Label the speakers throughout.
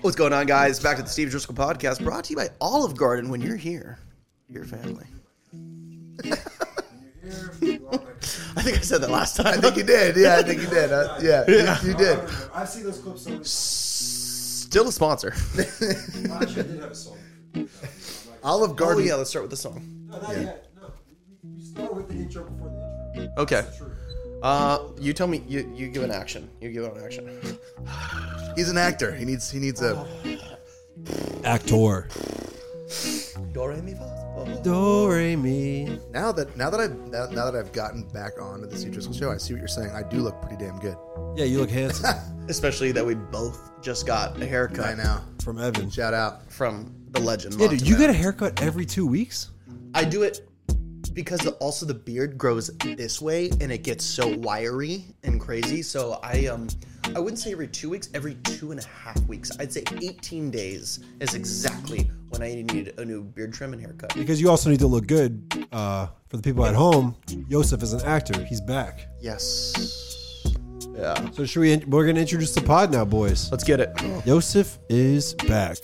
Speaker 1: What's going on, guys? Back to the Steve Driscoll podcast, brought to you by Olive Garden. When you're here, your family. I think I said that last time.
Speaker 2: I think you did. Yeah, I think you did. Uh, yeah,
Speaker 1: Yeah.
Speaker 2: You, you did.
Speaker 3: I see those clips so many times.
Speaker 1: Still a sponsor.
Speaker 3: I actually did have a song.
Speaker 2: Olive
Speaker 1: Oh
Speaker 2: Garden.
Speaker 1: yeah, let's start with the song.
Speaker 3: No, not yet. No. We- We start with the intro before the intro.
Speaker 1: Okay.
Speaker 3: True.
Speaker 1: Uh, you tell me. You you give an action. You give an action.
Speaker 2: He's an actor. He needs. He needs a.
Speaker 4: Actor.
Speaker 1: Do re mi fa.
Speaker 4: Do re mi.
Speaker 2: Now that now that I've now, now that I've gotten back onto the Steve Driscoll show, I see what you're saying. I do look pretty damn good.
Speaker 4: Yeah, you look handsome.
Speaker 1: Especially that we both just got a haircut
Speaker 2: I know.
Speaker 4: From Evan.
Speaker 2: Shout out.
Speaker 1: from the legend.
Speaker 4: Yeah, dude,
Speaker 1: Montemel.
Speaker 4: you get a haircut every two weeks?
Speaker 1: I do it because the, also the beard grows this way and it gets so wiry and crazy. So I um I wouldn't say every two weeks, every two and a half weeks. I'd say 18 days is exactly when I need a new beard trim and haircut.
Speaker 4: Because you also need to look good uh, for the people at home. Joseph is an actor. He's back.
Speaker 1: Yes. Yeah.
Speaker 4: So should we? We're gonna introduce the pod now, boys.
Speaker 1: Let's get it.
Speaker 4: Joseph is back.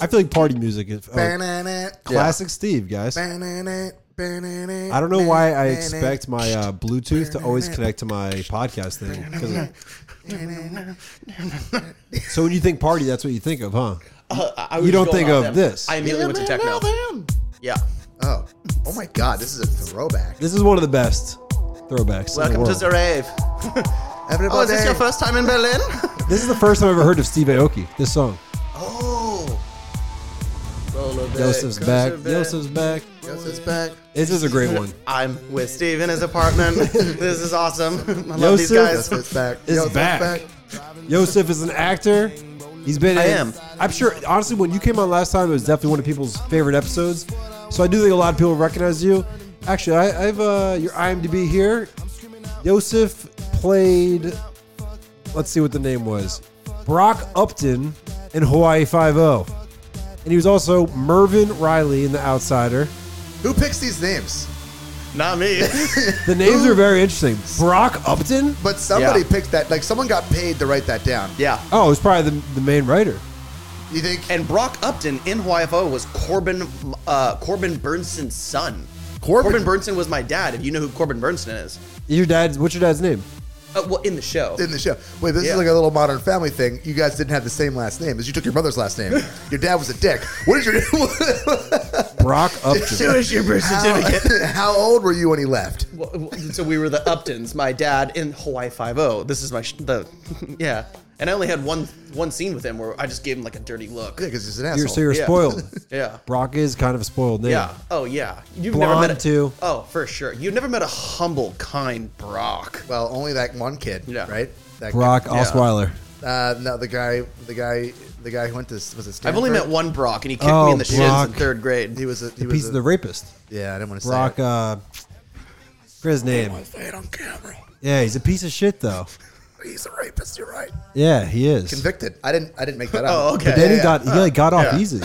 Speaker 4: I feel like party music is oh,
Speaker 2: Banana.
Speaker 4: classic Steve, guys.
Speaker 2: Banana. Banana.
Speaker 4: I don't know why I expect my uh, Bluetooth to always connect to my podcast thing. 'cause it- so when you think party, that's what you think of, huh?
Speaker 1: Uh, I- I
Speaker 4: You
Speaker 1: was
Speaker 4: don't
Speaker 1: going
Speaker 4: think
Speaker 1: off them.
Speaker 4: of this.
Speaker 1: I immediately went to techno. Yeah.
Speaker 2: Oh. Oh my God! This is a throwback.
Speaker 4: This is one of the best throwbacks. in the
Speaker 1: Welcome to
Speaker 4: world.
Speaker 1: the rave.
Speaker 2: Everybody.
Speaker 1: Oh, is this your first time in Berlin?
Speaker 4: This is the first time I've ever heard of Steve Aoki. This song.
Speaker 1: oh. Roll of
Speaker 4: Joseph's
Speaker 1: the-
Speaker 4: back.
Speaker 1: Joseph's
Speaker 4: Joseph's back.
Speaker 2: Joseph's back.
Speaker 4: This is a great one.
Speaker 1: I'm with Steve in his apartment. this is awesome. I love these
Speaker 4: Joseph.
Speaker 1: guys.
Speaker 2: Joseph's back.
Speaker 4: Is
Speaker 2: Joseph's
Speaker 4: back. Joseph is an actor. He's been.
Speaker 1: I
Speaker 4: in-
Speaker 1: am.
Speaker 4: I'm sure. Honestly, when you came on last time, it was definitely one of people's favorite episodes. So I do think a lot of people recognize you. Actually, I, I have uh, your IMDb here. Joseph played. Let's see what the name was. Brock Upton in Hawaii Five O, and he was also Mervyn Riley in The Outsider.
Speaker 2: Who picks these names?
Speaker 1: Not me.
Speaker 4: The names are very interesting. Brock Upton.
Speaker 2: But somebody
Speaker 1: Yeah.
Speaker 2: picked that. Like someone got paid to write that down.
Speaker 1: yeah.
Speaker 4: Oh, it was probably the, the main writer.
Speaker 2: You think?
Speaker 1: And Brock Upton in YFO was Corbin uh, Corbin Burnson's son.
Speaker 2: Corbin?
Speaker 1: Burnson was my dad. If you know who Corbin Burnson is,
Speaker 4: Your dad's. What's your dad's name?
Speaker 1: uh, well, in the show,
Speaker 2: in the show. Wait, this
Speaker 1: Yeah.
Speaker 2: is like a little modern family thing. You guys didn't have the same last name as you took your brother's last name. Your dad was a dick. What did your
Speaker 4: Brock Upton.
Speaker 1: your birth
Speaker 2: how, how old were you when he left?
Speaker 1: so we were the Uptons. My dad in Hawaii Five O. This is my sh- the yeah. And I only had one one scene with him where I just gave him like a dirty look.
Speaker 2: Yeah, because he's an asshole.
Speaker 4: You're, so you're
Speaker 1: Yeah.
Speaker 4: spoiled.
Speaker 1: Yeah.
Speaker 4: Brock is kind of a spoiled name.
Speaker 1: Yeah. Oh yeah. You've
Speaker 4: Blonde,
Speaker 1: never met a,
Speaker 4: too.
Speaker 1: Oh, for sure. You've never met a humble, kind Brock.
Speaker 2: well, only that one kid,
Speaker 1: Yeah.
Speaker 2: right? That
Speaker 4: Brock Osweiler.
Speaker 2: Kid. Uh, no, the guy, the guy, the guy who went to was it? Stanford?
Speaker 1: I've only met one Brock, and he kicked
Speaker 4: Oh,
Speaker 1: me in the shins
Speaker 4: Brock.
Speaker 1: in third grade.
Speaker 2: He was a. He
Speaker 4: The
Speaker 2: was
Speaker 4: piece
Speaker 2: a,
Speaker 4: of the rapist.
Speaker 2: yeah, I didn't want to
Speaker 4: Brock,
Speaker 2: say.
Speaker 4: uh, forget his name.
Speaker 2: Say it on camera.
Speaker 4: Yeah, he's a piece of shit, though.
Speaker 2: He's a rapist. You're right.
Speaker 4: Yeah, he is.
Speaker 2: Convicted. I didn't. I didn't make that up.
Speaker 1: oh, okay.
Speaker 4: But then
Speaker 2: Yeah,
Speaker 4: he
Speaker 2: yeah.
Speaker 4: got, he like got off
Speaker 1: Yeah.
Speaker 4: easy.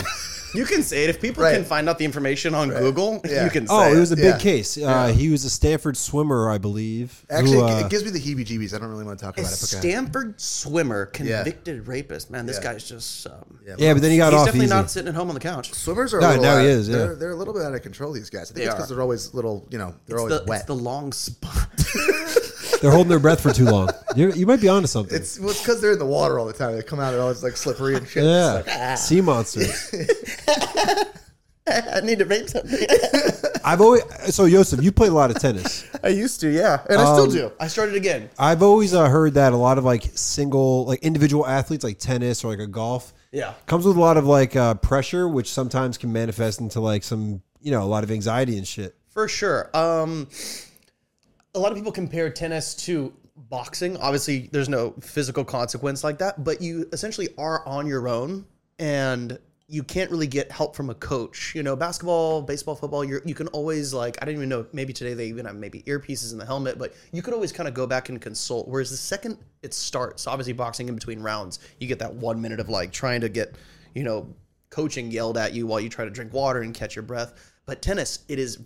Speaker 1: You can say it if people
Speaker 2: Right.
Speaker 1: can find out the information on Google.
Speaker 2: Yeah.
Speaker 1: You can. Say
Speaker 4: Oh, it was a big
Speaker 2: Yeah.
Speaker 4: case. Uh, He was a Stanford swimmer, I believe. who,
Speaker 2: Actually, it-
Speaker 4: uh,
Speaker 2: it gives me the heebie-jeebies. I don't really want to talk
Speaker 1: A
Speaker 2: about it. but go ahead.
Speaker 1: Stanford swimmer,
Speaker 2: Yeah.
Speaker 1: convicted rapist. Man, this
Speaker 2: Yeah.
Speaker 1: guy's just. Um,
Speaker 2: Yeah.
Speaker 4: yeah, but then he got
Speaker 1: He's
Speaker 4: off
Speaker 1: definitely
Speaker 4: easy.
Speaker 1: not sitting at home on the couch. It's
Speaker 2: Swimmers are.
Speaker 4: No,
Speaker 2: a little
Speaker 4: now
Speaker 2: out
Speaker 4: he
Speaker 2: of-
Speaker 4: is, yeah.
Speaker 2: They're, they're a little bit out of control. These guys. I think
Speaker 1: They
Speaker 2: it's because
Speaker 1: are.
Speaker 2: they're always little. You know, they're
Speaker 1: the,
Speaker 2: always
Speaker 1: it's
Speaker 2: wet.
Speaker 1: the long spot.
Speaker 4: They're holding their breath for too long. you you might be onto something.
Speaker 2: It's well, it's because they're in the water all the time. They come out and all it's like slippery and shit.
Speaker 4: yeah.
Speaker 2: It's like, ah.
Speaker 4: Sea monsters.
Speaker 1: I need to rape something.
Speaker 4: I've always, so Joseph, you play a lot of tennis.
Speaker 2: I used to, yeah, and I still
Speaker 4: Um,
Speaker 2: do.
Speaker 1: I started again.
Speaker 4: I've always uh, heard that a lot of like single, like individual athletes, like tennis or like a golf,
Speaker 1: Yeah.
Speaker 4: comes with a lot of like uh, pressure, which sometimes can manifest into like some, you know, a lot of anxiety and shit.
Speaker 1: For sure. Um, a lot of people compare tennis to boxing. Obviously, there's no physical consequence like that, but you essentially are on your own and you can't really get help from a coach. You know, basketball, baseball, football, you're, you can always, like, I don't even know, maybe today they even have maybe earpieces in the helmet, but you could always kind of go back and consult. Whereas the second it starts, obviously, boxing in between rounds, you get that one minute of like trying to get, you know, coaching yelled at you while you try to drink water and catch your breath. But tennis, it is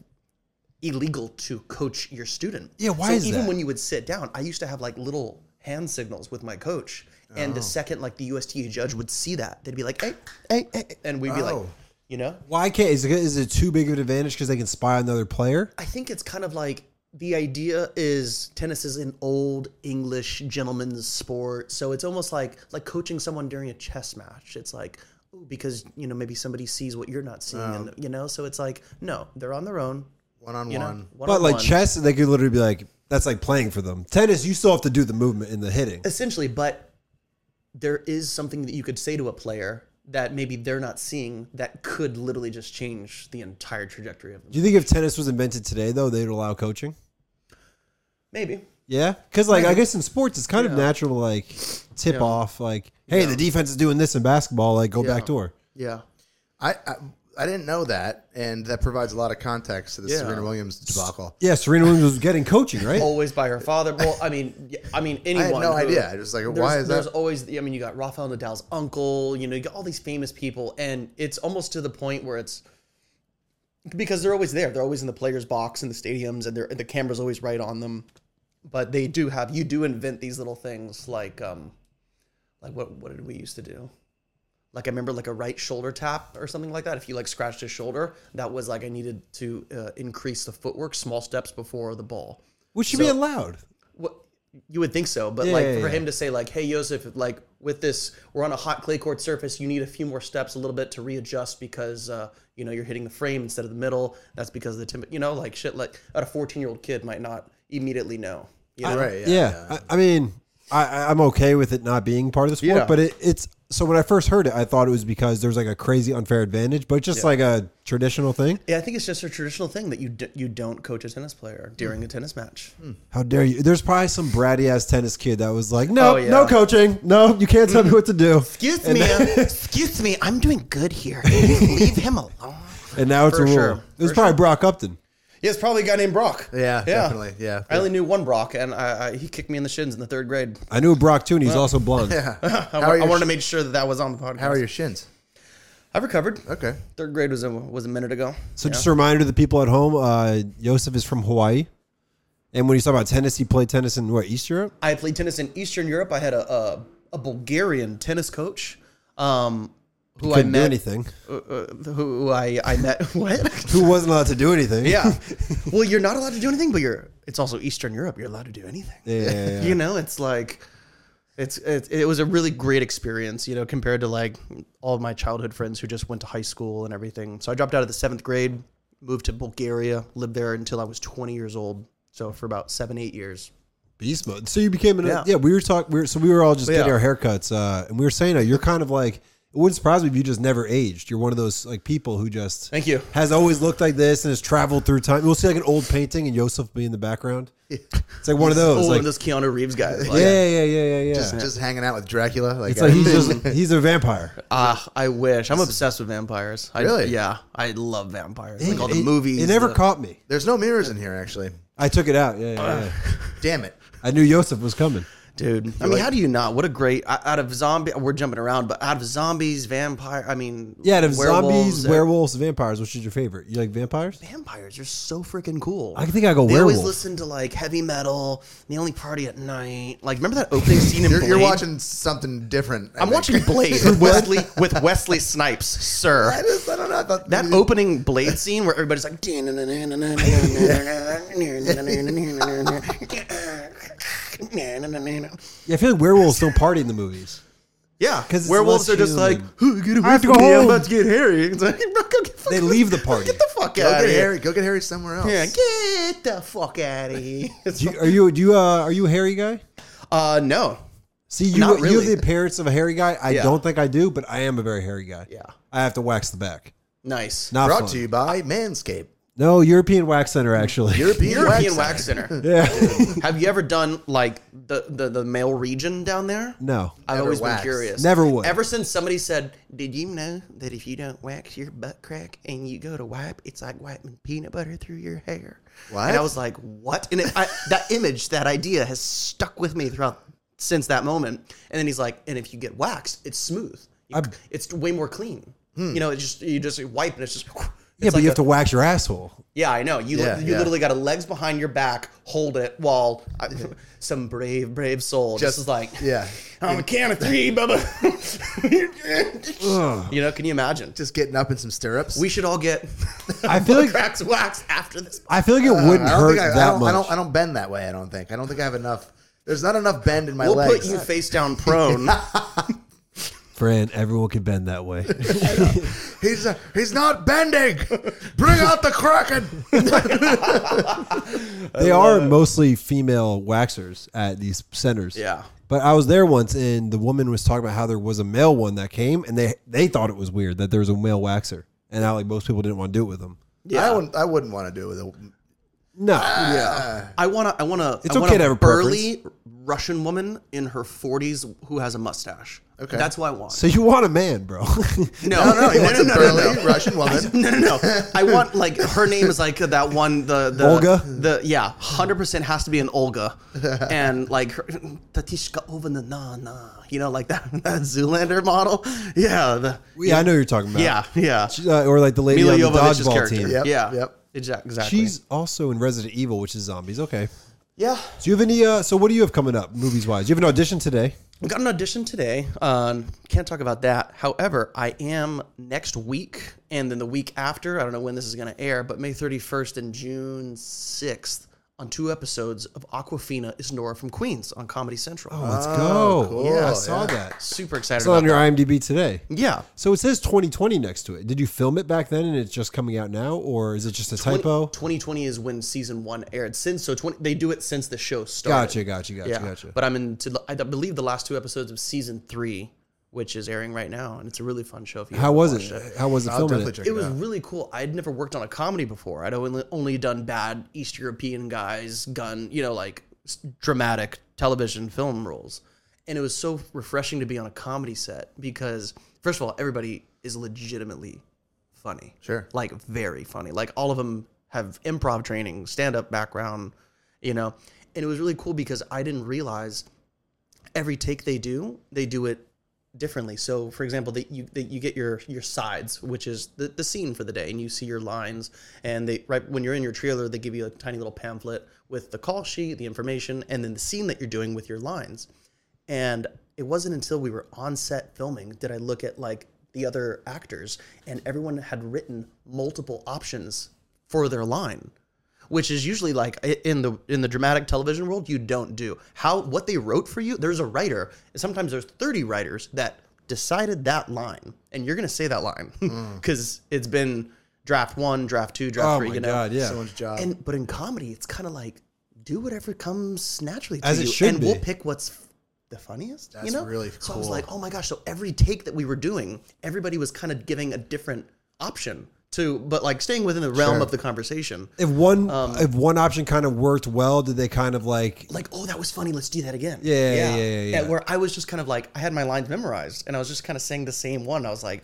Speaker 1: illegal to coach your student.
Speaker 4: Yeah, why
Speaker 1: so
Speaker 4: is
Speaker 1: even
Speaker 4: that?
Speaker 1: when you would sit down, I used to have like little hand signals with my coach. And
Speaker 4: Oh.
Speaker 1: the second like the USTA judge would see that, they'd be like, hey, hey, hey, and we'd be like,
Speaker 4: Oh.
Speaker 1: you know,
Speaker 4: Why can't is it, is it too big of an advantage because they can spy on the other player?
Speaker 1: I think it's kind of like the idea is tennis is an old English gentleman's sport, so it's almost like like coaching someone during a chess match. It's like ooh, because you know maybe somebody sees what you're not
Speaker 4: Oh.
Speaker 1: seeing, and, you know. So it's like no, they're on their own.
Speaker 2: One on
Speaker 1: You know,
Speaker 2: one.
Speaker 4: But like
Speaker 1: one-on-one.
Speaker 4: chess, they could literally be like that's like playing for them. Tennis, you still have to do the movement and the hitting.
Speaker 1: essentially, but there is something that you could say to a player that maybe they're not seeing that could literally just change the entire trajectory of them.
Speaker 4: Do you think if tennis was invented today, though, they'd allow coaching?
Speaker 1: Maybe.
Speaker 4: Yeah, because like I guess in sports, it's kind of natural to like tip off like, hey, the defense is doing this in basketball, like go back door.
Speaker 1: Yeah.
Speaker 2: I, I I didn't know that, and that provides a lot of context to the
Speaker 1: Yeah.
Speaker 2: Serena Williams debacle.
Speaker 4: Yeah, Serena Williams was getting coaching, right?
Speaker 1: Always by her father. Well, I mean, yeah, I mean, anyone.
Speaker 2: no
Speaker 1: who-
Speaker 2: idea. I was like,
Speaker 1: there's-
Speaker 2: why is that-
Speaker 1: There's always. I mean, you got Rafael Nadal's uncle. You know, you got all these famous people, and it's almost to the point where it's because they're always there. They're always in the players' box in the stadiums, and they're, the camera's always right on them. But they do have you do invent these little things like um, like what what did we used to do? Like I remember like a right shoulder tap or something like that. If you like scratched his shoulder, that was like I needed to uh, increase the footwork, small steps before the ball.
Speaker 4: Would she be allowed?
Speaker 1: What you would think so, but
Speaker 4: Yeah,
Speaker 1: like
Speaker 4: yeah,
Speaker 1: for
Speaker 4: yeah.
Speaker 1: him to say like, "Hey, Joseph, like with this, we're on a hot clay court surface. You need a few more steps, a little bit to readjust because uh, you know you're hitting the frame instead of the middle. That's because of the timber. You know, like shit. Like a 14 year old kid might not immediately know. You know,
Speaker 2: Right? Yeah.
Speaker 4: Yeah, I, I mean, I- I, I'm okay with it not being part of the sport,
Speaker 1: Yeah.
Speaker 4: but it, it's so when I first heard it, I thought it was because there's like a crazy unfair advantage, but just like a traditional thing.
Speaker 1: Yeah, I think it's just a traditional thing that you d- you don't coach a tennis player during a tennis match.
Speaker 2: Hmm.
Speaker 4: How dare you? There's probably some bratty ass tennis kid that was like, no,
Speaker 1: Oh, yeah. Mm.
Speaker 4: no coaching, no, you can't tell me what to do.
Speaker 1: Excuse me, uh, excuse me, I'm doing good here. Leave him alone.
Speaker 4: And now it's
Speaker 1: For
Speaker 4: a rule.
Speaker 1: sure.
Speaker 4: It was
Speaker 1: For
Speaker 4: probably Brock Upton.
Speaker 1: Yeah, it's probably a guy named Brock.
Speaker 2: Yeah, definitely, yeah.
Speaker 1: I only knew one Brock, and I, I, he kicked me in the shins in the third grade.
Speaker 4: I knew Brock too, and he's also blonde.
Speaker 1: I,
Speaker 2: How are
Speaker 1: I
Speaker 2: your
Speaker 1: wanted to
Speaker 2: sh-
Speaker 1: make sure that that was on the podcast.
Speaker 2: How are your shins?
Speaker 1: I've recovered.
Speaker 2: Okay.
Speaker 1: Third grade was a, was a minute ago.
Speaker 4: So just a reminder to the people at home, uh, Joseph is from Hawaii. And when you talk about tennis, he played tennis in what, East Europe?
Speaker 1: I played tennis in Eastern Europe. I had a a, a Bulgarian tennis coach, um, who I
Speaker 4: Couldn't do
Speaker 1: met.
Speaker 4: anything.
Speaker 1: uh, uh, who I I met. what?
Speaker 4: Who wasn't allowed to do anything?
Speaker 1: Yeah. well, you're not allowed to do anything, but you're. It's also Eastern Europe. You're allowed to do anything.
Speaker 4: Yeah, yeah, yeah.
Speaker 1: You know, it's like, it's it, it was a really great experience. You know, compared to like all of my childhood friends who just went to high school and everything. So I dropped out of the seventh grade, moved to Bulgaria, lived there until I was 20 years old. So for about seven, eight years.
Speaker 4: Beast mode. So you became an yeah.
Speaker 1: Yeah.
Speaker 4: we were talking. We were, so we were all just
Speaker 1: Yeah.
Speaker 4: getting our haircuts, uh, and we were saying that you're kind of like. It wouldn't surprise me if you just never aged. You're one of those like people who just
Speaker 1: Thank you.
Speaker 4: has always looked like this and has traveled through time. We'll see like an old painting and Yosef be in the background. It's like one of
Speaker 1: Oh,
Speaker 4: those.
Speaker 1: one
Speaker 4: Like,
Speaker 1: of those Keanu Reeves guys.
Speaker 4: yeah,
Speaker 1: Like,
Speaker 4: yeah, yeah, yeah, yeah.
Speaker 2: Just, just hanging out with Dracula. Like,
Speaker 4: it's like he's
Speaker 2: uh,
Speaker 4: just he's a vampire.
Speaker 1: Ah, I wish. I'm obsessed with vampires. I,
Speaker 2: Really?
Speaker 1: Yeah, I love vampires.
Speaker 4: It-
Speaker 1: Like all the
Speaker 4: it-
Speaker 1: movies.
Speaker 4: It never
Speaker 1: the-
Speaker 4: caught me.
Speaker 2: there's no mirrors in here, actually.
Speaker 4: I took it out. Yeah, yeah, yeah.
Speaker 2: Damn it.
Speaker 4: I knew Yosef was coming.
Speaker 1: dude. I mean, how do you not? What a great o- out of zombie. We're jumping around, but out of zombies, vampire. I mean,
Speaker 4: Yeah, out of
Speaker 1: werewolves,
Speaker 4: zombies,
Speaker 1: uh,
Speaker 4: werewolves, vampires. Which is your favorite? You like vampires?
Speaker 1: Vampires are so freaking cool.
Speaker 4: I think I go
Speaker 1: They
Speaker 4: werewolf.
Speaker 1: always listen to like heavy metal. and They only party at night. Like, remember that opening scene in
Speaker 2: You're,
Speaker 1: Blade?
Speaker 2: you're watching something different. I
Speaker 1: I'm
Speaker 2: think.
Speaker 1: watching Blade with Wesley with Wesley Snipes, sir.
Speaker 2: I, just, I don't know. I thought
Speaker 1: That
Speaker 2: maybe-
Speaker 1: opening blade scene where everybody's like,
Speaker 4: Yeah, I feel like werewolves don't party in the movies.
Speaker 1: yeah,
Speaker 4: 'Cause it's
Speaker 1: werewolves
Speaker 4: less
Speaker 1: are just like,
Speaker 4: human.
Speaker 1: "Who, get away
Speaker 4: have to
Speaker 1: from
Speaker 4: go
Speaker 1: me, I'm
Speaker 4: home."
Speaker 1: about to get hairy. It's like, "No, go get-
Speaker 4: They leave the party.
Speaker 1: Get the fuck
Speaker 2: Go
Speaker 1: out
Speaker 2: get
Speaker 1: of here.
Speaker 2: Harry. Go get Harry somewhere else.
Speaker 1: Yeah, get the fuck out of here.
Speaker 4: Do you, are you do you uh, are you a hairy guy?
Speaker 1: Uh, no.
Speaker 4: See, you
Speaker 1: Not
Speaker 4: you
Speaker 1: really.
Speaker 4: have the appearance of a hairy guy. I
Speaker 1: Yeah.
Speaker 4: don't think I do, but I am a very hairy guy.
Speaker 1: Yeah.
Speaker 4: I have to wax the back.
Speaker 1: Nice.
Speaker 4: Not
Speaker 2: Brought
Speaker 4: fun.
Speaker 2: to you by Manscaped.
Speaker 4: No European Wax Center actually.
Speaker 2: European,
Speaker 1: European Wax
Speaker 2: wax.
Speaker 1: Center.
Speaker 4: yeah.
Speaker 1: Have you ever done like the, the, the male region down there?
Speaker 4: no.
Speaker 1: I've
Speaker 2: Never
Speaker 1: always
Speaker 2: waxed.
Speaker 1: been curious.
Speaker 4: Never would.
Speaker 1: Ever since somebody said, "Did you know that if you don't wax your butt crack and you go to wipe, it's like wiping peanut butter through your hair?"
Speaker 2: What?
Speaker 1: And I was like, "What?" And it, I, that image, that idea, has stuck with me throughout since that moment. And then he's like, "And if you get waxed, it's smooth. You-
Speaker 4: I'm-
Speaker 2: Hmm.
Speaker 1: it's way more clean. You know, it just you just wipe and it's just."
Speaker 4: yeah, but
Speaker 1: like
Speaker 4: you
Speaker 1: a-
Speaker 4: have to wax your asshole.
Speaker 1: Yeah, I know. You
Speaker 2: Yeah,
Speaker 1: li- you
Speaker 2: yeah.
Speaker 1: literally got a legs behind your back, hold it while I, some brave brave soul just, is like,
Speaker 2: yeah,
Speaker 1: I'm a can of three, Bubba. you know, can you imagine?
Speaker 2: just getting up in some stirrups.
Speaker 1: We should all get
Speaker 4: I feel like
Speaker 1: cracks wax after this.
Speaker 4: I feel like it wouldn't
Speaker 2: Uh, I don't
Speaker 4: hurt
Speaker 2: think I, I
Speaker 4: that
Speaker 2: don't,
Speaker 4: much.
Speaker 2: I don't. I don't bend that way. I don't think. I don't think I have enough. There's not enough bend in my
Speaker 1: We'll
Speaker 2: legs.
Speaker 1: put you face down prone.
Speaker 4: Fran, everyone can bend that way.
Speaker 2: he's uh, he's not bending. Bring out the kraken.
Speaker 4: they are mostly female waxers at these centers.
Speaker 1: Yeah.
Speaker 4: But I was there once, and the woman was talking about how there was a male one that came, and they they thought it was weird that there was a male waxer, and how like most people didn't want to do it with them.
Speaker 2: Yeah. I wouldn't. I wouldn't want to do it. With a,
Speaker 4: No,
Speaker 1: I wanna I wanna
Speaker 4: It's
Speaker 1: I want
Speaker 4: okay to have a
Speaker 1: burly Russian woman in her 40s who has a mustache.
Speaker 2: Okay.
Speaker 1: that's what I want.
Speaker 4: so you want a man, bro?
Speaker 1: no,
Speaker 2: Oh, no, no, he wants a burly
Speaker 1: no.
Speaker 2: Russian woman.
Speaker 1: No, no, no. I want like her name is like that one the, the
Speaker 4: Olga?
Speaker 1: The yeah, hundred percent has to be an Olga, and like her, Tatishka Ovana na na, you know, like that that Zoolander model. Yeah, the,
Speaker 4: yeah, I know who you're talking about.
Speaker 1: yeah, yeah.
Speaker 4: She- uh, or like the lady
Speaker 1: Mila
Speaker 4: on the
Speaker 1: Jovovich's
Speaker 4: dodgeball
Speaker 1: character.
Speaker 4: team.
Speaker 2: Yep,
Speaker 1: yeah,
Speaker 2: yep.
Speaker 1: Exac- Exactly.
Speaker 4: She's also in Resident Evil, which is zombies. Okay.
Speaker 1: yeah.
Speaker 4: Do you have any? Uh, so what do you have coming up, movies wise? You have an audition today.
Speaker 1: We got an audition today. Um, can't talk about that. However, I am next week, and then the week after. I don't know when this is going to air, but May thirty first and June sixth on two episodes of Aquafina is Nora from Queens on Comedy Central.
Speaker 4: Let's go.
Speaker 2: cool,
Speaker 4: Yeah, I saw
Speaker 2: yeah.
Speaker 4: that.
Speaker 1: Super excited
Speaker 4: Oh. It's
Speaker 1: about
Speaker 4: on your
Speaker 1: that.
Speaker 4: IMDb today.
Speaker 1: Yeah.
Speaker 4: So it says 2020 next to it. Did you film it back then and it's just coming out now, or is it just a typo?
Speaker 1: 2020 is when season one aired. Since so 20, they do it since the show started.
Speaker 4: Gotcha, gotcha, gotcha,
Speaker 1: Yeah.
Speaker 4: gotcha.
Speaker 1: But I'm into the- I believe the last two episodes of season three, which is airing right now, and it's a really fun show. If you
Speaker 4: How
Speaker 1: haven't
Speaker 4: was
Speaker 1: watched
Speaker 4: it? How was it
Speaker 2: I'll
Speaker 4: filming
Speaker 2: definitely
Speaker 4: it?
Speaker 2: check
Speaker 1: It
Speaker 2: it
Speaker 1: was
Speaker 2: out.
Speaker 1: really cool. I'd never worked on a comedy before. I'd only, only done bad East European guys, gun, you know, like s- dramatic television film roles. And it was so refreshing to be on a comedy set because, first of all, everybody is legitimately funny.
Speaker 2: Sure.
Speaker 1: Like, very funny. Like, all of them have improv training, stand up background, you know? And it was really cool because I didn't realize every take they do, they do it differently. So, for example, that you that you get your your sides, which is the, the scene for the day, and you see your lines. And they right when you're in your trailer, they give you a tiny little pamphlet with the call sheet, the information, and then the scene that you're doing with your lines. And it wasn't until we were on set filming did I look at like the other actors, and everyone had written multiple options for their line which is usually like i- in the in the dramatic television world you don't do how what they wrote for you there's a writer and sometimes there's 30 writers that decided that line and you're going to say that line because it's been draft one draft two draft
Speaker 4: Mm. Oh
Speaker 1: three
Speaker 4: my
Speaker 1: you know
Speaker 4: god, yeah.
Speaker 2: Someone's job.
Speaker 1: and but in comedy it's kind of like do whatever comes naturally to
Speaker 4: As it
Speaker 1: you
Speaker 4: should
Speaker 1: and we'll
Speaker 4: be.
Speaker 1: pick what's f- the funniest you
Speaker 2: That's
Speaker 1: know
Speaker 2: really
Speaker 1: so i was
Speaker 2: cool.
Speaker 1: like oh my gosh so every take that we were doing everybody was kind of giving a different option to but like staying within the realm of the conversation
Speaker 4: if one if one option kind of worked well, did they kind of like
Speaker 1: like, oh, that was funny. Let's do that again.
Speaker 4: Yeah, yeah, yeah, yeah, yeah.
Speaker 1: Where I was just kind of like, I had my lines memorized, and I was just kind of saying the same one. I was like,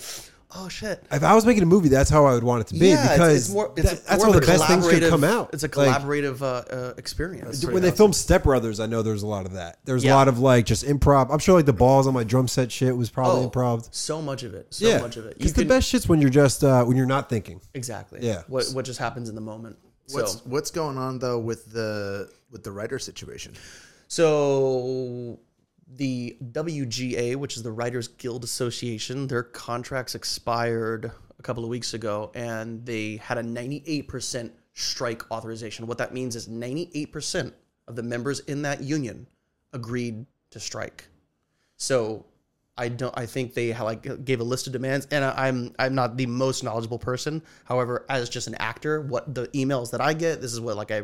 Speaker 1: oh shit.
Speaker 4: if I was making a movie, that's how I would want it to be
Speaker 1: yeah,
Speaker 4: because
Speaker 1: it's, it's more. It's
Speaker 4: that-
Speaker 1: a-
Speaker 4: that's
Speaker 1: more
Speaker 4: one
Speaker 1: of
Speaker 4: of the
Speaker 1: a
Speaker 4: best things to
Speaker 1: collaborative-
Speaker 4: come out.
Speaker 1: It's a
Speaker 4: Like,
Speaker 1: collaborative uh, uh, experience.
Speaker 4: when they filmed Step Brothers, I know there's a lot of that. There's
Speaker 1: Yeah.
Speaker 4: a lot of like just improv. I'm sure like the balls on my drum set shit was probably
Speaker 1: Oh,
Speaker 4: improv.
Speaker 1: so much of it. So
Speaker 4: Yeah,
Speaker 1: much of it.
Speaker 4: Because the best shit's when you're just uh, when you're not thinking.
Speaker 1: Exactly.
Speaker 4: Yeah.
Speaker 1: What what just happens in the moment.
Speaker 2: What's
Speaker 1: so
Speaker 2: what's going on though with the with the writer situation?
Speaker 1: So the WGA, which is the Writers Guild Association, their contracts expired a couple of weeks ago and they had a 98% strike authorization. What that means is 98% of the members in that union agreed to strike. So I don't. I think they ha- like gave a list of demands, and I, I'm I'm not the most knowledgeable person. However, as just an actor, what the emails that I get, this is what like I.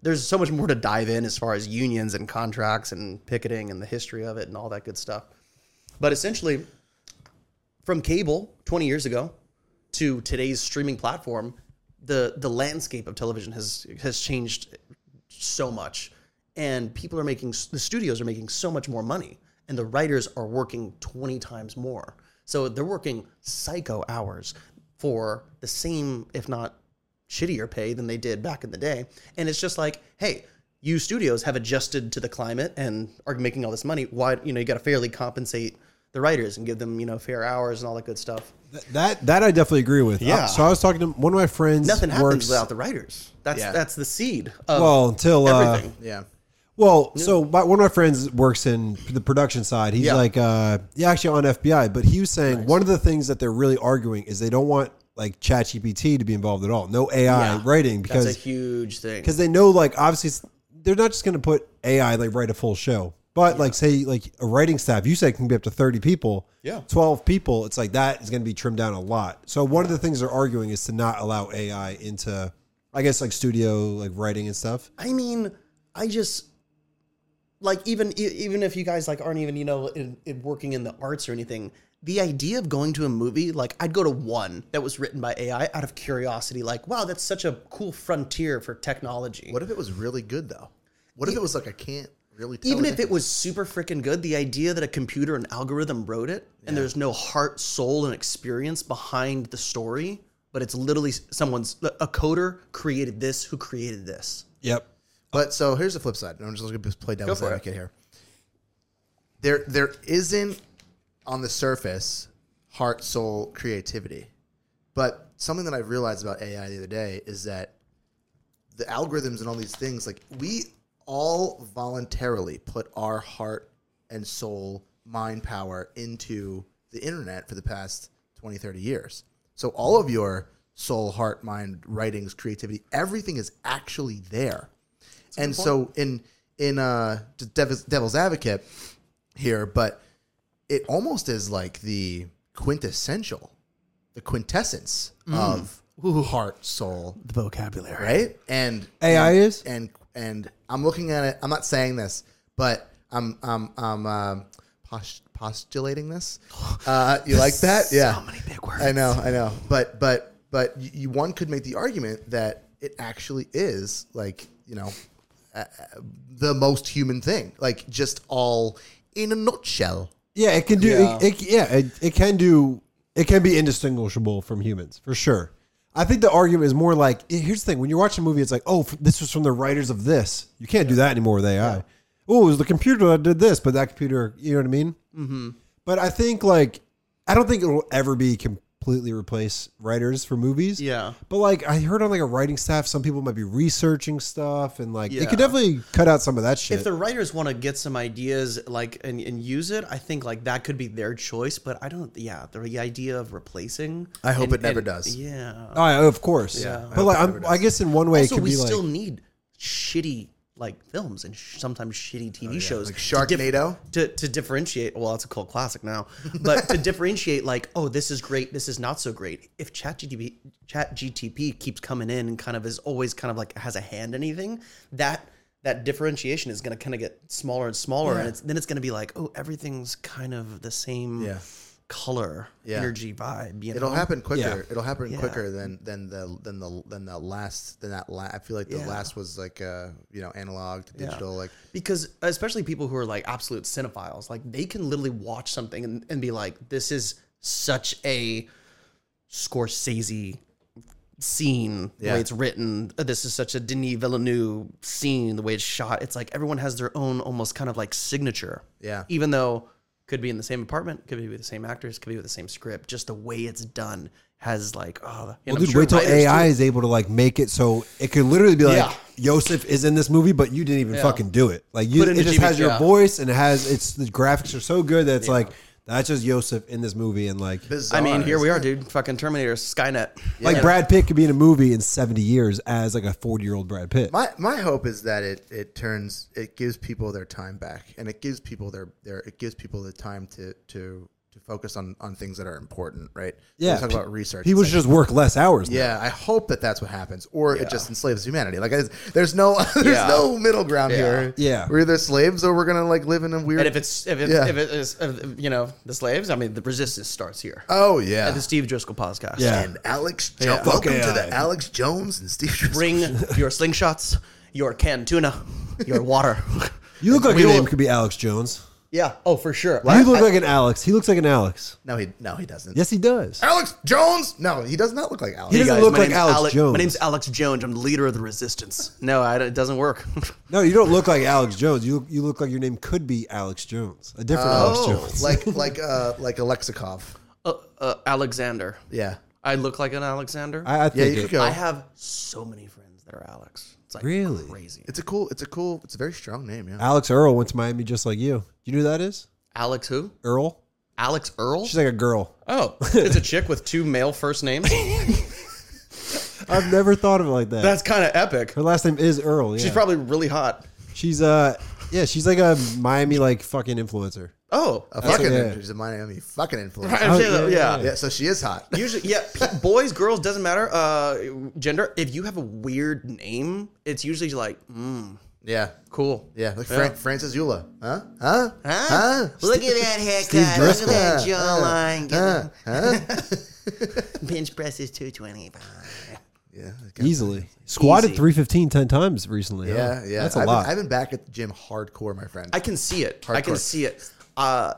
Speaker 1: There's so much more to dive in as far as unions and contracts and picketing and the history of it and all that good stuff. But essentially, from cable 20 years ago to today's streaming platform, the the landscape of television has has changed so much, and people are making the studios are making so much more money, and the writers are working 20 times more. So they're working psycho hours for the same, if not shittier pay than they did back in the day. And it's just like, hey, you studios have adjusted to the climate and are making all this money. Why, you know, you got to fairly compensate the writers and give them you know fair hours and all that good stuff.
Speaker 4: Th- That that I definitely agree with.
Speaker 1: Yeah.
Speaker 4: Uh, so I was talking to one of my friends.
Speaker 1: Nothing happens
Speaker 4: works,
Speaker 1: without the writers. That's
Speaker 2: Yeah.
Speaker 1: that's the seed of
Speaker 4: well until uh,
Speaker 1: everything.
Speaker 2: Yeah.
Speaker 4: Well, so my, one of my friends works in the production side. He's
Speaker 2: Yeah.
Speaker 4: like, uh, yeah, actually on FBI, but he was saying one of the things that they're really arguing is they don't want like ChatGPT to be involved at all. No AI
Speaker 1: Yeah.
Speaker 4: writing
Speaker 1: That's a
Speaker 4: because
Speaker 1: huge thing.
Speaker 4: because they know like obviously it's, they're not just going to put AI like write a full show, but like say like a writing staff, you said can be up to thirty people.
Speaker 1: Yeah.
Speaker 4: twelve people. It's like that is going to be trimmed down a lot. So one of the things they're arguing is to not allow AI into, I guess like studio like writing and stuff.
Speaker 1: I mean, I just like even e- even if you guys like aren't even you know in, in working in the arts or anything, the idea of going to a movie like I'd go to one that was written by AI out of curiosity, like wow, that's such a cool frontier for technology.
Speaker 2: What if it was really good though? What if it was like I can't really tell
Speaker 1: even
Speaker 2: the
Speaker 1: if it was super freaking good, the idea that a computer and algorithm wrote it and there's no heart, soul, and experience behind the story, but it's literally someone's a coder created this who created this.
Speaker 4: Yep.
Speaker 2: But so here's the flip side. and I'm just going to play devil's
Speaker 1: for it.
Speaker 2: advocate here. There, there isn't on the surface heart, soul, creativity. But something that I realized about AI the other day is that the algorithms and all these things, like we all voluntarily put our heart and soul, mind power into the internet for the past 20, 30 years. So all of your soul, heart, mind, writings, creativity, everything is actually there. and so in in uh devil's, devil's advocate here, but it almost is like the quintessential, the quintessence of heart, soul,
Speaker 1: The vocabulary.
Speaker 2: right? And
Speaker 4: AI is?
Speaker 2: and and I'm looking at it. I'm not saying this, but I'm I'm I'm um, post- postulating this. Uh, you like that? Yeah.
Speaker 1: So many big words.
Speaker 2: I know, I know. But but but you, you one could make the argument that it actually is like you know uh, uh, the most human thing, like just all in a nutshell.
Speaker 4: Yeah, it can do.
Speaker 1: Yeah.
Speaker 4: It, it, yeah, it, it can do. It can be indistinguishable from humans for sure. I think the argument is more like eh, here's the thing: when you're watching a movie, it's like, oh, f- this was from the writers of this. You can't do that anymore with AI. Oh, it was the computer that did this, but that computer, you know what I mean? Mm-hmm. But I think like I don't think it'll ever be completely replace writers for movies.
Speaker 1: Yeah.
Speaker 4: But like I heard on like a writing staff, some people might be researching stuff, and like it
Speaker 1: Yeah.
Speaker 4: could definitely cut out some of that shit.
Speaker 1: If the writers want to get some ideas like and, and use it, I think like that could be their choice. But I don't. Yeah, the, the idea of replacing.
Speaker 2: I hope
Speaker 1: and-
Speaker 2: it never
Speaker 1: and-
Speaker 2: does.
Speaker 1: Yeah.
Speaker 4: Oh, yeah, of course.
Speaker 1: Yeah.
Speaker 4: But like, I'm, I guess in one way
Speaker 1: also,
Speaker 4: it could
Speaker 1: we
Speaker 4: be like,
Speaker 1: still need shitty like films and sh- sometimes shitty TV shows,
Speaker 2: Oh, like
Speaker 1: to dif-
Speaker 2: Sharknado?
Speaker 1: to, to differentiate. Well, it's a cult classic now, but to differentiate, like, oh, this is great, this is not so great. If ChatGTP ChatGTP keeps coming in and kind of is always kind of like has a hand in anything, that that differentiation is going to kind of get smaller and smaller, and it's, then it's going to be like, oh, everything's kind of the same
Speaker 2: Yeah.
Speaker 1: color,
Speaker 2: Yeah.
Speaker 1: energy, vibe. You know?
Speaker 2: It'll happen quicker.
Speaker 4: Yeah.
Speaker 2: It'll happen
Speaker 1: Yeah.
Speaker 2: quicker than than the than the than the last than that. La- I feel like the
Speaker 1: Yeah.
Speaker 2: last was like uh you know analog to digital. Like
Speaker 1: because especially people who are like absolute cinephiles like they can literally watch something and, and be like this is such a scorsese scene the
Speaker 2: Yeah.
Speaker 1: way it's written Uh, this is such a denis villeneuve scene the way it's shot it's like everyone has their own almost kind of like signature
Speaker 2: Yeah.
Speaker 1: even though could be in the same apartment could be with the same actors could be with the same script just the way it's done has like oh you know,
Speaker 4: well,
Speaker 1: I'm
Speaker 4: dude,
Speaker 1: sure
Speaker 4: wait till
Speaker 1: writers
Speaker 4: AI is able to like make it so it could literally be like,
Speaker 1: Yeah.
Speaker 4: Joseph is in this movie, but you didn't even fucking do it. Like, you,
Speaker 1: Put
Speaker 4: it
Speaker 1: in the
Speaker 4: just
Speaker 1: GB
Speaker 4: has your
Speaker 1: yeah.
Speaker 4: voice and it has it's the graphics are so good that it's like that's just Joseph in this movie and like.
Speaker 1: do. i mean here we are dude fucking terminator skynet
Speaker 4: Like Brad Pitt could be in a movie in seventy years as like a forty year old Brad Pitt.
Speaker 2: My my hope is that it it turns it gives people their time back and it gives people their their it gives people the time to to to focus on on things that are important, right? We
Speaker 4: Yeah,
Speaker 2: talk
Speaker 4: pe-
Speaker 2: about research.
Speaker 4: People should just work less hours. now.
Speaker 2: yeah, I hope that that's what happens, or it just enslaves humanity. Like, I- there's no, there's no middle ground here.
Speaker 4: Yeah.
Speaker 2: we're either slaves or we're gonna like live in a weird.
Speaker 1: And if it's if it,
Speaker 2: Yeah.
Speaker 1: if it is if, you know the slaves, I mean the resistance starts here.
Speaker 4: Uh,
Speaker 2: oh yeah,
Speaker 1: the Steve Driscoll podcast.
Speaker 4: Yeah.
Speaker 2: and Alex, jo-
Speaker 4: Fuck
Speaker 2: welcome to
Speaker 4: AI.
Speaker 2: the Alex Jones and Steve. Driscoll-
Speaker 1: Bring your slingshots, your canned tuna, your water.
Speaker 4: You look like
Speaker 1: We
Speaker 4: your
Speaker 1: will-
Speaker 4: name could be Alex Jones.
Speaker 1: Yeah. Oh, for sure.
Speaker 4: You look like an Alex. He looks like an Alex.
Speaker 2: No, he no he doesn't.
Speaker 4: Yes, he does.
Speaker 2: Alex Jones? No, he does not look like Alex.
Speaker 4: He doesn't
Speaker 1: guys,
Speaker 4: look
Speaker 1: my
Speaker 4: like
Speaker 1: name's
Speaker 4: Alex
Speaker 1: Ale-
Speaker 4: Jones.
Speaker 1: My name's Alex Jones. I'm the leader of the resistance. No, I, it doesn't work.
Speaker 4: No, you don't look like Alex Jones. You you look like your name could be Alex Jones, a different Alex
Speaker 1: Oh.
Speaker 4: Jones.
Speaker 2: like like uh like Alexikov.
Speaker 1: uh, uh, Alexander.
Speaker 2: Yeah.
Speaker 1: I look like an Alexander. I,
Speaker 4: I, I
Speaker 2: Yeah,
Speaker 4: think
Speaker 2: you
Speaker 4: it-
Speaker 2: could go.
Speaker 1: have so many friends that are Alex. It's like
Speaker 4: Really?
Speaker 1: crazy.
Speaker 2: it's a cool it's a cool it's a very strong name, yeah.
Speaker 4: Alex Earl went to Miami just like you. You know who that is?
Speaker 1: Alex who?
Speaker 4: Earl.
Speaker 1: Alex Earl?
Speaker 4: She's like a girl.
Speaker 1: oh, it's a chick with two male first names.
Speaker 4: I've never thought of it like that.
Speaker 1: That's kind of epic.
Speaker 4: Her last name is Earl. Yeah.
Speaker 1: She's probably really hot.
Speaker 4: She's uh yeah, she's like a Miami like fucking influencer.
Speaker 1: Oh,
Speaker 2: A
Speaker 1: yeah.
Speaker 2: fucking
Speaker 4: yeah.
Speaker 2: she's a Miami fucking influence.
Speaker 1: I'm saying
Speaker 4: Oh,
Speaker 1: that-
Speaker 4: yeah,
Speaker 1: yeah.
Speaker 2: Yeah, so she is hot.
Speaker 1: Usually, yeah, p- boys, girls, doesn't matter. Uh, gender. If you have a weird name, it's usually like, mm,
Speaker 2: yeah.
Speaker 1: cool.
Speaker 2: Yeah, like Fran- Francis Eula. Huh? Huh?
Speaker 1: Huh? Look at that
Speaker 4: Steve
Speaker 1: haircut.
Speaker 4: Driscoll.
Speaker 5: Look at that jawline. Get
Speaker 2: Huh? Huh?
Speaker 5: the Bench press is 225.
Speaker 2: yeah. like,
Speaker 4: Easily. Squatted
Speaker 1: Easy.
Speaker 4: 315 10 times recently. huh?
Speaker 2: Yeah, yeah.
Speaker 4: That's a
Speaker 2: I've
Speaker 4: lot.
Speaker 2: Been, I've been back at the gym hardcore, my friend.
Speaker 1: I can see it. I can
Speaker 2: Hardcore.
Speaker 1: see it. Uh,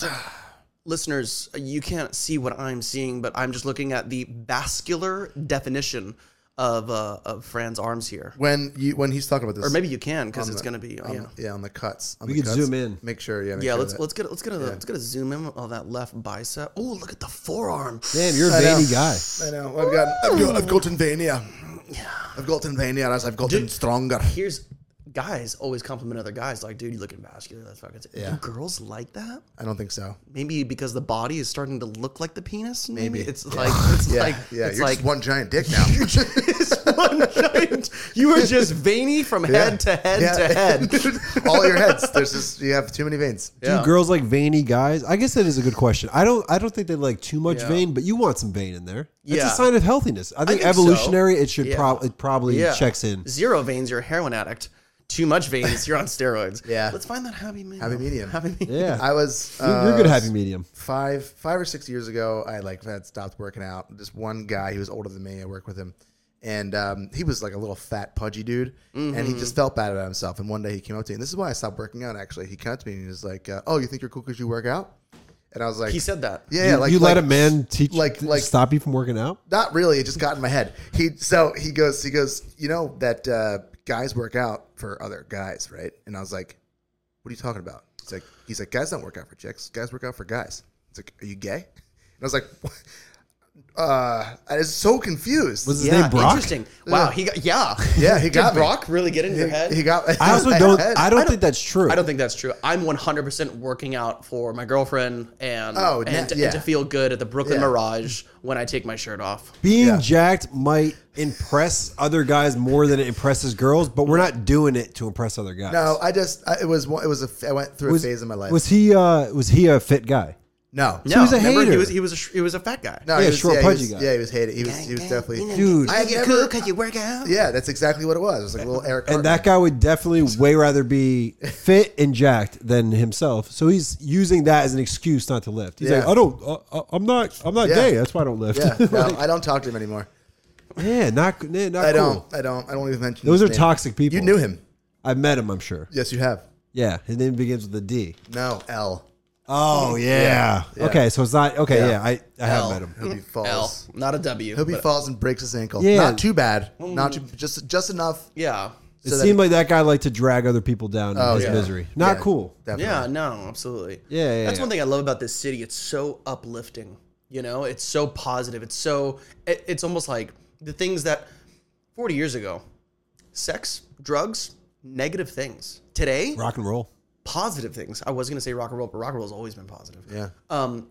Speaker 1: listeners, you can't see what I'm seeing, but I'm just looking at the vascular definition of uh, of Fran's arms here.
Speaker 2: when you when he's talking about this
Speaker 1: Or maybe you can because it's
Speaker 2: the-
Speaker 1: going to be.
Speaker 2: on,
Speaker 1: yeah.
Speaker 2: yeah, on the cuts. On
Speaker 4: We
Speaker 2: the
Speaker 4: could
Speaker 2: cuts.
Speaker 4: zoom in.
Speaker 2: Make sure, yeah. Make
Speaker 1: Yeah,
Speaker 2: sure
Speaker 1: let's
Speaker 2: that-
Speaker 1: let's get let's get a let's get a zoom in on that left bicep. Oh, look at the forearm.
Speaker 4: Damn, you're a
Speaker 2: I know.
Speaker 4: veiny guy.
Speaker 2: I know. I've got I've got I've gotten veinier. I've gotten veinier as I've gotten stronger.
Speaker 1: Here's guys always compliment other guys like, dude, you looking vascular. That's fucking. sick."
Speaker 2: Yeah.
Speaker 1: Do girls like that?
Speaker 2: I don't think so.
Speaker 1: Maybe because the body is starting to look like the penis. Maybe,
Speaker 2: Maybe.
Speaker 1: it's like it's
Speaker 2: Yeah,
Speaker 1: like
Speaker 2: yeah.
Speaker 1: it's
Speaker 2: you're
Speaker 1: like
Speaker 2: just one giant dick now.
Speaker 1: It's one giant. You are just veiny from head to head
Speaker 2: Yeah.
Speaker 1: to head.
Speaker 2: All your heads. There's just you have too many veins.
Speaker 1: Yeah.
Speaker 4: Do girls like veiny guys? I guess that is a good question. I don't I don't think they like too much
Speaker 1: Yeah.
Speaker 4: vein, but you want some vein in there. It's
Speaker 1: Yeah.
Speaker 4: a sign of healthiness. I think,
Speaker 1: think so.
Speaker 4: evolutionary it should
Speaker 1: Yeah.
Speaker 4: probably it probably
Speaker 1: Yeah.
Speaker 4: checks in.
Speaker 1: Zero veins, you're a heroin addict. Too much veins, you're on steroids.
Speaker 2: Yeah.
Speaker 1: Let's find that happy medium.
Speaker 2: Happy medium.
Speaker 1: Happy medium.
Speaker 4: Yeah.
Speaker 2: I was.
Speaker 4: You're-
Speaker 2: Uh,
Speaker 4: you're a good happy medium.
Speaker 2: five five or six years ago i like had stopped working out this one guy he was older than me i worked with him and um, he was like a little fat pudgy dude and he
Speaker 1: Mm-hmm.
Speaker 2: just felt bad about himself and one day he came up to me and this is why i stopped working out actually he came up to me and he was like uh, oh you think you're cool because you work out and i was like
Speaker 1: He said that.
Speaker 2: yeah, yeah
Speaker 4: you,
Speaker 2: like
Speaker 4: you
Speaker 2: like,
Speaker 4: let a man teach
Speaker 2: like-
Speaker 4: like,
Speaker 2: like-
Speaker 4: stop you from working out?
Speaker 2: not really. It just got in my head. He so he goes he goes. You know that uh, guys work out for other guys, right? And I was like, "What are you talking about?" He's like, "He's like guys don't work out for chicks. Guys work out for guys." It's like, "Are you gay?" And I was like, what? "Uh, I was so confused."
Speaker 4: Was his
Speaker 1: Yeah,
Speaker 4: name Brock?
Speaker 1: Interesting. Wow. He got yeah.
Speaker 2: Yeah, he got
Speaker 1: Did
Speaker 2: me.
Speaker 1: Brock really get in your head?
Speaker 2: He got.
Speaker 4: I also
Speaker 2: my
Speaker 4: don't
Speaker 2: head.
Speaker 4: I don't think that's true.
Speaker 1: I don't think that's true. I'm 100% working out for my girlfriend and,
Speaker 2: Oh,
Speaker 1: and,
Speaker 2: yeah,
Speaker 1: to,
Speaker 2: yeah.
Speaker 1: and to feel good at the Brooklyn
Speaker 2: Yeah.
Speaker 1: Mirage when I take my shirt off.
Speaker 4: Being
Speaker 2: Yeah.
Speaker 4: jacked might impress other guys more than it impresses girls, but we're not doing it to impress other guys.
Speaker 2: No, I just I, it was one- it was a I went through
Speaker 4: was,
Speaker 2: a phase in my life.
Speaker 4: Was he uh was he a fit guy?
Speaker 2: no,
Speaker 1: No,
Speaker 4: was a
Speaker 1: remember,
Speaker 4: hater.
Speaker 1: He was he was a, sh- he was a fat guy.
Speaker 2: no,
Speaker 4: Yeah,
Speaker 2: he was,
Speaker 4: short,
Speaker 2: yeah, he
Speaker 4: pudgy
Speaker 2: was-
Speaker 4: guy.
Speaker 2: Yeah, he was hated. He was he was definitely.
Speaker 4: Dude.
Speaker 5: I
Speaker 2: I
Speaker 5: get
Speaker 2: never-
Speaker 5: cool because you work out.
Speaker 2: Yeah, that's exactly what it was. It was like a little Eric.
Speaker 4: And
Speaker 2: Cartman.
Speaker 4: that guy would definitely way rather be fit and jacked than himself. So he's using that as an excuse not to lift. He's like,
Speaker 2: Yeah.
Speaker 4: I don't, uh, uh, I'm not, I'm not
Speaker 2: Yeah.
Speaker 4: gay. That's why I don't lift.
Speaker 2: Yeah,
Speaker 4: Yeah,
Speaker 2: no, I don't talk to him anymore.
Speaker 4: not, yeah, not
Speaker 2: I
Speaker 4: cool.
Speaker 2: don't. I don't. I don't even mention.
Speaker 4: Those
Speaker 2: his
Speaker 4: are
Speaker 2: name.
Speaker 4: toxic people.
Speaker 2: You knew him.
Speaker 4: I met him. I'm sure.
Speaker 2: Yes, you have.
Speaker 4: Yeah, his name begins with a D.
Speaker 2: No, L.
Speaker 4: Oh yeah.
Speaker 2: Yeah.
Speaker 4: Okay, so it's not okay. Yeah,
Speaker 2: Yeah.
Speaker 4: I, I have
Speaker 1: L.
Speaker 4: met him.
Speaker 2: He'll be
Speaker 1: Mm. L,
Speaker 2: falls.
Speaker 1: not a W.
Speaker 2: He'll be
Speaker 1: but-
Speaker 2: falls and breaks his ankle.
Speaker 4: Yeah.
Speaker 2: Not too bad.
Speaker 1: Mm.
Speaker 2: Not too, just just enough.
Speaker 1: yeah.
Speaker 4: It
Speaker 2: So that-
Speaker 4: seemed like that guy liked to drag other people down in
Speaker 2: Oh,
Speaker 4: his
Speaker 2: yeah.
Speaker 4: misery. Not
Speaker 2: Yeah,
Speaker 4: cool.
Speaker 2: Definitely.
Speaker 1: Yeah, no, absolutely.
Speaker 4: Yeah, yeah,
Speaker 1: That's
Speaker 4: yeah.
Speaker 1: one thing I love about this city. It's so uplifting. You know, it's so positive. It's so it, it's almost like the things that 40 years ago, sex, drugs, negative things. Today,
Speaker 4: Rock and roll.
Speaker 1: positive things. I was going to say rock and roll, but rock and roll has always been positive.
Speaker 2: Yeah.
Speaker 1: Um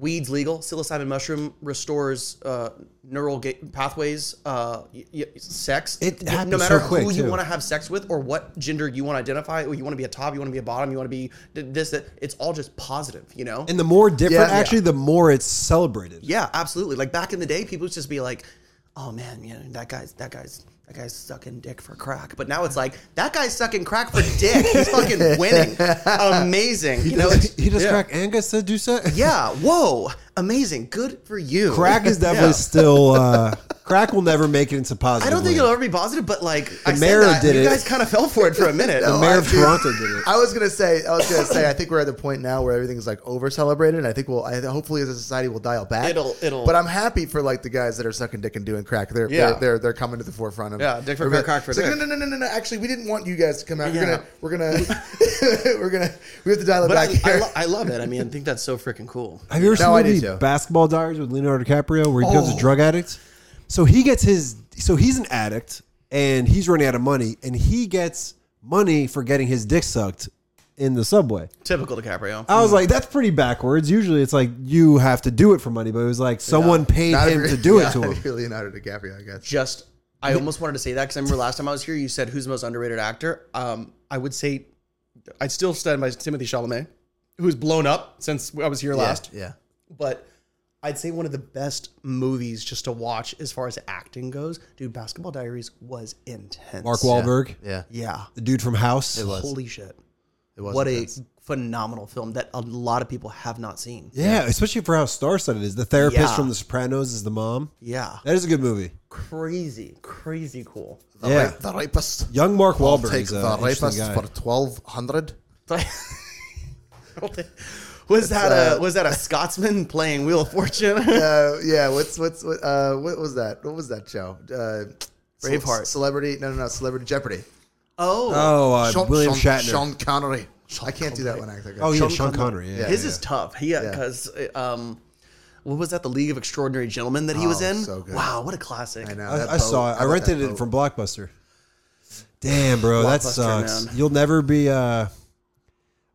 Speaker 1: weeds legal, psilocybin mushroom restores uh neural ga- pathways, uh y- y- sex.
Speaker 4: It
Speaker 1: no
Speaker 4: happens so
Speaker 1: matter
Speaker 4: quick,
Speaker 1: who
Speaker 4: too.
Speaker 1: you want to have sex with or what gender you want to identify, or you want to be a top, you want to be a bottom, you want to be th- this that it's all just positive, you know?
Speaker 4: And the more different,
Speaker 2: Yeah.
Speaker 4: actually, the more it's celebrated.
Speaker 1: Yeah, absolutely. Like back in the day, people would just be like, "Oh man, you know that guy's that guy's that guy's sucking dick for crack." But now it's like that guy's sucking crack for dick. He's fucking winning. Amazing. You know? it's-
Speaker 4: he does
Speaker 1: yeah.
Speaker 4: crack and gets to do so.
Speaker 1: Yeah. Whoa. Amazing. Good for you.
Speaker 4: Crack is definitely
Speaker 1: Yeah.
Speaker 4: still uh, Crack will never make it into positive.
Speaker 1: I don't think
Speaker 4: land.
Speaker 1: it'll ever be positive, but like I
Speaker 4: mayor
Speaker 1: said that,
Speaker 4: did
Speaker 1: you
Speaker 4: it.
Speaker 1: guys kind of fell for it for a minute.
Speaker 4: The mayor of Toronto did it.
Speaker 2: I was gonna say, I was gonna say, I think we're at the point now where everything's like over celebrated, and I think we'll, I, hopefully, as a society, we'll dial back.
Speaker 1: It'll- it'll-
Speaker 2: But I'm happy for like the guys that are sucking dick and doing crack. They're,
Speaker 1: Yeah.
Speaker 2: they're, they're, they're coming to the forefront. Of,
Speaker 1: Yeah, dick for
Speaker 2: we're gonna-
Speaker 1: crack for
Speaker 2: it's like,
Speaker 1: dick.
Speaker 2: No, no, no, no, no. Actually, we didn't want you guys to come out.
Speaker 1: Yeah.
Speaker 2: We're gonna, we're gonna, we're gonna, we have to dial it
Speaker 1: But
Speaker 2: back
Speaker 1: I,
Speaker 2: here.
Speaker 1: I, lo- I love it. I mean, I think that's so freaking cool.
Speaker 4: Have you ever
Speaker 2: No, I
Speaker 4: seen the
Speaker 2: do
Speaker 4: movie
Speaker 2: too. Oh.
Speaker 4: Basketball Diaries with Leonardo DiCaprio, where he becomes a drug addict? So he gets his. So he's an addict, and he's running out of money, and he gets money for getting his dick sucked in the subway.
Speaker 1: Typical DiCaprio.
Speaker 4: I was
Speaker 2: Hmm.
Speaker 4: like, that's pretty backwards. Usually, it's like you have to do it for money, but it was like someone paid
Speaker 2: Not
Speaker 4: him
Speaker 2: if
Speaker 4: to
Speaker 2: you're-
Speaker 4: do
Speaker 2: yeah,
Speaker 4: it to him.
Speaker 2: if you're Leonardo DiCaprio, I guess.
Speaker 1: Just I almost wanted to say that because I remember last time I was here, you said who's the most underrated actor. Um, I would say I'd still stand by Timothy Chalamet, who's blown up since I was here last.
Speaker 2: Yeah.
Speaker 1: But I'd say one of the best movies just to watch as far as acting goes. Dude, Basketball Diaries was intense.
Speaker 4: Mark Wahlberg,
Speaker 2: Yeah.
Speaker 1: Yeah.
Speaker 4: the dude from House.
Speaker 1: Holy shit.
Speaker 2: It was
Speaker 1: what
Speaker 2: intense.
Speaker 1: a phenomenal film that a lot of people have not seen.
Speaker 4: Yeah, especially for how star-studded it is. The therapist
Speaker 1: Yeah.
Speaker 4: from The Sopranos is the mom.
Speaker 1: Yeah.
Speaker 4: That is a good movie.
Speaker 1: Crazy, crazy cool.
Speaker 2: The
Speaker 4: yeah.
Speaker 2: rape- the rapist.
Speaker 4: Young Mark
Speaker 2: I'll
Speaker 4: Wahlberg
Speaker 2: take
Speaker 4: is
Speaker 2: the
Speaker 4: an interesting
Speaker 2: rapist
Speaker 4: guy.
Speaker 2: for twelve hundred.
Speaker 1: was that
Speaker 2: uh,
Speaker 1: a was that a Scotsman playing Wheel of Fortune?
Speaker 2: uh, yeah. What's what's what? Uh, what was that? What was that show? Uh, ce-
Speaker 1: Braveheart.
Speaker 2: celebrity? No, no, no. Celebrity Jeopardy.
Speaker 1: oh,
Speaker 4: oh, uh,
Speaker 2: Sean-
Speaker 4: William
Speaker 2: Sean,
Speaker 4: Shatner.
Speaker 2: Sean Connery. I can't do that one actor.
Speaker 4: oh, yeah, Sean,
Speaker 1: Sean
Speaker 4: Connery. Yeah.
Speaker 1: his is tough. He because um, what was that? The League of Extraordinary Gentlemen that he was
Speaker 2: Oh,
Speaker 1: in.
Speaker 2: so good.
Speaker 1: Wow, what a classic!
Speaker 2: I know. that
Speaker 4: I, I
Speaker 2: boat.
Speaker 4: saw it. I
Speaker 2: love
Speaker 4: rented
Speaker 2: that
Speaker 4: it
Speaker 2: boat.
Speaker 4: from Blockbuster. Damn, bro, that
Speaker 1: Blockbuster,
Speaker 4: sucks.
Speaker 1: man.
Speaker 4: You'll never be uh,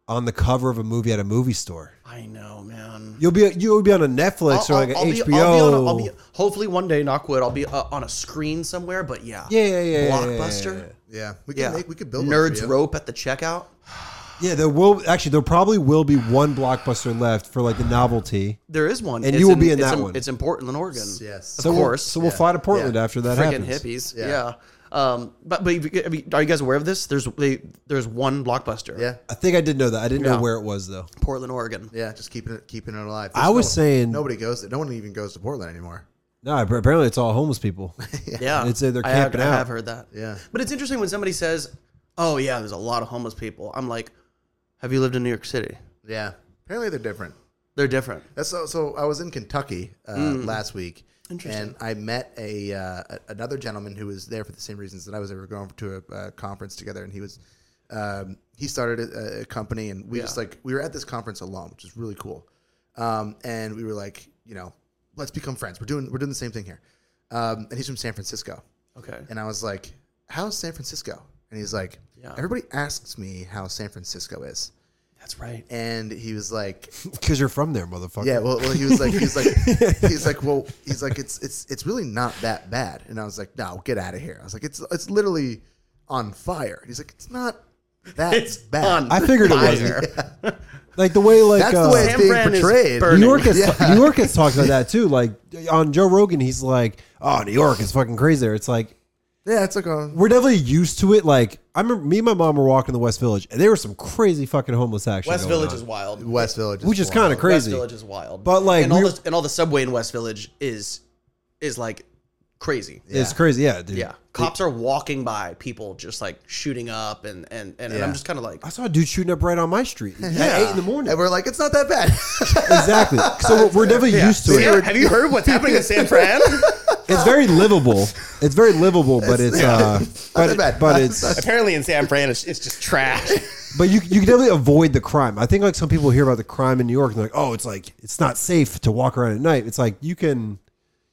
Speaker 4: on the cover of a movie at a movie store.
Speaker 1: I know, man.
Speaker 4: You'll be you'll be on a Netflix or like an
Speaker 1: be-
Speaker 4: HBO.
Speaker 1: I'll be on a, I'll be, hopefully one day, knock wood, I'll be uh, on a screen somewhere. But yeah,
Speaker 4: yeah, yeah, yeah, yeah,
Speaker 1: Blockbuster.
Speaker 4: yeah, yeah.
Speaker 2: Yeah, we could
Speaker 1: Yeah,
Speaker 2: make. We could build one for
Speaker 1: Nerds
Speaker 2: you.
Speaker 1: Rope at the checkout.
Speaker 4: Yeah, there will actually there probably will be one blockbuster left for like the novelty.
Speaker 1: There is one,
Speaker 4: And you will be in
Speaker 1: it's
Speaker 4: that one.
Speaker 1: It's in Portland, Oregon.
Speaker 2: Yes.
Speaker 1: of
Speaker 4: So we'll-
Speaker 1: course.
Speaker 4: so we'll fly to Portland
Speaker 2: Yeah.
Speaker 4: after that
Speaker 1: Freaking
Speaker 4: happens.
Speaker 1: hippies, yeah.
Speaker 2: Yeah.
Speaker 1: Um, but but you- I mean, are you guys aware of this? There's they, there's one blockbuster.
Speaker 2: Yeah.
Speaker 4: I think I did know that. I didn't
Speaker 1: Yeah.
Speaker 4: know where it was though.
Speaker 1: Portland, Oregon.
Speaker 2: Yeah. Just keeping it, keeping it alive.
Speaker 4: I was saying-
Speaker 2: nobody goes. No one even goes to Portland anymore.
Speaker 4: No, apparently it's all homeless people.
Speaker 1: Yeah,
Speaker 4: They'd say they're
Speaker 1: I have-
Speaker 4: camping
Speaker 1: I
Speaker 4: out.
Speaker 1: have heard that.
Speaker 2: Yeah.
Speaker 1: but it's interesting when somebody says, "Oh yeah, there's a lot of homeless people." I'm like, "Have you lived in New York City?
Speaker 2: Yeah. Apparently they're different.
Speaker 1: They're different."
Speaker 2: That's so. So I was in Kentucky uh, last week, and I met a uh, a- another gentleman who was there for the same reasons that I was. We were going to a, uh conference together, and he was um, he started a, a company, and we just like we were at this conference alone, which is really cool. Um, and we were like, you know, let's become friends. We're doing we're doing the same thing here. Um, and he's from San Francisco,
Speaker 1: Okay.
Speaker 2: and I was like, "How's San Francisco?" And he's like,
Speaker 1: Yeah.
Speaker 2: "Everybody asks me how San Francisco is."
Speaker 1: That's right.
Speaker 2: And he was like,
Speaker 4: Because you're from there, motherfucker.
Speaker 2: yeah, well, well, he was like, he's like, he's like, well, he's like, it's it's it's really not that bad. And I was like, no, get out of here. I was like, it's it's literally on fire. He's like, it's not that
Speaker 1: It's
Speaker 2: bad.
Speaker 1: on.
Speaker 4: I figured it
Speaker 1: fire.
Speaker 4: Like the way like
Speaker 2: That's
Speaker 4: uh,
Speaker 2: the way it's
Speaker 1: San
Speaker 2: being
Speaker 1: Fran is
Speaker 2: portrayed.
Speaker 1: burning.
Speaker 4: New York has New York has talked about that too. Like on Joe Rogan, he's like, "Oh, New York is fucking crazy." There, it's like
Speaker 2: Yeah, it's like a
Speaker 4: we're definitely used to it. Like I remember me and my mom were walking in the West Village, and there was some crazy fucking homeless action.
Speaker 1: West
Speaker 4: going
Speaker 1: Village
Speaker 4: on,
Speaker 1: is wild.
Speaker 2: West Village,
Speaker 4: which is kind
Speaker 1: West
Speaker 4: of crazy.
Speaker 1: Village is wild.
Speaker 4: But, like,
Speaker 1: and all,
Speaker 4: we're-
Speaker 1: the, and all the subway in West Village is is like crazy.
Speaker 4: It's crazy, yeah, dude.
Speaker 1: Yeah. Cops are walking by people just like shooting up and and and, and
Speaker 2: Yeah.
Speaker 1: I'm just kind of like
Speaker 4: I saw a dude shooting up right on my street at eight in the morning.
Speaker 2: And we're like, it's not that bad.
Speaker 4: exactly. So we're, we're definitely used to
Speaker 1: Yeah,
Speaker 4: it.
Speaker 1: have you heard what's happening in San Fran?
Speaker 4: It's very livable. It's very livable, but it's uh, but,
Speaker 2: that bad.
Speaker 4: but
Speaker 2: Not
Speaker 4: it's
Speaker 1: Apparently in San Fran it's, it's just trash.
Speaker 4: But you you can definitely avoid the crime. I think like some people hear about the crime in New York and they're like, oh, it's like it's not safe to walk around at night. It's like you can,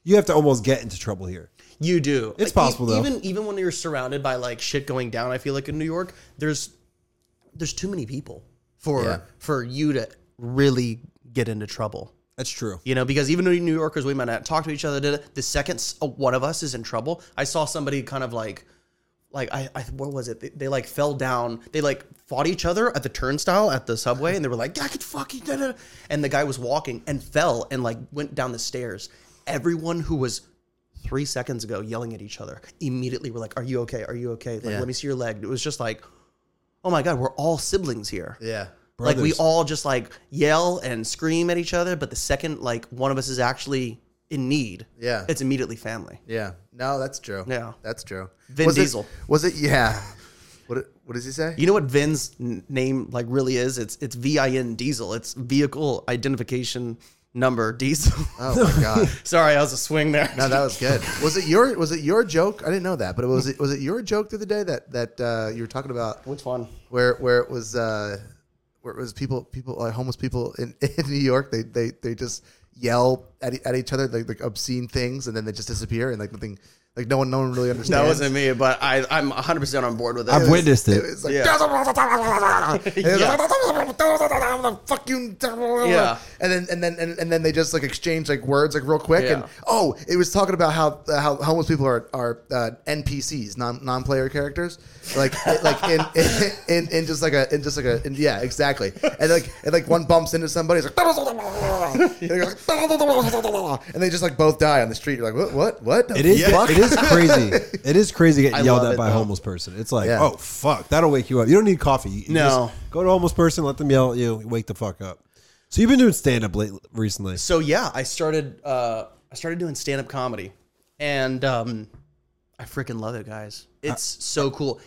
Speaker 4: you have to almost get into trouble here.
Speaker 1: You do.
Speaker 4: It's
Speaker 1: Like, e-
Speaker 4: possible, though.
Speaker 1: Even even when you're surrounded by like shit going down, I feel like in New York, there's there's too many people for
Speaker 2: Yeah.
Speaker 1: for you to really get into trouble.
Speaker 4: That's true.
Speaker 1: You know, because even though New Yorkers, we might not talk to each other. da- da- The second s- uh, one of us is in trouble, I saw somebody kind of like, like I, I what was it? They, they like fell down. They like fought each other at the turnstile at the subway, and they were like, "I could fucking," da, da, da." and the guy was walking and fell and like went down the stairs. Everyone who was three seconds ago yelling at each other immediately were like, "Are you okay? Are you okay? Like, let me see your leg." It was just like, "Oh my god, we're all siblings here."
Speaker 2: yeah,
Speaker 1: Like we
Speaker 4: Brothers.
Speaker 1: all just like yell and scream at each other, but the second like one of us is actually in need,
Speaker 2: Yeah.
Speaker 1: it's immediately family.
Speaker 2: Yeah. No, that's true.
Speaker 1: Yeah.
Speaker 2: That's true.
Speaker 1: Vin
Speaker 2: was it-
Speaker 1: Diesel.
Speaker 2: was it? Yeah. What it- What does he say?
Speaker 1: You know what Vin's n- name like really is? It's it's V I N Diesel. It's vehicle identification number Diesel.
Speaker 2: Oh my god.
Speaker 1: Sorry, I was a swing there.
Speaker 2: No, that was good. Was it your Was it your joke? I didn't know that, but was it Was it your joke the other day that that uh, you were talking about
Speaker 1: Which one?
Speaker 2: where where it was uh, where it was people people like homeless people in, in New York they they they just yell at, e- at each other like, like obscene things and then they just disappear and like nothing like no one no one really understands.
Speaker 1: That wasn't me, but I I'm 100 percent on board with it.
Speaker 4: I've witnessed it.
Speaker 2: It's like fuck you.
Speaker 1: Yeah.
Speaker 2: And then and then and, and then they just like exchange like words like real quick and
Speaker 1: Yeah.
Speaker 2: oh, it was talking about how uh, how homeless people are are uh, NPCs, non non player characters, like like in, in in in just like a in just like a in, yeah exactly. And like and like one bumps into somebody, it's like and, they're like and they just like both die on the street. You're like what what what?
Speaker 4: It is.
Speaker 2: Fuck?
Speaker 4: It is crazy. It is crazy getting
Speaker 1: I
Speaker 4: yelled
Speaker 1: love
Speaker 4: at
Speaker 1: it,
Speaker 4: by a
Speaker 1: though.
Speaker 4: homeless person. It's like,
Speaker 2: Yeah.
Speaker 4: oh fuck, that'll wake you up. You don't need coffee. You- you
Speaker 1: No.
Speaker 4: just go to a homeless person, let them yell at you, wake the fuck up. So you've been doing stand up late recently.
Speaker 1: so yeah, I started uh, I started doing stand up comedy, and um, I freaking love it, guys. It's so cool.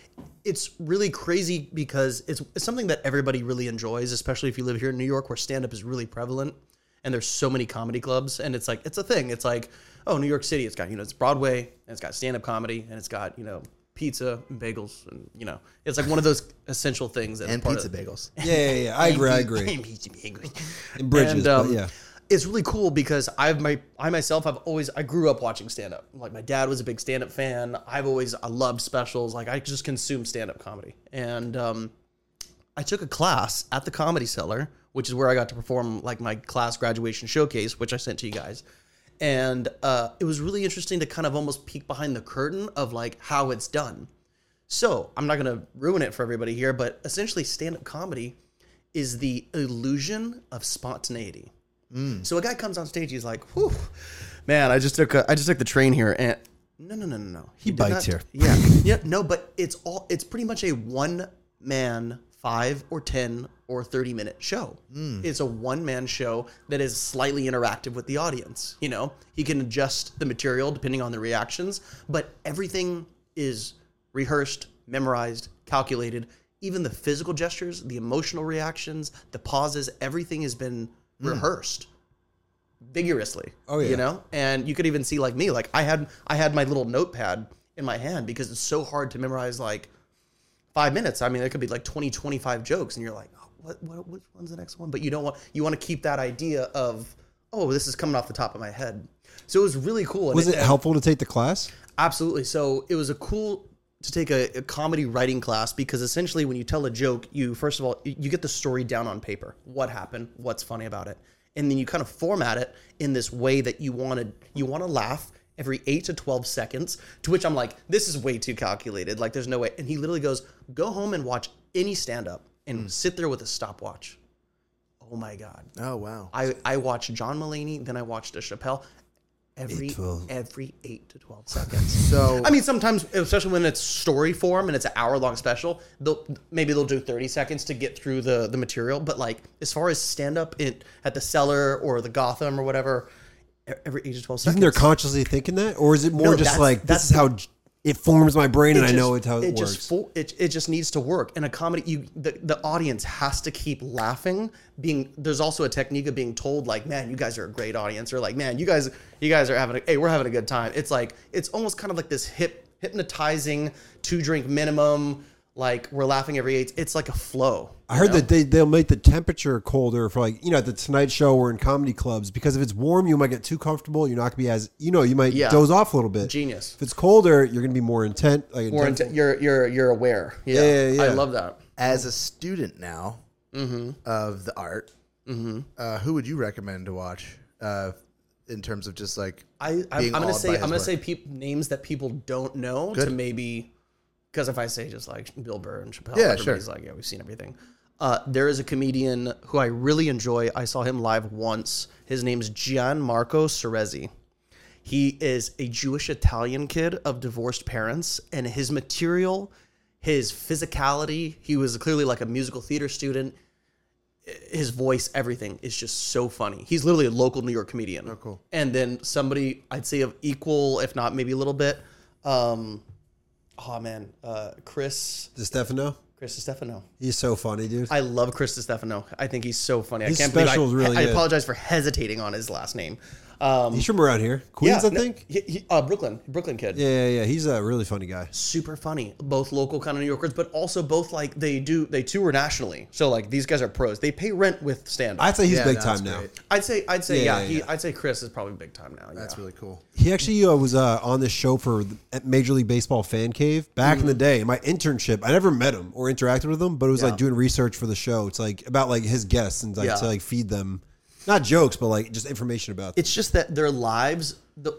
Speaker 1: It's really crazy because it's, it's something that everybody really enjoys, especially if you live here in New York, where stand up is really prevalent, and there's so many comedy clubs, and it's like it's a thing. It's like oh, New York City, it's got you know it's Broadway, and it's got stand up comedy, and it's got you know pizza and bagels, and you know it's like one of those essential things that
Speaker 2: And pizza bagels.
Speaker 4: Yeah, yeah, yeah. I agree. I agree.
Speaker 1: pizza bagels
Speaker 4: In Bridges,
Speaker 1: and um,
Speaker 4: but yeah.
Speaker 1: it's really cool because I've my I myself have always I grew up watching stand up. Like my dad was a big stand up fan. I've always I loved specials. Like I just consumed stand up comedy, and um, I took a class at the Comedy Cellar, which is where I got to perform like my class graduation showcase, which I sent to you guys. And uh, it was really interesting to kind of almost peek behind the curtain of like how it's done. So I'm not going to ruin it for everybody here, but essentially, stand up comedy is the illusion of spontaneity.
Speaker 4: Mm.
Speaker 1: So a guy comes on stage, he's like, "Whew, man, I just took a, I just took the train here." And no, no, no, no, no. He, did
Speaker 4: bites here.
Speaker 1: Yeah, yeah, no, but it's all it's pretty much a one man five or ten or thirty minute show.
Speaker 4: Mm.
Speaker 1: It's a one man show that is slightly interactive with the audience. You know, he can adjust the material depending on the reactions, but everything is rehearsed, memorized, calculated. Even the physical gestures, the emotional reactions, the pauses, everything has been
Speaker 4: Mm.
Speaker 1: rehearsed vigorously.
Speaker 4: Oh, yeah.
Speaker 1: you know, and you could even see like me, like I had I had my little notepad in my hand because it's so hard to memorize like five minutes. I mean, there could be like 20, 25 jokes, and you're like, oh, what, what, which one's the next one? But you don't want you want to keep that idea of oh, this is coming off the top of my head. So it was really cool. and
Speaker 4: Was it helpful to take the class?
Speaker 1: Absolutely. So it was a cool to take a, a comedy writing class because essentially when you tell a joke, you first of all you you get the story down on paper. What happened? What's funny about it? And then you kind of format it in this way that you wanted. You want to laugh every eight to twelve seconds. To which I'm like, this is way too calculated. Like there's no way. And he literally goes, go home and watch any stand up and sit there with a stopwatch. Oh my god.
Speaker 2: Oh wow.
Speaker 1: I, I watched John Mulaney, then I watched a Chappelle. Every every eight to twelve seconds.
Speaker 2: So
Speaker 1: I mean, sometimes, especially when it's story form and it's an hour long special, they'll maybe they'll do thirty seconds to get through the the material. But like as far as stand up in at the cellar or the Gotham or whatever, e- every eight to twelve
Speaker 4: Isn't
Speaker 1: seconds.
Speaker 4: there consciously thinking that, or is it more
Speaker 1: No,
Speaker 4: just
Speaker 1: that's-
Speaker 4: like
Speaker 1: that's
Speaker 4: this is how j- it forms my brain and
Speaker 1: It
Speaker 4: I know it's
Speaker 1: just-
Speaker 4: how it, works?
Speaker 1: Just fo- it, it just needs to work. And a comedy, you the, the audience has to keep laughing. Being there's also a technique of being told like, man, you guys are a great audience, or like, man, you guys you guys are having a hey, we're having a good time. It's like it's almost kind of like this hip hypnotizing two drink minimum. Like we're laughing every eight. It's like a flow.
Speaker 4: I heard that they they'll make the temperature colder for like you know at the Tonight Show or in comedy clubs because if it's warm you might get too comfortable you're not gonna be as you know you might
Speaker 1: Yeah.
Speaker 4: doze off a little bit.
Speaker 1: Genius.
Speaker 4: If it's colder you're gonna be more intent. Like
Speaker 1: Or
Speaker 4: intent.
Speaker 1: into, you're you're you're aware. Yeah,
Speaker 4: Yeah, yeah,
Speaker 1: I
Speaker 4: yeah.
Speaker 1: love that.
Speaker 2: as a student now
Speaker 1: Mm-hmm.
Speaker 2: of the art, uh, who would you recommend to watch uh, in terms of just like
Speaker 1: I, I I'm
Speaker 2: being
Speaker 1: gonna
Speaker 2: awed by
Speaker 1: say
Speaker 2: his
Speaker 1: I'm gonna
Speaker 2: work?
Speaker 1: say peop, names that people don't know to maybe because if I say just like Bill Burr and Chappelle,
Speaker 2: Yeah,
Speaker 1: everybody's like, yeah, we've seen everything. Uh, there is a comedian who I really enjoy. I saw him live once. His name's Gianmarco Cerezi. He is a Jewish Italian kid of divorced parents, and his material, his physicality, he was clearly like a musical theater student his voice, everything is just so funny. He's literally a local New York comedian. Oh,
Speaker 2: cool.
Speaker 1: And then somebody I'd say of equal, if not maybe a little bit. Um, oh man, uh, Chris
Speaker 4: DiStefano.
Speaker 1: Chris Stefano.
Speaker 4: He's so funny, dude.
Speaker 1: I love Chris Stefano. I think he's so funny.
Speaker 4: His
Speaker 1: I can't
Speaker 4: special's
Speaker 1: believe I,
Speaker 4: really
Speaker 1: I
Speaker 4: good.
Speaker 1: apologize for hesitating on his last name. Um,
Speaker 4: He's from around here, Queens,
Speaker 1: yeah,
Speaker 4: I
Speaker 1: no,
Speaker 4: think.
Speaker 1: he- he- uh, Brooklyn, Brooklyn kid.
Speaker 4: Yeah, yeah, yeah. He's a really funny guy.
Speaker 1: super funny. Both local kind of New Yorkers, but also both like they do they tour nationally. So like these guys are pros. They pay rent with stand up.
Speaker 4: I'd say he's
Speaker 2: Yeah,
Speaker 4: big
Speaker 2: no,
Speaker 4: time
Speaker 2: that's
Speaker 4: now.
Speaker 2: great.
Speaker 1: I'd say I'd say
Speaker 4: Yeah,
Speaker 1: yeah.
Speaker 4: yeah,
Speaker 1: he,
Speaker 4: yeah.
Speaker 1: I'd say Chris is probably big time now. Yeah.
Speaker 2: That's really cool.
Speaker 4: He actually uh, was uh, on this show for the- at Major League Baseball Fan Cave back in the
Speaker 1: Mm-hmm.
Speaker 4: day. My internship, I never met him or interacted with him, but it was like doing research for the show. It's like about like his guests and like
Speaker 1: Yeah.
Speaker 4: to like feed them, not jokes, but like just information about. Them.
Speaker 1: It's just that their lives, the,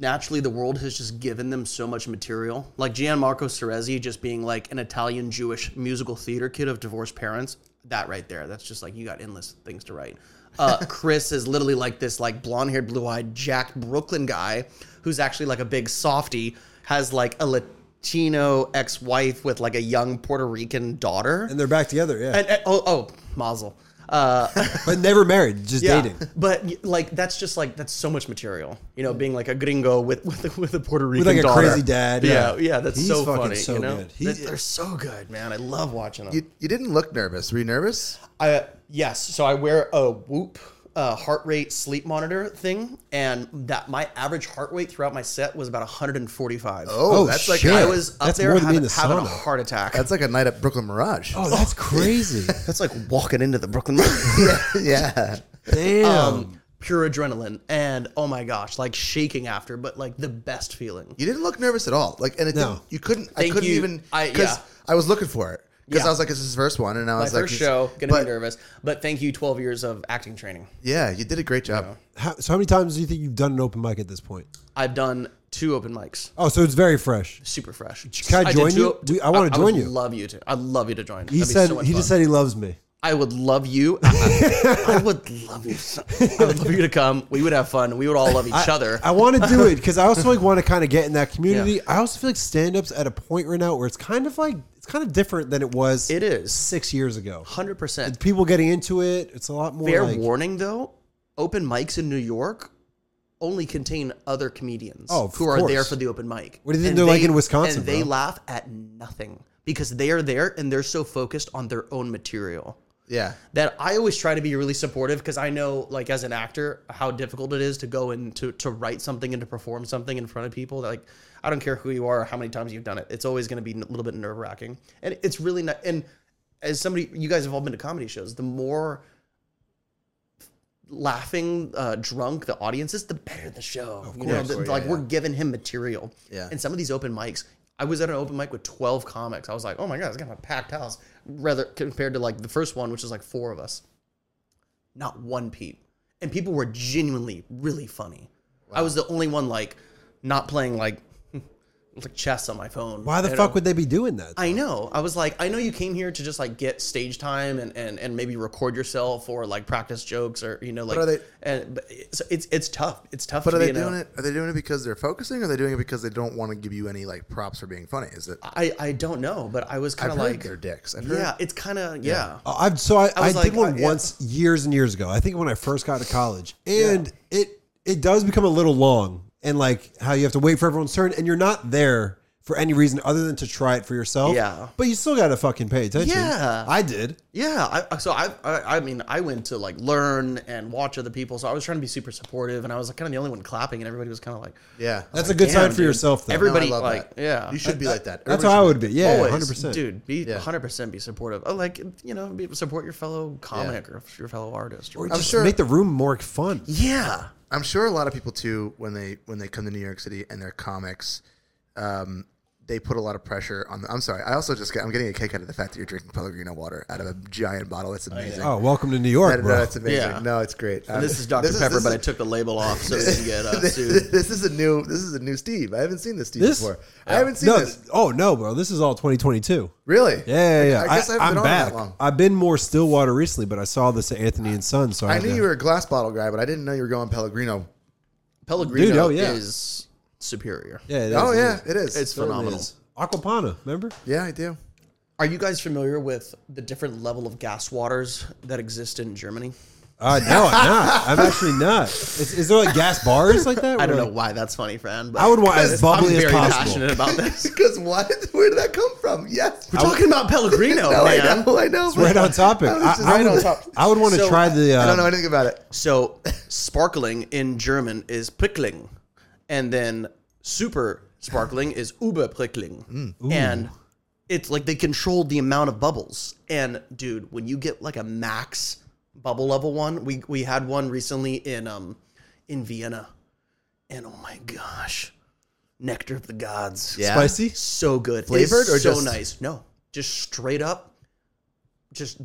Speaker 1: naturally, the world has just given them so much material. Like Gianmarco Cerezi just being like an Italian Jewish musical theater kid of divorced parents. That right there, that's just like you got endless things to write. Uh, Chris is literally like this like blonde haired, blue eyed, jacked Brooklyn guy who's actually like a big softie, has like a Latino ex wife with like a young Puerto Rican daughter.
Speaker 4: and they're back together, yeah,
Speaker 1: and, and- oh, oh, Mazel. Uh,
Speaker 4: but never married, just dating.
Speaker 1: But y- like that's just like that's so much material. You know, being like a gringo with with, a- with a Puerto Rican
Speaker 4: With like a
Speaker 1: daughter.
Speaker 4: crazy dad,
Speaker 1: Yeah,
Speaker 4: yeah.
Speaker 1: yeah, that's
Speaker 4: He's
Speaker 1: so
Speaker 4: fucking
Speaker 1: funny.
Speaker 4: so
Speaker 1: you know,
Speaker 4: good. He-
Speaker 1: That- they're so good, man. I love watching them.
Speaker 2: You, you didn't look nervous. Were you nervous?
Speaker 1: I yes, so I wear a Whoop uh, heart rate sleep monitor thing, and that my average heart rate throughout my set was about 145.
Speaker 2: Oh,
Speaker 4: Oh,
Speaker 2: that's like
Speaker 4: shit.
Speaker 1: I
Speaker 2: I
Speaker 1: was up
Speaker 4: That's
Speaker 1: there
Speaker 4: more than
Speaker 1: having,
Speaker 4: being in the
Speaker 1: having a
Speaker 4: sauna.
Speaker 1: heart attack.
Speaker 2: That's like a night at Brooklyn Mirage.
Speaker 4: Oh, that's crazy!
Speaker 1: that's like walking into the Brooklyn.
Speaker 2: yeah.
Speaker 4: Damn.
Speaker 1: um, pure adrenaline and oh my gosh, like shaking after, but like the best feeling.
Speaker 2: You didn't look nervous at all. Like, and it
Speaker 4: No.
Speaker 2: didn't, you couldn't. I
Speaker 1: Thank
Speaker 2: couldn't
Speaker 1: you.
Speaker 2: even.
Speaker 1: I-
Speaker 2: because
Speaker 1: yeah.
Speaker 2: I was looking for it because
Speaker 1: Yeah.
Speaker 2: I was like, "It's his first one," and I
Speaker 1: My
Speaker 2: was like,
Speaker 1: first
Speaker 2: it's-
Speaker 1: show, gonna
Speaker 2: but-
Speaker 1: be nervous, but thank you, 12 years of acting training.
Speaker 2: Yeah, you did a great job.
Speaker 4: how, so how many times do you think you've done an open mic at this point?
Speaker 1: I've done two open mics,
Speaker 4: Oh, so it's very fresh.
Speaker 1: super fresh.
Speaker 4: Can I join you? We- I wanna join
Speaker 1: would
Speaker 4: you.
Speaker 1: Love you too. I'd love you to join.
Speaker 4: He
Speaker 1: That'd be
Speaker 4: said
Speaker 1: so much
Speaker 4: he
Speaker 1: fun.
Speaker 4: just said he loves me.
Speaker 1: I would love you. I, I- I would love you. so- I would love you to come. We would have fun. We would all love each other.
Speaker 4: I want to do it because I also like want to kind of get in that community.
Speaker 1: Yeah.
Speaker 4: I also feel like stand ups at a point right now where it's kind of like it's kind of different than it was.
Speaker 1: It is.
Speaker 4: six years ago.
Speaker 1: Hundred percent.
Speaker 4: People getting into it. It's a lot more.
Speaker 1: Fair
Speaker 4: like,
Speaker 1: warning though, open mics in New York only contain other comedians
Speaker 4: Oh, of
Speaker 1: who are there
Speaker 4: course.
Speaker 1: for the open mic.
Speaker 4: What do you think
Speaker 1: And
Speaker 4: they're like in Wisconsin,
Speaker 1: And they
Speaker 4: bro?
Speaker 1: laugh at nothing because they are there and they're so focused on their own material
Speaker 2: Yeah.
Speaker 1: that I always try to be really supportive because I know, like, as an actor, how difficult it is to go and to, to write something and to perform something in front of people. Like, I don't care who you are or how many times you've done it. It's always going to be a little bit nerve wracking. And it's really not. And as somebody, you guys have all been to comedy shows. The more laughing, uh, drunk the audience is, the better the show. you know,
Speaker 4: Oh,
Speaker 1: the- like, we're giving him material.
Speaker 2: Yeah.
Speaker 1: And some of these open mics, I was at an open mic with 12 comics. I was like, oh my God, it's got a packed house. Rather compared to like the first one, which is like four of us not one peep. And people were genuinely really funny. I was the only one like not playing like like chess on my phone.
Speaker 4: Why the
Speaker 1: You know?
Speaker 4: fuck would they be doing that?
Speaker 1: I know. I was like, I know you came here to just like get stage time and and, and maybe record yourself or like practice jokes or you know like
Speaker 2: are they-
Speaker 1: and but it- so it's it's tough. It's tough.
Speaker 2: But
Speaker 1: to
Speaker 2: are they
Speaker 1: be in a-
Speaker 2: doing it? Are they doing it because they're focusing? Or are they doing it because they don't want to give you any like props for being funny? Is it?
Speaker 1: I I don't know, but I was kind
Speaker 2: I've
Speaker 1: of
Speaker 2: heard
Speaker 1: like
Speaker 2: they're dicks. I've heard.
Speaker 1: yeah, it's kind of yeah.
Speaker 4: Uh, I've so I, I,
Speaker 1: was like,
Speaker 4: did one
Speaker 1: uh, yeah.
Speaker 4: once years and years ago. I think when I first got to college, and it it does become a little long, and like how you have to wait for everyone's turn, and you're not there for any reason other than to try it for yourself.
Speaker 1: Yeah.
Speaker 4: but you still got to fucking pay attention.
Speaker 1: Yeah.
Speaker 4: I did.
Speaker 1: Yeah, I- I, so I, I, I mean, I went to like learn and watch other people. So I was trying to be super supportive, and I was like kind of the only one clapping, and everybody was kind of like,
Speaker 2: Yeah.
Speaker 4: That's a good
Speaker 1: "Damn,
Speaker 4: sign for
Speaker 1: dude."
Speaker 4: yourself, though.
Speaker 1: Everybody
Speaker 2: No, I love
Speaker 1: like,
Speaker 2: that.
Speaker 1: yeah,
Speaker 2: You should be like that.
Speaker 4: That's
Speaker 2: Everybody
Speaker 4: how I
Speaker 2: should
Speaker 4: would be. Yeah,
Speaker 1: always,
Speaker 4: hundred percent,
Speaker 1: dude, be
Speaker 2: Yeah.
Speaker 1: hundred percent be supportive. Oh, like you know, be, support your fellow comic or your fellow artist. Or,
Speaker 4: I'm
Speaker 2: sure-
Speaker 4: sure make the room more fun.
Speaker 1: yeah,
Speaker 2: I'm sure a lot of people too when they when they come to New York City and they're comics, um, they put a lot of pressure on. The, I'm sorry, I also just get, I'm getting a kick out of the fact that you're drinking Pellegrino water out of a giant bottle. It's amazing.
Speaker 4: Oh, welcome to New York,
Speaker 2: That- uh,
Speaker 4: bro.
Speaker 2: that's amazing.
Speaker 1: Yeah.
Speaker 2: No, it's great. Um,
Speaker 1: and this is Dr Pepper, but I took the label off so we can get uh,
Speaker 2: this,
Speaker 1: sued.
Speaker 2: this is a new this is a new Steve. I haven't seen this Steve
Speaker 4: This-
Speaker 2: before. I haven't seen
Speaker 4: no,
Speaker 2: this.
Speaker 4: th- oh no, bro. This is all 2022.
Speaker 2: Really?
Speaker 4: Yeah, yeah, yeah.
Speaker 2: I guess I,
Speaker 4: I,
Speaker 2: haven't
Speaker 4: am
Speaker 2: been on
Speaker 4: back.
Speaker 2: that long.
Speaker 4: I've been more Stillwater recently, but I saw this at Anthony and Son. So I,
Speaker 2: I
Speaker 4: had
Speaker 2: knew
Speaker 4: to-
Speaker 2: you were a glass bottle guy, but I didn't know you were going Pellegrino.
Speaker 1: Pellegrino
Speaker 4: Dude, oh, yeah.
Speaker 1: is superior.
Speaker 4: Yeah. it
Speaker 2: oh
Speaker 4: is, it
Speaker 2: yeah,
Speaker 4: is.
Speaker 2: it is.
Speaker 1: It's
Speaker 4: It
Speaker 1: phenomenal.
Speaker 4: is. Aquapana, remember?
Speaker 2: yeah, I do.
Speaker 1: Are you guys familiar with the different level of gas waters that exist in Germany?
Speaker 4: Uh, no, I'm not. I'm actually not. Is, is there like gas bars like that?
Speaker 1: I don't
Speaker 4: Where,
Speaker 1: know
Speaker 4: like,
Speaker 1: why that's funny, Fran. But
Speaker 4: I would want as
Speaker 1: I'm
Speaker 4: bubbly
Speaker 1: very
Speaker 4: as possible.
Speaker 1: passionate about this.
Speaker 2: Because what? Where did that come from? Yes.
Speaker 1: We're talking about Pellegrino,
Speaker 2: no, I
Speaker 1: man.
Speaker 2: know. I know.
Speaker 4: Right on topic.
Speaker 2: I was Um,
Speaker 4: I,
Speaker 2: just-
Speaker 4: I
Speaker 2: right on
Speaker 4: would,
Speaker 2: top.
Speaker 4: I would want to
Speaker 1: So,
Speaker 4: try the. Uh,
Speaker 2: I don't know anything about it.
Speaker 1: So sparkling in German is prickling, and then super sparkling is uber prickling,
Speaker 2: Mm.
Speaker 1: and it's like they controlled the amount of bubbles. And dude, when you get like a max bubble level one, we we had one recently in um in Vienna, and oh my gosh, nectar of the gods,
Speaker 2: Yeah.
Speaker 4: Spicy?
Speaker 1: so good,
Speaker 2: Flavored
Speaker 1: It's
Speaker 2: or
Speaker 1: so
Speaker 2: just-
Speaker 1: nice? No, just straight up, just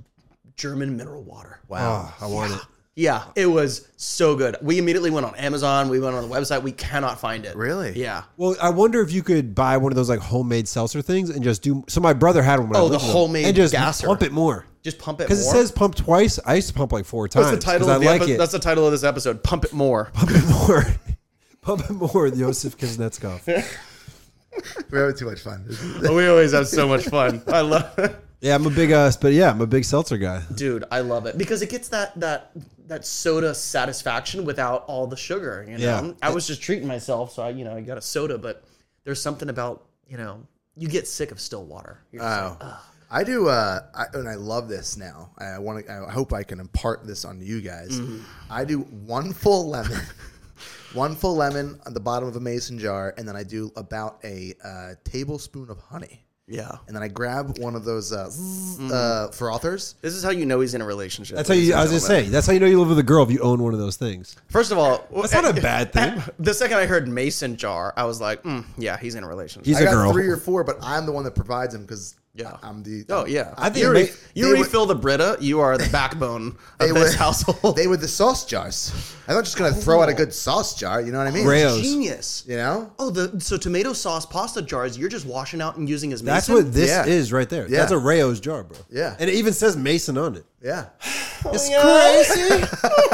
Speaker 1: German mineral water.
Speaker 4: Wow, Ah, I want it.
Speaker 1: Yeah, it was so good. We immediately went on Amazon. We went on the website. We cannot find it.
Speaker 2: Really?
Speaker 1: Yeah.
Speaker 4: Well, I wonder if you could buy one of those like homemade seltzer things and just do. So my brother had one. When I
Speaker 1: Oh,
Speaker 4: lived
Speaker 1: the
Speaker 4: with him,
Speaker 1: homemade
Speaker 4: and just
Speaker 1: gasser.
Speaker 4: pump it more
Speaker 1: Just pump it
Speaker 4: because it
Speaker 1: more.
Speaker 4: says pump twice. I used to pump like four times.
Speaker 1: that's the
Speaker 4: 'cause
Speaker 1: title.
Speaker 4: I
Speaker 1: Of the
Speaker 4: like
Speaker 1: epi-
Speaker 4: it.
Speaker 1: That's the title of this episode. Pump it more.
Speaker 4: Pump it more. pump it more. Josef Kuznetsov.
Speaker 2: We're having too much fun. This is-
Speaker 1: we always have so much fun. I love it.
Speaker 4: Yeah, I'm a big uh, but yeah, I'm a big seltzer guy.
Speaker 1: Dude, I love it because it gets that that that soda satisfaction without all the sugar. You know,
Speaker 4: Yeah.
Speaker 1: I was just treating myself, so I you know I got a soda, but there's something about you know you get sick of still water. You're
Speaker 4: Oh,
Speaker 1: just like,
Speaker 2: Wow. I do, uh, I, and I love this now. I, I want to. I hope I can impart this on you guys. I do one full lemon, one full lemon on the bottom of a mason jar, and then I do about a uh, tablespoon of honey,
Speaker 1: yeah.
Speaker 2: and then I grab one of those uh, zzz, uh, frothers.
Speaker 1: This is how you know he's in a relationship.
Speaker 4: That's how you. I was
Speaker 1: gonna
Speaker 4: just saying. That's how you know you live with a girl if you own one of those things.
Speaker 1: First of all,
Speaker 4: That's not a bad thing.
Speaker 1: The second I heard mason jar, I was like, mm, yeah, he's in a relationship.
Speaker 4: He's
Speaker 2: I
Speaker 4: a
Speaker 2: got
Speaker 4: girl.
Speaker 2: three or four, but I'm the one that provides them because
Speaker 1: Yeah.
Speaker 2: I'm the.
Speaker 1: oh yeah,
Speaker 4: I think
Speaker 1: you,
Speaker 4: ma-
Speaker 1: re- you
Speaker 2: they were-
Speaker 1: refill the Brita, you are the backbone of
Speaker 2: They
Speaker 1: this
Speaker 2: were-
Speaker 1: household.
Speaker 2: They were the sauce jars. I'm not just gonna
Speaker 4: Oh.
Speaker 2: throw out a good sauce jar. You know what I mean?
Speaker 4: Rails.
Speaker 1: Genius.
Speaker 2: You know?
Speaker 1: Oh, the so tomato sauce pasta jars, you're just washing out and using as mason.
Speaker 4: That's what this
Speaker 2: Yeah.
Speaker 4: is right there.
Speaker 2: Yeah.
Speaker 4: That's a Rayo's jar, bro.
Speaker 2: Yeah.
Speaker 4: and it even says Mason on it.
Speaker 2: Yeah.
Speaker 4: It's crazy.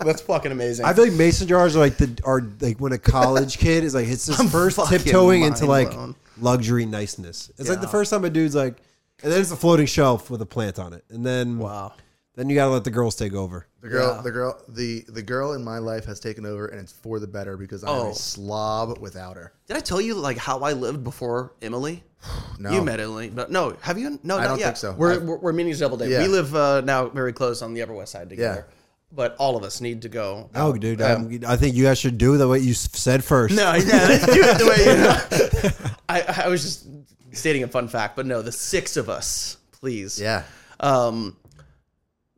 Speaker 1: That's fucking amazing.
Speaker 4: I feel like mason jars are like the are like when a college kid is like it's his first
Speaker 1: fucking
Speaker 4: tiptoeing into
Speaker 1: mind
Speaker 4: like
Speaker 1: blown.
Speaker 4: luxury niceness. It's like the
Speaker 1: Yeah.
Speaker 4: first time a dude's like, and then it's a floating shelf with a plant on it, and then
Speaker 1: wow.
Speaker 4: then you gotta let the girls take over.
Speaker 2: The girl, the girl, the the girl in my life has taken over, and it's for the better because I'm
Speaker 1: Oh.
Speaker 2: a slob without her.
Speaker 1: Did I tell you like how I lived before Emily?
Speaker 2: No,
Speaker 1: You met Emily, but no, have you? No, not
Speaker 2: don't
Speaker 1: yet.
Speaker 2: think so.
Speaker 1: We're,
Speaker 2: I've-
Speaker 1: we're, we're meeting double day.
Speaker 2: Yeah.
Speaker 1: We live uh, now very close on the Upper West Side together, but all of us need to go
Speaker 4: Oh, dude, I'm, I think you guys should do the way you s- said first.
Speaker 1: No, yeah, let's do it the way you I, I was just stating a fun fact, but no, the six of us, please.
Speaker 2: Yeah,
Speaker 1: Um,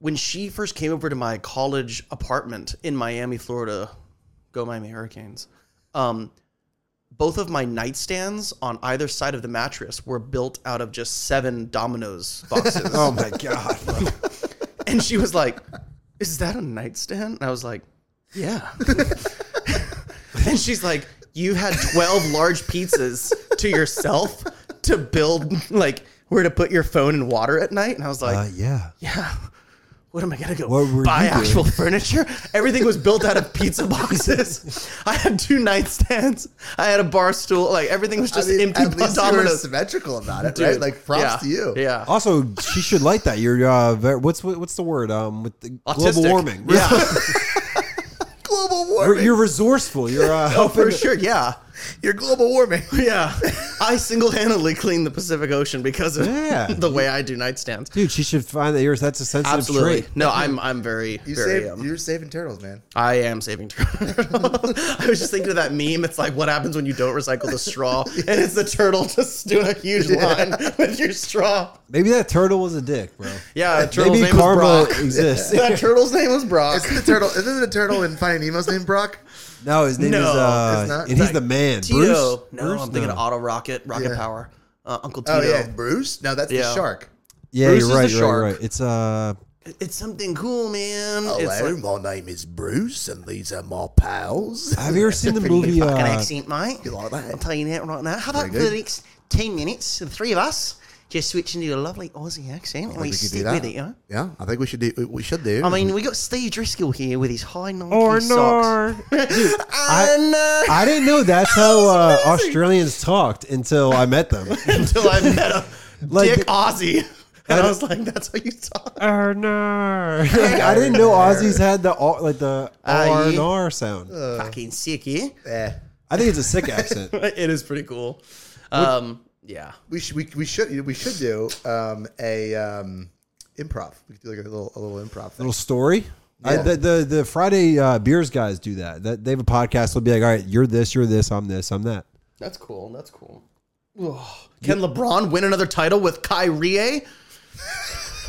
Speaker 1: when she first came over to my college apartment in Miami, Florida, go Miami Hurricanes. Um, both of my nightstands on either side of the mattress were built out of just seven Domino's boxes.
Speaker 4: Oh my god, bro.
Speaker 1: And she was like, Is that a nightstand? And I was like, Yeah. and she's like, You had 12 large pizzas to yourself to build, like, where to put your phone in water at night. And I was like,
Speaker 4: uh, yeah.
Speaker 1: Yeah. What am I gonna go
Speaker 4: What were
Speaker 1: buy
Speaker 4: you doing?
Speaker 1: actual furniture? Everything was built out of pizza boxes. I had two nightstands. I had a bar stool. Like everything was
Speaker 2: I
Speaker 1: just
Speaker 2: mean,
Speaker 1: empty
Speaker 2: at least you were
Speaker 1: dominoes.
Speaker 2: symmetrical about it,
Speaker 1: Dude,
Speaker 2: right? Like props
Speaker 1: yeah,
Speaker 2: to you.
Speaker 1: Yeah.
Speaker 4: Also, she should like that. You're uh, very, what's what's the word? Um, with the global
Speaker 1: Autistic.
Speaker 4: warming.
Speaker 1: Yeah.
Speaker 2: global
Speaker 4: You're,
Speaker 2: warming.
Speaker 4: you're resourceful. You're uh,
Speaker 1: oh, for sure. Yeah.
Speaker 2: You're global warming.
Speaker 1: Yeah, I single-handedly clean the Pacific Ocean because of
Speaker 4: Yeah.
Speaker 1: the way I do nightstands.
Speaker 4: dude. She should find that yours. That's a sensitive
Speaker 1: Absolutely,
Speaker 4: trait.
Speaker 1: no, I'm I'm very
Speaker 2: You
Speaker 1: very
Speaker 2: saved,
Speaker 1: um,
Speaker 2: you're saving turtles, man.
Speaker 1: I am saving turtles. I was just thinking of that meme. It's like what happens when you don't recycle the straw, and it's the turtle just doing a huge line with your straw.
Speaker 4: Maybe that turtle was a dick, bro.
Speaker 1: Yeah, the turtle's
Speaker 4: Maybe
Speaker 1: name was
Speaker 4: karma
Speaker 1: Brock.
Speaker 4: exists.
Speaker 1: That turtle's name was Brock.
Speaker 2: Isn't the turtle? Isn't the turtle in Finding Nemo's name Brock?
Speaker 4: No, his name
Speaker 1: No,
Speaker 4: is uh,
Speaker 2: it's not.
Speaker 4: and he's the man.
Speaker 1: Tito.
Speaker 4: Bruce.
Speaker 1: No,
Speaker 4: Bruce?
Speaker 1: I'm thinking
Speaker 4: No.
Speaker 1: of Auto Rocket, Rocket
Speaker 2: Yeah.
Speaker 1: Power, uh, Uncle Tito.
Speaker 2: Oh yeah, Bruce. No, that's
Speaker 1: Yeah.
Speaker 2: the shark.
Speaker 4: Yeah,
Speaker 1: Bruce
Speaker 4: you're
Speaker 1: is
Speaker 4: right.
Speaker 1: the
Speaker 4: you're
Speaker 1: shark.
Speaker 4: right, right. It's uh,
Speaker 1: It's something cool, man.
Speaker 2: Oh,
Speaker 1: it's like,
Speaker 2: my name is Bruce, and these are my pals.
Speaker 4: have you ever seen the
Speaker 5: Pretty
Speaker 4: movie?
Speaker 5: fucking
Speaker 4: Uh,
Speaker 5: accent, mate.
Speaker 2: You like
Speaker 5: I'm
Speaker 2: that?
Speaker 5: telling you that right now. How about
Speaker 2: Very
Speaker 5: for the
Speaker 2: good.
Speaker 5: next 10 minutes, the three of us just switch into a lovely Aussie accent and we,
Speaker 2: could do
Speaker 5: stick
Speaker 2: that.
Speaker 5: with it, you know?
Speaker 2: Yeah, I think we should do. We should do.
Speaker 5: I mean, we got Steve Driscoll here with his high Nike
Speaker 4: Oh,
Speaker 5: socks.
Speaker 4: Dude, I, I didn't know that's how uh, Australians talked until I met them.
Speaker 1: until I met him.
Speaker 4: Like,
Speaker 1: Dick Ozzy. And I was like, that's how you talk.
Speaker 4: Arnar. Like, I didn't know Aussies had the R- like the R
Speaker 5: Aye.
Speaker 4: and R sound.
Speaker 1: Uh.
Speaker 5: Fucking sick, eh?
Speaker 2: Eh.
Speaker 4: I think it's a sick accent.
Speaker 1: it is pretty cool. Um, yeah.
Speaker 2: We should we, we should we should do um, a um, improv. We could do like a little a little improv thing.
Speaker 4: Little story. I,
Speaker 2: Yeah.
Speaker 4: the, the the Friday uh, beers guys do that. That they have a podcast. They'll be like, all right, you're this, you're this, I'm this, I'm that.
Speaker 1: That's cool. That's cool. Can LeBron win another title with Kyrie?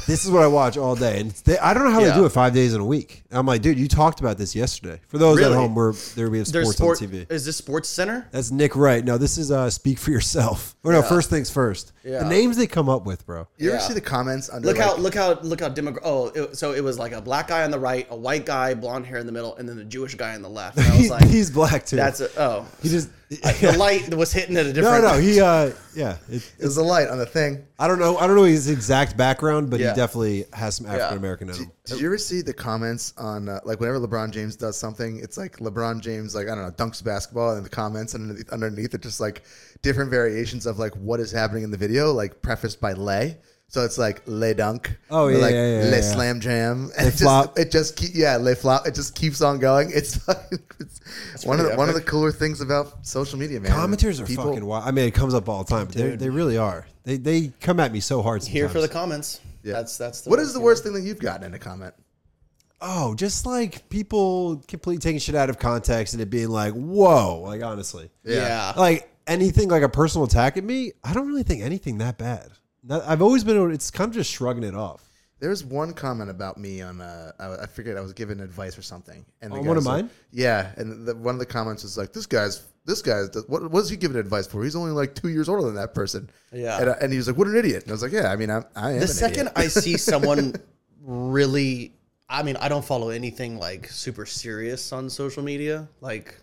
Speaker 4: This is what I watch all day, and they, I don't know how
Speaker 1: Yeah.
Speaker 4: they do it five days in a week. I'm like, dude, you talked about this yesterday. For those
Speaker 1: Really?
Speaker 4: at home, where there we have
Speaker 1: There's
Speaker 4: sports
Speaker 1: sport.
Speaker 4: on TV.
Speaker 1: Is this Sports Center?
Speaker 4: That's Nick Wright. No, this is uh, Speak for Yourself. Or no, first things first.
Speaker 1: Yeah.
Speaker 4: The names they come up with, bro.
Speaker 2: You ever
Speaker 1: Yeah.
Speaker 2: see the comments under
Speaker 1: Look
Speaker 2: like,
Speaker 1: how look how look how demog. Oh, it, so it was like a black guy on the right, a white guy, blonde hair in the middle, and then the Jewish guy on the left. And I was
Speaker 4: He-
Speaker 1: like,
Speaker 4: he's black too.
Speaker 1: that's a, oh,
Speaker 4: he just
Speaker 1: the light was hitting at a
Speaker 4: no,
Speaker 1: different.
Speaker 4: no. He uh, yeah. It,
Speaker 2: it was the light on the thing.
Speaker 4: I don't know. I don't know his exact background, but
Speaker 1: Yeah.
Speaker 4: he definitely has some African American in him.
Speaker 2: Did you ever see the comments on uh, like whenever LeBron James does something, it's like LeBron James like I don't know dunks basketball, and the comments underneath, underneath it just like different variations of like what is happening in the video, like prefaced by lay. So it's like lay dunk,
Speaker 4: Oh,
Speaker 2: or,
Speaker 4: yeah,
Speaker 2: like
Speaker 4: yeah, yeah,
Speaker 2: lay
Speaker 4: yeah.
Speaker 2: slam jam, and it just,
Speaker 4: flop.
Speaker 2: It just keep yeah lay flop. It just keeps on going. It's, like, it's one of the,
Speaker 1: pretty
Speaker 2: one of the
Speaker 1: epic.
Speaker 2: cooler things about social media, man.
Speaker 4: Commenters are
Speaker 2: People-
Speaker 4: fucking wild. I mean, it comes up all the time, but they they really are. They they come at me so hard. Sometimes.
Speaker 1: Here for the comments.
Speaker 2: Yeah.
Speaker 1: That's that's. The
Speaker 2: What is the worst thing that you've gotten in a comment?
Speaker 4: oh, just like people completely taking shit out of context and it being like, whoa, like honestly,
Speaker 1: Yeah.
Speaker 4: like anything like a personal attack at me. I don't really think anything that bad. Not- I've always been. It's kind of just shrugging it off.
Speaker 2: There was one comment about me on uh, I, I forget I was given advice or something, and the
Speaker 4: On
Speaker 2: guy
Speaker 4: one of
Speaker 2: said-
Speaker 4: mine?
Speaker 2: Yeah, and the, one of the comments was like, "This guy's this guy's what was he given advice for? He's only like two years older than that person."
Speaker 1: Yeah.
Speaker 2: and, I, and he was like, "What an idiot!" And I was like, "Yeah, I mean, I'm, I am."
Speaker 1: the second I see someone really, I mean, I don't follow anything like super serious on social media. Like,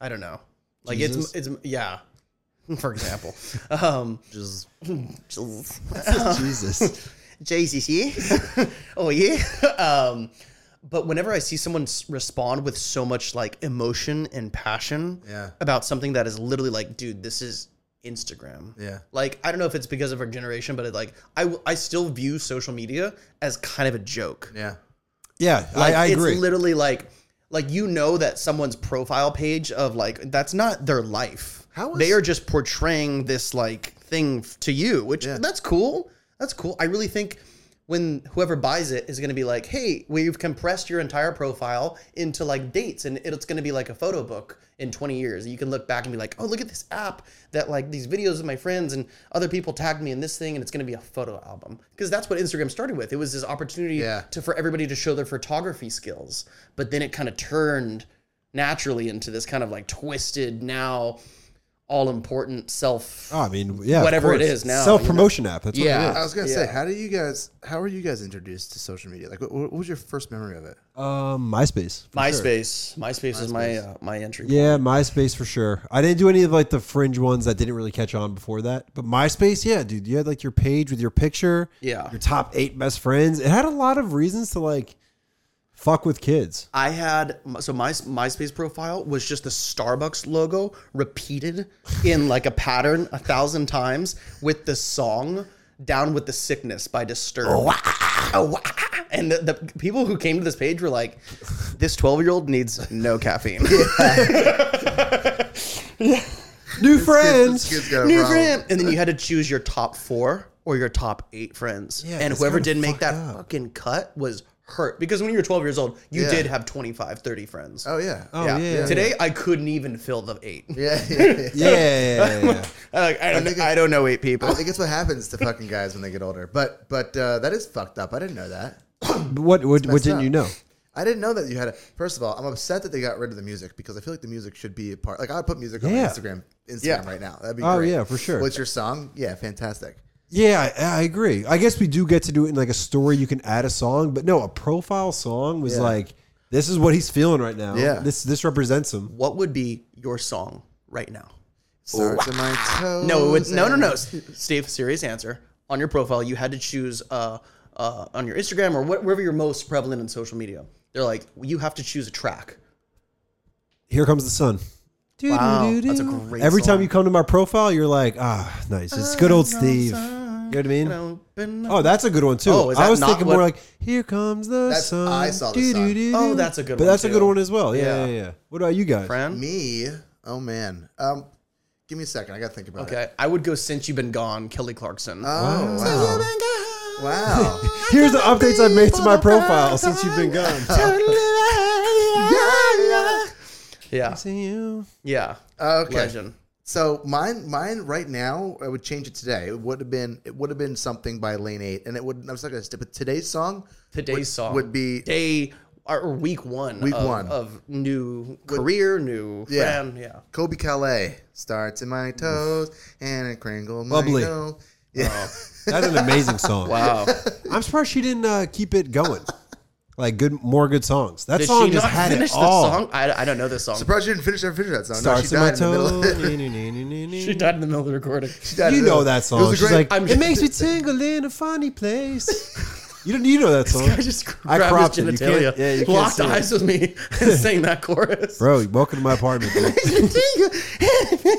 Speaker 1: I don't know. Like
Speaker 4: Jesus?
Speaker 1: it's it's yeah. For example, um,
Speaker 2: just
Speaker 4: Jesus,
Speaker 5: Jesus, yeah?
Speaker 1: oh yeah. um, but whenever I see someone s- respond with so much like emotion and passion
Speaker 2: Yeah.
Speaker 1: about something that is literally like, dude, this is Instagram.
Speaker 2: Yeah.
Speaker 1: Like I don't know if it's because of our generation, but it, like I w- I still view social media as kind of a joke.
Speaker 2: yeah,
Speaker 4: yeah,
Speaker 1: Like,
Speaker 4: I, I agree.
Speaker 1: It's literally like, like you know that someone's profile page of like that's not their life.
Speaker 2: How is-
Speaker 1: they are just portraying this like thing f- to you, which that's cool. That's cool. I really think when whoever buys it is going to be like, hey, we've compressed your entire profile into like dates, and it's going to be like a photo book in 20 years. You can look back and be like, oh, look at this app that like these videos of my friends and other people tagged me in this thing, and it's going to be a photo album because that's what Instagram started with. It was this opportunity
Speaker 2: Yeah.
Speaker 1: to for everybody to show their photography skills. But then it kind of turned naturally into this kind of like twisted now all important self.
Speaker 4: Oh, I mean, yeah, of
Speaker 1: Whatever it
Speaker 4: course.
Speaker 1: is now, you know.
Speaker 4: self promotion app. That's what it
Speaker 1: Yeah.
Speaker 4: is.
Speaker 2: I was gonna say, how do you guys? How were you guys introduced to social media? Like, what, what was your first memory of it?
Speaker 4: Um, MySpace. for sure.
Speaker 1: MySpace. MySpace, is my uh, my entry. point.
Speaker 4: Yeah, MySpace for sure. I didn't do any of like the fringe ones that didn't really catch on before that. But MySpace, yeah, dude, you had like your page with your picture,
Speaker 1: Yeah.
Speaker 4: your top eight best friends. It had a lot of reasons to like fuck with kids.
Speaker 1: I had so my MySpace profile was just the Starbucks logo repeated in like a pattern a thousand times with the song "Down with the Sickness" by Disturbed. And the, the people who came to this page were like, "This twelve-year-old needs no caffeine."
Speaker 4: New
Speaker 2: This
Speaker 4: friends.
Speaker 2: kid's got a
Speaker 1: New
Speaker 2: problem.
Speaker 1: friend. And then you had to choose your top four or your top eight friends.
Speaker 4: Yeah,
Speaker 1: and
Speaker 4: it's
Speaker 1: whoever
Speaker 4: kinda
Speaker 1: didn't make
Speaker 4: fucked
Speaker 1: that
Speaker 4: up.
Speaker 1: fucking cut was hurt. Because when you were 12 years old, you
Speaker 2: Yeah.
Speaker 1: did have 25, 30 friends.
Speaker 2: Oh yeah,
Speaker 4: Oh yeah, yeah.
Speaker 1: Today, I couldn't even fill the eight.
Speaker 2: yeah. yeah, yeah.
Speaker 4: yeah, yeah, yeah, yeah.
Speaker 1: Like, I, don't, know- I don't know eight people.
Speaker 2: I think it's what happens to fucking guys when they get older. But but uh, that is fucked up. I didn't know that.
Speaker 4: But what what, what
Speaker 2: messed
Speaker 4: didn't
Speaker 2: up.
Speaker 4: you know?
Speaker 2: I didn't know that you had a. First of all, I'm upset that they got rid of the music because I feel like the music should be a part. Like I would put music on my
Speaker 4: Yeah.
Speaker 2: Instagram, Instagram
Speaker 1: Yeah.
Speaker 2: right now. That'd be
Speaker 4: Oh,
Speaker 2: great.
Speaker 4: yeah, for sure.
Speaker 2: What's your song? Yeah, fantastic.
Speaker 4: Yeah, I, I agree. I guess we do get to do it in like a story. You can add a song, but no, a profile song was
Speaker 2: Yeah.
Speaker 4: like, this is what he's feeling right now.
Speaker 2: Yeah.
Speaker 4: this this represents him.
Speaker 1: What would be your song right now?
Speaker 2: Starts in my toes
Speaker 1: No, it would, no, no, no.
Speaker 2: and-
Speaker 1: S- Steve, serious answer. On your profile, you had to choose uh, uh, on your Instagram or what, wherever you're most prevalent in social media. They're like, you have to choose a track.
Speaker 4: Here comes the sun.
Speaker 1: Wow, that's a great
Speaker 4: Every
Speaker 1: song.
Speaker 4: time you come to my profile, you're like, ah, nice. It's good old Steve. You know what I mean?
Speaker 1: And open up.
Speaker 4: Oh, that's a good one too.
Speaker 1: Oh, is
Speaker 4: I
Speaker 1: that
Speaker 4: was
Speaker 1: not
Speaker 4: thinking
Speaker 1: what-
Speaker 4: more like "Here comes the
Speaker 2: That's-
Speaker 4: sun."
Speaker 2: I saw the
Speaker 4: doo,
Speaker 2: sun.
Speaker 4: doo, doo,
Speaker 1: Oh,
Speaker 4: doo.
Speaker 1: that's a good
Speaker 4: But
Speaker 1: one,
Speaker 4: that's a good
Speaker 1: too.
Speaker 4: one as well. Yeah,
Speaker 1: Yeah.
Speaker 4: yeah, yeah. What about you guys?
Speaker 1: Fran?
Speaker 2: Me, oh man. Um, give me a second. I gotta think about it.
Speaker 1: Okay, I would go since you've been gone, Kelly Clarkson.
Speaker 4: Uh,
Speaker 2: Oh wow. Wow.
Speaker 4: Here's the updates I've made to my profile since you've been gone.
Speaker 1: yeah,
Speaker 4: See you.
Speaker 1: yeah.
Speaker 4: Uh,
Speaker 2: Okay.
Speaker 1: Legend.
Speaker 2: So mine, mine right now, I would change it today. It would have been, it would have been something by Lane Eight, and it would. I was not gonna. But today's song,
Speaker 1: Today's
Speaker 2: would,
Speaker 1: song
Speaker 2: would be
Speaker 1: day or week one.
Speaker 2: Week
Speaker 1: of,
Speaker 2: one.
Speaker 1: of new career, new
Speaker 2: Yeah.
Speaker 1: friend. Yeah.
Speaker 2: Kobe Calais. Starts in my toes and a cringle my
Speaker 4: Bubbly.
Speaker 2: nose. Yeah.
Speaker 4: That's an amazing song.
Speaker 1: Wow.
Speaker 4: I'm surprised she didn't uh, keep it going. Like good, more good songs. That
Speaker 1: Did
Speaker 4: song
Speaker 1: she
Speaker 4: just
Speaker 1: not
Speaker 4: had
Speaker 1: finish
Speaker 4: it all.
Speaker 1: the song? I, I don't know this song.
Speaker 2: Surprised you didn't finish ever finish that song. Oh, No, she
Speaker 4: Starts in my
Speaker 2: died in the middle.
Speaker 4: toe.
Speaker 2: of it.
Speaker 1: She died in the middle of the recording.
Speaker 2: She died in
Speaker 4: You
Speaker 2: the middle.
Speaker 4: know that
Speaker 2: It
Speaker 4: song.
Speaker 2: was a
Speaker 4: She's
Speaker 2: great-
Speaker 4: like,
Speaker 1: I'm
Speaker 4: it
Speaker 1: just-
Speaker 4: makes me tingle in a funny place. you don't. You know that song,
Speaker 1: I just
Speaker 4: I
Speaker 1: grabbed
Speaker 4: cropped it.
Speaker 1: his
Speaker 4: You
Speaker 1: genitalia,
Speaker 4: can't- yeah, you can't
Speaker 1: locked
Speaker 4: see it.
Speaker 1: eyes with me, and sang that chorus.
Speaker 4: bro. Welcome to my apartment. bro.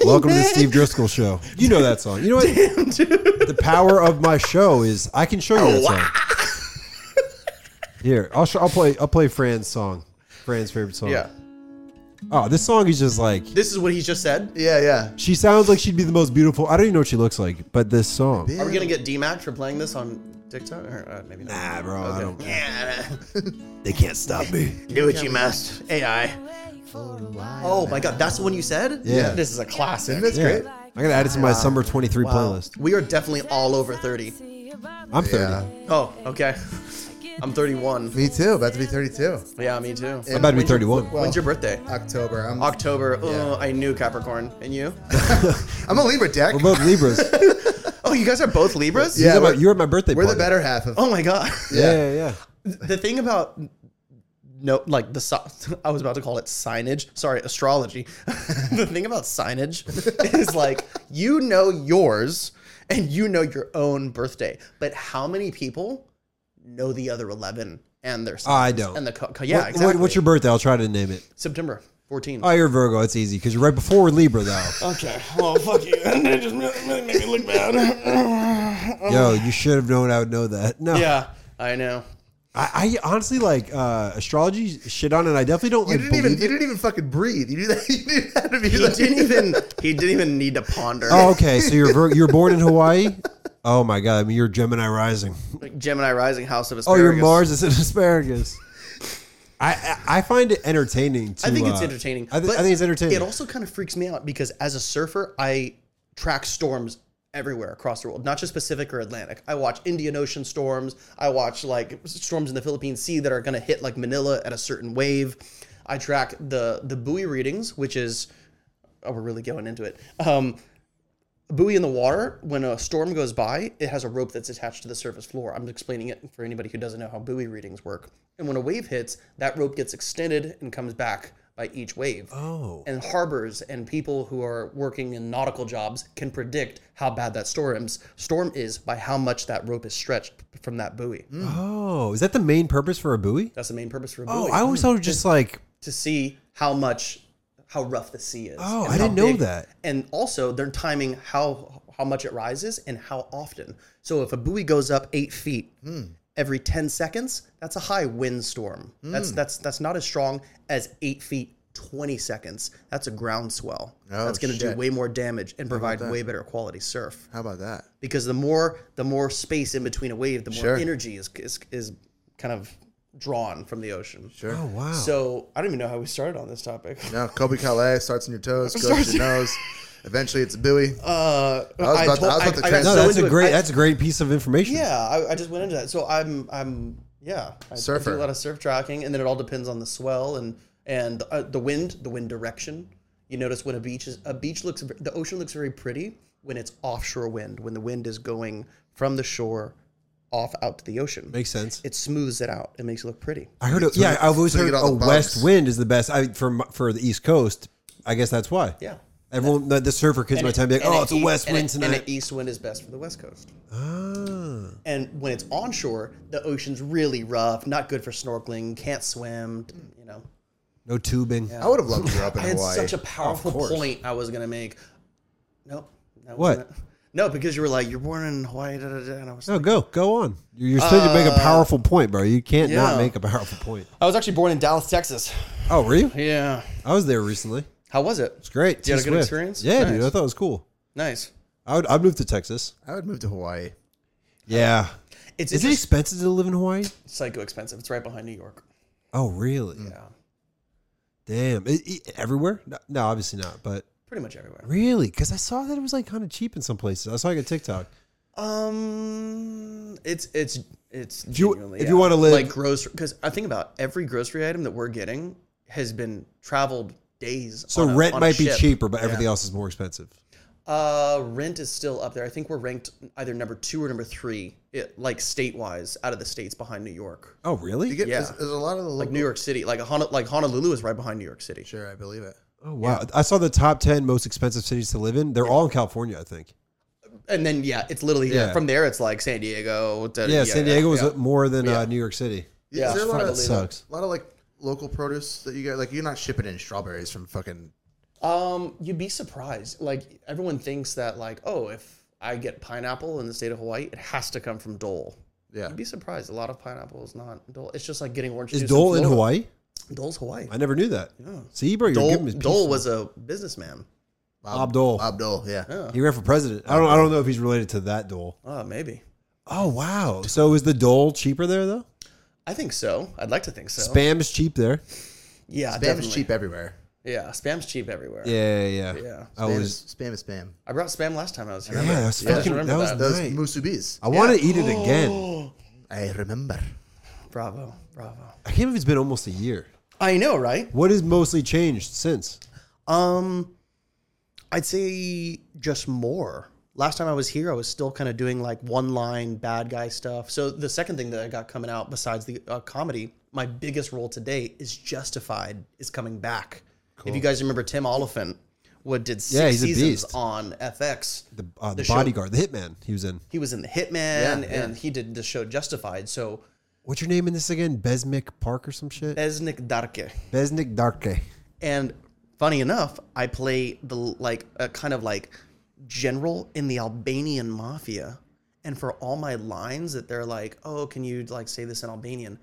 Speaker 4: welcome to the Steve Driscoll show. You know that song. You know what? The power of my show is I can show
Speaker 2: Oh,
Speaker 4: you that song. Here, I'll show, I'll play I'll play Fran's song, Fran's favorite song.
Speaker 1: Yeah.
Speaker 4: Oh, this song is just like
Speaker 1: This is what he just said.
Speaker 2: Yeah, yeah.
Speaker 4: she sounds like she'd be the most beautiful. I don't even know what she looks like, but this song.
Speaker 1: Are we gonna get DMAC for playing this on TikTok? Or, uh, maybe not.
Speaker 4: Nah, bro, I don't.
Speaker 5: Yeah,
Speaker 4: They can't stop me.
Speaker 5: do what you must. AI.
Speaker 1: Oh my god, that's the one you said.
Speaker 4: Yeah.
Speaker 1: This is a classic.
Speaker 2: Isn't this
Speaker 4: Yeah.
Speaker 2: great?
Speaker 4: I gotta add it to my summer '23 playlist.
Speaker 1: We are definitely all over thirty.
Speaker 4: I'm 30.
Speaker 2: Yeah.
Speaker 1: Oh, okay. I'm 31.
Speaker 2: Me too. About to be 32.
Speaker 1: Yeah, me too.
Speaker 4: I'm about to be
Speaker 1: When's your-
Speaker 4: 31.
Speaker 1: When's your birthday?
Speaker 2: October. I'm,
Speaker 1: October. Oh, I knew Capricorn. And you?
Speaker 2: I'm a Libra deck.
Speaker 4: We're both Libras.
Speaker 1: Oh, you guys are both Libras?
Speaker 4: You
Speaker 2: Yeah,
Speaker 4: were
Speaker 2: we're-
Speaker 4: my- you were at my birthday
Speaker 2: We're the
Speaker 4: party.
Speaker 2: better half of.
Speaker 1: Oh my god.
Speaker 4: Yeah, yeah, yeah.
Speaker 1: the thing about no, like the si- I was about to call it signage. Sorry, astrology. the thing about signage is like you know yours and you know your own birthday, but how many people know the other eleven and their signs
Speaker 4: I don't.
Speaker 1: and the co- co- yeah
Speaker 4: What- what-
Speaker 1: exactly.
Speaker 4: what's your birthday? I'll try to name it.
Speaker 1: September 14th.
Speaker 4: Oh, you're Virgo. It's easy because you're right before Libra, though.
Speaker 1: Okay. Well, fuck you. That just really made me look bad.
Speaker 4: Yo, you should have known I would know that. No,
Speaker 1: yeah, I know.
Speaker 4: I, I honestly like uh, astrology shit on it. I definitely don't
Speaker 2: You
Speaker 4: like
Speaker 2: didn't even.
Speaker 4: believe
Speaker 2: You
Speaker 4: it.
Speaker 2: didn't even fucking breathe. You knew that. You knew that to be
Speaker 1: He
Speaker 2: like-
Speaker 1: didn't even he didn't even need to ponder.
Speaker 4: Oh, okay. So you're Vir- you're born in Hawaii. Oh my god, I mean you're Gemini rising.
Speaker 1: Gemini rising house of
Speaker 4: Oh,
Speaker 1: asparagus.
Speaker 4: your Mars is an asparagus. I I I find it entertaining. To,
Speaker 1: I think it's
Speaker 4: uh,
Speaker 1: entertaining.
Speaker 4: I, thi-
Speaker 1: but
Speaker 4: I think it's entertaining.
Speaker 1: It also kind of freaks me out because as a surfer, I track storms everywhere across the world, not just Pacific or Atlantic. I watch Indian Ocean storms. I watch like storms in the Philippine Sea that are going to hit like Manila at a certain wave. I track the the buoy readings, which is oh, we're really going into it. Um, buoy in the water when a storm goes by it has a rope that's attached to the surface floor i'm explaining it for anybody who doesn't know how buoy readings work and when a wave hits that rope gets extended and comes back by each wave
Speaker 4: Oh.
Speaker 1: and harbors and people who are working in nautical jobs can predict how bad that storm's storm is by how much that rope is stretched from that buoy
Speaker 4: oh, is that the main purpose for a buoy?
Speaker 1: that's the main purpose for a
Speaker 4: Oh,
Speaker 1: buoy
Speaker 4: I always thought it was just like
Speaker 1: to see how much how rough the sea is.
Speaker 4: Oh,
Speaker 1: and
Speaker 4: I
Speaker 1: how
Speaker 4: didn't know that.
Speaker 1: And also, they're timing how how much it rises and how often. So if a buoy goes up eight feet
Speaker 4: Hmm.
Speaker 1: every ten seconds, that's a high wind storm.
Speaker 4: Hmm.
Speaker 1: That's that's that's not as strong as eight feet. 20 seconds. That's a groundswell.
Speaker 2: Oh,
Speaker 1: That's going to do
Speaker 2: shit.
Speaker 1: way more damage and provide way better quality surf
Speaker 2: How about that?
Speaker 1: because the more the more space in between a wave, the more
Speaker 2: Sure.
Speaker 1: energy is, is is kind of drawn from the ocean. Sure.
Speaker 4: oh wow.
Speaker 1: So I don't even know how we started on this topic.
Speaker 2: No, Kobe Calais starts in your toes, goes to your nose. Eventually, it's a buoy.
Speaker 1: Uh, I
Speaker 2: was about to- I was about to
Speaker 1: got
Speaker 2: transition.
Speaker 4: no,
Speaker 1: so
Speaker 4: that's a
Speaker 1: into it.
Speaker 4: great
Speaker 1: I-
Speaker 4: that's a great piece of information.
Speaker 1: yeah, I, I just went into that. So I'm I'm yeah. I, I
Speaker 2: Surfer.
Speaker 1: do a lot of surf tracking, and then it all depends on the swell and and uh, the wind, the wind direction. You notice when a beach is a beach looks v- the ocean looks very pretty when it's offshore wind when the wind is going from the shore off out to the ocean.
Speaker 4: Makes sense.
Speaker 1: It smooths it out. It makes it look pretty.
Speaker 4: I heard. A, yeah, I've always
Speaker 2: so you
Speaker 4: heard
Speaker 2: get
Speaker 4: a
Speaker 2: all the bugs.
Speaker 4: west wind is the best. I for m- for the East Coast. I guess that's why.
Speaker 1: Yeah.
Speaker 4: Everyone, the, the surfer kids, my time, be like,
Speaker 1: And
Speaker 4: oh, it's a
Speaker 1: e-
Speaker 4: west
Speaker 1: and
Speaker 4: wind
Speaker 1: And an
Speaker 4: tonight.
Speaker 1: east wind is best for the west coast.
Speaker 4: Ah.
Speaker 1: and when it's onshore, the ocean's really rough, not good for snorkeling, can't swim, you know.
Speaker 4: no tubing.
Speaker 2: I would have loved to grow up in
Speaker 4: Oh,
Speaker 1: I had
Speaker 2: Hawaii.
Speaker 1: such a powerful point I was gonna make. Nope. that
Speaker 4: What?
Speaker 1: wasn't it.
Speaker 5: Oh,
Speaker 1: No, because you were like, you're born in Hawaii, da, da, da, and I was
Speaker 4: No, Oh, go go on. You're, you're still to make a powerful point, bro. You can't not
Speaker 1: Uh, yeah.
Speaker 4: make a powerful point.
Speaker 1: I was actually born in Dallas, Texas.
Speaker 4: Oh, were you?
Speaker 1: Yeah.
Speaker 4: I was there recently.
Speaker 1: How was it?
Speaker 4: It's great.
Speaker 1: You had a good
Speaker 4: T-Swift.
Speaker 1: experience?
Speaker 4: Yeah, dude.
Speaker 1: Nice.
Speaker 4: I thought it was cool.
Speaker 1: Nice.
Speaker 4: I would. I moved to Texas.
Speaker 2: I would move to Hawaii.
Speaker 4: Yeah.
Speaker 1: Uh, It's,
Speaker 4: Is it
Speaker 1: it's
Speaker 4: expensive to live in Hawaii?
Speaker 1: psycho expensive. It's right behind New York.
Speaker 4: Oh, really?
Speaker 1: Yeah.
Speaker 4: Damn. It, it- everywhere? No, no, obviously not. But
Speaker 1: Pretty much everywhere.
Speaker 4: really, because I saw that it was like kind of cheap in some places. I saw like a TikTok.
Speaker 1: Um, it's it's it's
Speaker 4: you-
Speaker 1: genuinely,
Speaker 4: if you wanna live-
Speaker 1: like grocery because I think about every grocery item that we're getting has been traveled days.
Speaker 4: So
Speaker 1: on a-
Speaker 4: rent
Speaker 1: on a
Speaker 4: might be
Speaker 1: ship.
Speaker 4: cheaper, but everything else is more expensive.
Speaker 1: Uh, rent is still up there. I think we're ranked either number two or number three, it, like state wise, out of the states behind New York.
Speaker 4: Oh, really?
Speaker 2: You get,
Speaker 1: Yeah.
Speaker 2: there's, there's a lot of the
Speaker 1: Like
Speaker 2: local,
Speaker 1: New York City, like Hon- like Honolulu is right behind New York City.
Speaker 2: Sure, I believe it.
Speaker 4: oh, wow. I saw the top ten most expensive cities to live in. They're all in California, I think.
Speaker 1: And then yeah, it's literally
Speaker 4: Yeah.
Speaker 1: from there. It's like San Diego. da-
Speaker 4: Yeah, San Diego was
Speaker 1: yeah.
Speaker 4: uh, more than uh, New York City.
Speaker 1: Yeah,
Speaker 2: Is there a
Speaker 1: fuck,
Speaker 2: lot
Speaker 1: that
Speaker 2: of
Speaker 4: sucks.
Speaker 2: A lot of like local produce that you got. Like you're not shipping in strawberries from fucking.
Speaker 1: Um, you'd be surprised. Like everyone thinks that, like, oh, if I get pineapple in the state of Hawaii, it has to come from Dole.
Speaker 2: Yeah.
Speaker 1: You'd be surprised. A lot of pineapple is not Dole. It's just like getting orange
Speaker 4: Is
Speaker 1: juice.
Speaker 4: Dole in
Speaker 1: Florida.
Speaker 4: Hawaii?
Speaker 1: Dole's Hawaii.
Speaker 4: I never knew that. See, bro, you're
Speaker 1: Dole,
Speaker 4: giving me
Speaker 1: Dole was a businessman.
Speaker 4: Bob Dole.
Speaker 2: Bob Dole, yeah.
Speaker 4: He ran for president. I don't. I don't know if he's related to that Dole.
Speaker 1: Oh, maybe.
Speaker 4: Oh wow. So is the Dole cheaper there though?
Speaker 1: I think so. I'd like to think so.
Speaker 4: Spam is cheap there.
Speaker 1: yeah,
Speaker 2: Spam
Speaker 1: definitely.
Speaker 2: is cheap everywhere.
Speaker 1: Yeah, spam's cheap everywhere.
Speaker 4: Yeah, yeah.
Speaker 1: Yeah.
Speaker 4: I
Speaker 2: Spam
Speaker 4: was.
Speaker 2: is spam. Is spam.
Speaker 1: I brought spam last time I was here.
Speaker 4: Yeah,
Speaker 1: Remember?
Speaker 4: that was
Speaker 1: I just
Speaker 4: fucking-
Speaker 1: remember
Speaker 4: that was
Speaker 2: Those
Speaker 4: Right.
Speaker 2: musubis.
Speaker 4: I want to eat it again.
Speaker 2: I remember.
Speaker 1: Bravo, bravo.
Speaker 4: I can't believe it's been almost a year.
Speaker 1: I know, right?
Speaker 4: What has mostly changed since?
Speaker 1: Um, I'd say just more. Last time I was here, I was still kind of doing like one line bad guy stuff. So the second thing that I got coming out besides the uh, comedy, my biggest role today is Justified is coming back. If you guys remember Tim Oliphant, what did six
Speaker 4: Yeah, he's a
Speaker 1: seasons
Speaker 4: beast.
Speaker 1: on FX.
Speaker 4: The, uh, the,
Speaker 1: The show-
Speaker 4: bodyguard, the hitman. He was in.
Speaker 1: He was in The Hitman
Speaker 2: yeah.
Speaker 1: and he did the show Justified. So
Speaker 4: What's your name in this again? Besnick Park or some shit?
Speaker 1: Esnik Darke.
Speaker 4: Besnick Darke.
Speaker 1: And funny enough, I play the like a kind of like general in the Albanian mafia. And for all my lines that they're like, "Oh, can you like say this in Albanian?"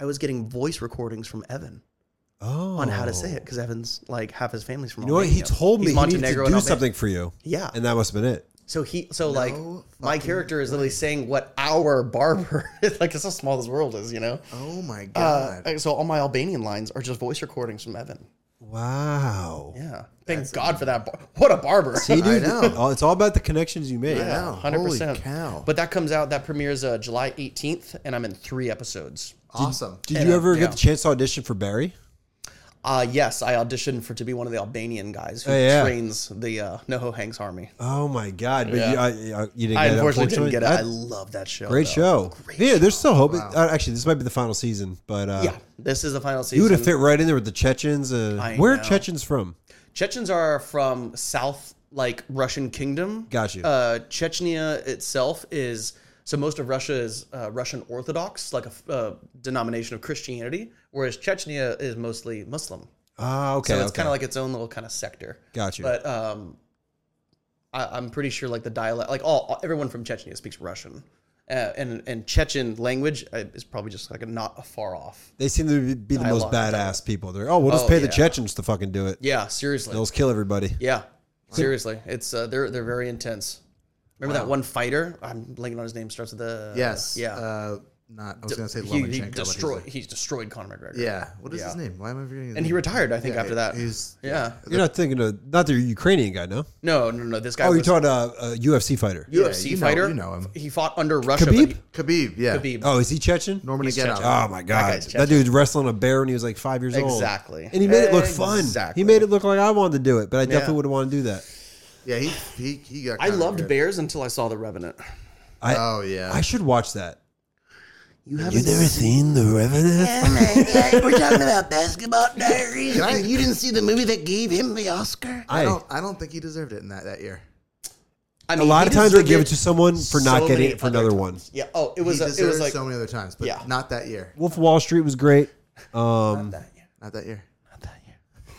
Speaker 1: I was getting voice recordings from Evan
Speaker 4: Oh.
Speaker 1: on how to say it because Evan's like half his family's from.
Speaker 4: You know what? He told me
Speaker 1: He's
Speaker 4: he needed to
Speaker 1: Montenegro and
Speaker 4: do
Speaker 1: Albanian.
Speaker 4: something for you.
Speaker 1: Yeah.
Speaker 4: And that must have been it.
Speaker 1: So he, so like my character is literally saying what our barber is like. It's how small this world is, you know.
Speaker 2: Oh my
Speaker 1: Uh,
Speaker 2: god.
Speaker 1: so all my Albanian lines are just voice recordings from Evan.
Speaker 4: Wow.
Speaker 1: Yeah, thank God for that. Bar- what a barber!
Speaker 4: See, dude,
Speaker 2: know.
Speaker 4: oh, It's all about the connections you make.
Speaker 2: Yeah. Wow,
Speaker 1: hundred
Speaker 2: holy
Speaker 1: percent.
Speaker 2: cow.
Speaker 1: But that comes out that premieres uh, July eighteenth, and I'm in three episodes.
Speaker 2: awesome.
Speaker 4: Did you ever
Speaker 1: yeah.
Speaker 4: get the chance to audition for Barry?
Speaker 1: Uh yes, I auditioned for to be one of the Albanian guys who
Speaker 4: Oh, yeah.
Speaker 1: trains the uh, Noho Hangs Army.
Speaker 4: Oh my God! But
Speaker 1: Yeah.
Speaker 4: you, I, I- you didn't.
Speaker 1: I
Speaker 4: Get
Speaker 1: unfortunately
Speaker 4: it,
Speaker 1: didn't get it. I
Speaker 4: That-
Speaker 1: love that show.
Speaker 4: great
Speaker 1: though.
Speaker 4: show.
Speaker 1: Great
Speaker 4: yeah,
Speaker 1: show.
Speaker 4: there's still hope. Uh, actually, this might be the final season, but uh,
Speaker 1: Yeah, this is the final season.
Speaker 4: you would have fit right in there with the Chechens. Uh,
Speaker 1: I
Speaker 4: where are
Speaker 1: know.
Speaker 4: Chechens from?
Speaker 1: Chechens are from South, like Russian Kingdom.
Speaker 4: Got you.
Speaker 1: Uh, Chechnya itself is so most of Russia is uh, Russian Orthodox, like a f- uh, denomination of Christianity, whereas Chechnya is mostly Muslim.
Speaker 4: Ah, okay.
Speaker 1: So it's
Speaker 4: okay.
Speaker 1: kind of like its own little kind of sector.
Speaker 4: Got you.
Speaker 1: But um, I, I'm pretty sure like the dialect, like all all- everyone from Chechnya speaks Russian, uh, and and Chechen language uh, is probably just like a not a far off.
Speaker 4: they seem to be the most
Speaker 1: Dialogue, dialogue.
Speaker 4: badass people. They're oh, we'll just
Speaker 1: Oh,
Speaker 4: pay the
Speaker 1: yeah.
Speaker 4: Chechens to fucking do it.
Speaker 1: Yeah, seriously.
Speaker 4: They'll just kill everybody.
Speaker 1: Yeah, seriously, it's uh, they're they're very intense. Remember that one fighter? I'm blanking on his name. Starts with the
Speaker 2: Yes.
Speaker 1: Yeah,
Speaker 2: Uh, not. I was gonna say
Speaker 1: he,
Speaker 2: Lomachenko.
Speaker 1: he
Speaker 2: but he's-
Speaker 1: destroyed. He's destroyed Conor McGregor.
Speaker 2: Yeah. What is
Speaker 1: Yeah.
Speaker 2: his name? Why am I forgetting? His
Speaker 1: and he
Speaker 2: name?
Speaker 1: retired. I think
Speaker 2: Yeah,
Speaker 1: after that.
Speaker 2: He's
Speaker 1: yeah.
Speaker 4: You're not thinking of not the Ukrainian guy, no?
Speaker 1: No, no, no. This guy
Speaker 4: Oh, you're
Speaker 1: was
Speaker 4: talking uh, a UFC fighter.
Speaker 1: UFC
Speaker 2: you know-
Speaker 1: fighter.
Speaker 2: you know him.
Speaker 1: He fought under Russia. but
Speaker 4: Khabib?
Speaker 2: Khabib. Yeah.
Speaker 1: he- Khabib.
Speaker 4: Oh, is he Chechen?
Speaker 2: Norman
Speaker 1: He's
Speaker 2: Again.
Speaker 1: Chechen.
Speaker 4: Oh my god,
Speaker 1: guy's
Speaker 4: that,
Speaker 1: Chechen.
Speaker 4: dude was wrestling a bear when he was like five years old.
Speaker 1: Exactly.
Speaker 4: and he made it look fun.
Speaker 1: Exactly.
Speaker 4: He made it look like I wanted to do it, but I definitely wouldn't want to do that.
Speaker 2: Yeah. He he he got.
Speaker 1: I
Speaker 2: kinda
Speaker 1: loved
Speaker 2: weird.
Speaker 1: bears until I saw The Revenant.
Speaker 4: I,
Speaker 2: Oh yeah.
Speaker 4: I should watch that.
Speaker 1: You haven't
Speaker 4: seen The Revenant?
Speaker 5: We're talking about basketball diaries.
Speaker 2: I-
Speaker 5: and you didn't see the movie that gave him the Oscar?
Speaker 2: I
Speaker 4: I,
Speaker 2: don't. I don't think he deserved it in that that year.
Speaker 1: I mean,
Speaker 4: a lot
Speaker 1: he
Speaker 4: of times they
Speaker 1: deserved
Speaker 4: give it to someone for not
Speaker 1: so
Speaker 4: getting
Speaker 1: many
Speaker 4: it for
Speaker 1: other
Speaker 4: another
Speaker 1: times.
Speaker 4: one.
Speaker 1: Yeah. Oh, it was.
Speaker 2: he
Speaker 1: A,
Speaker 2: deserved
Speaker 1: it was like
Speaker 2: so many other times, but
Speaker 1: Yeah.
Speaker 2: not that year.
Speaker 4: Wolf of Wall Street was great. Um,
Speaker 1: that year.
Speaker 2: Not that year.
Speaker 1: Not that year.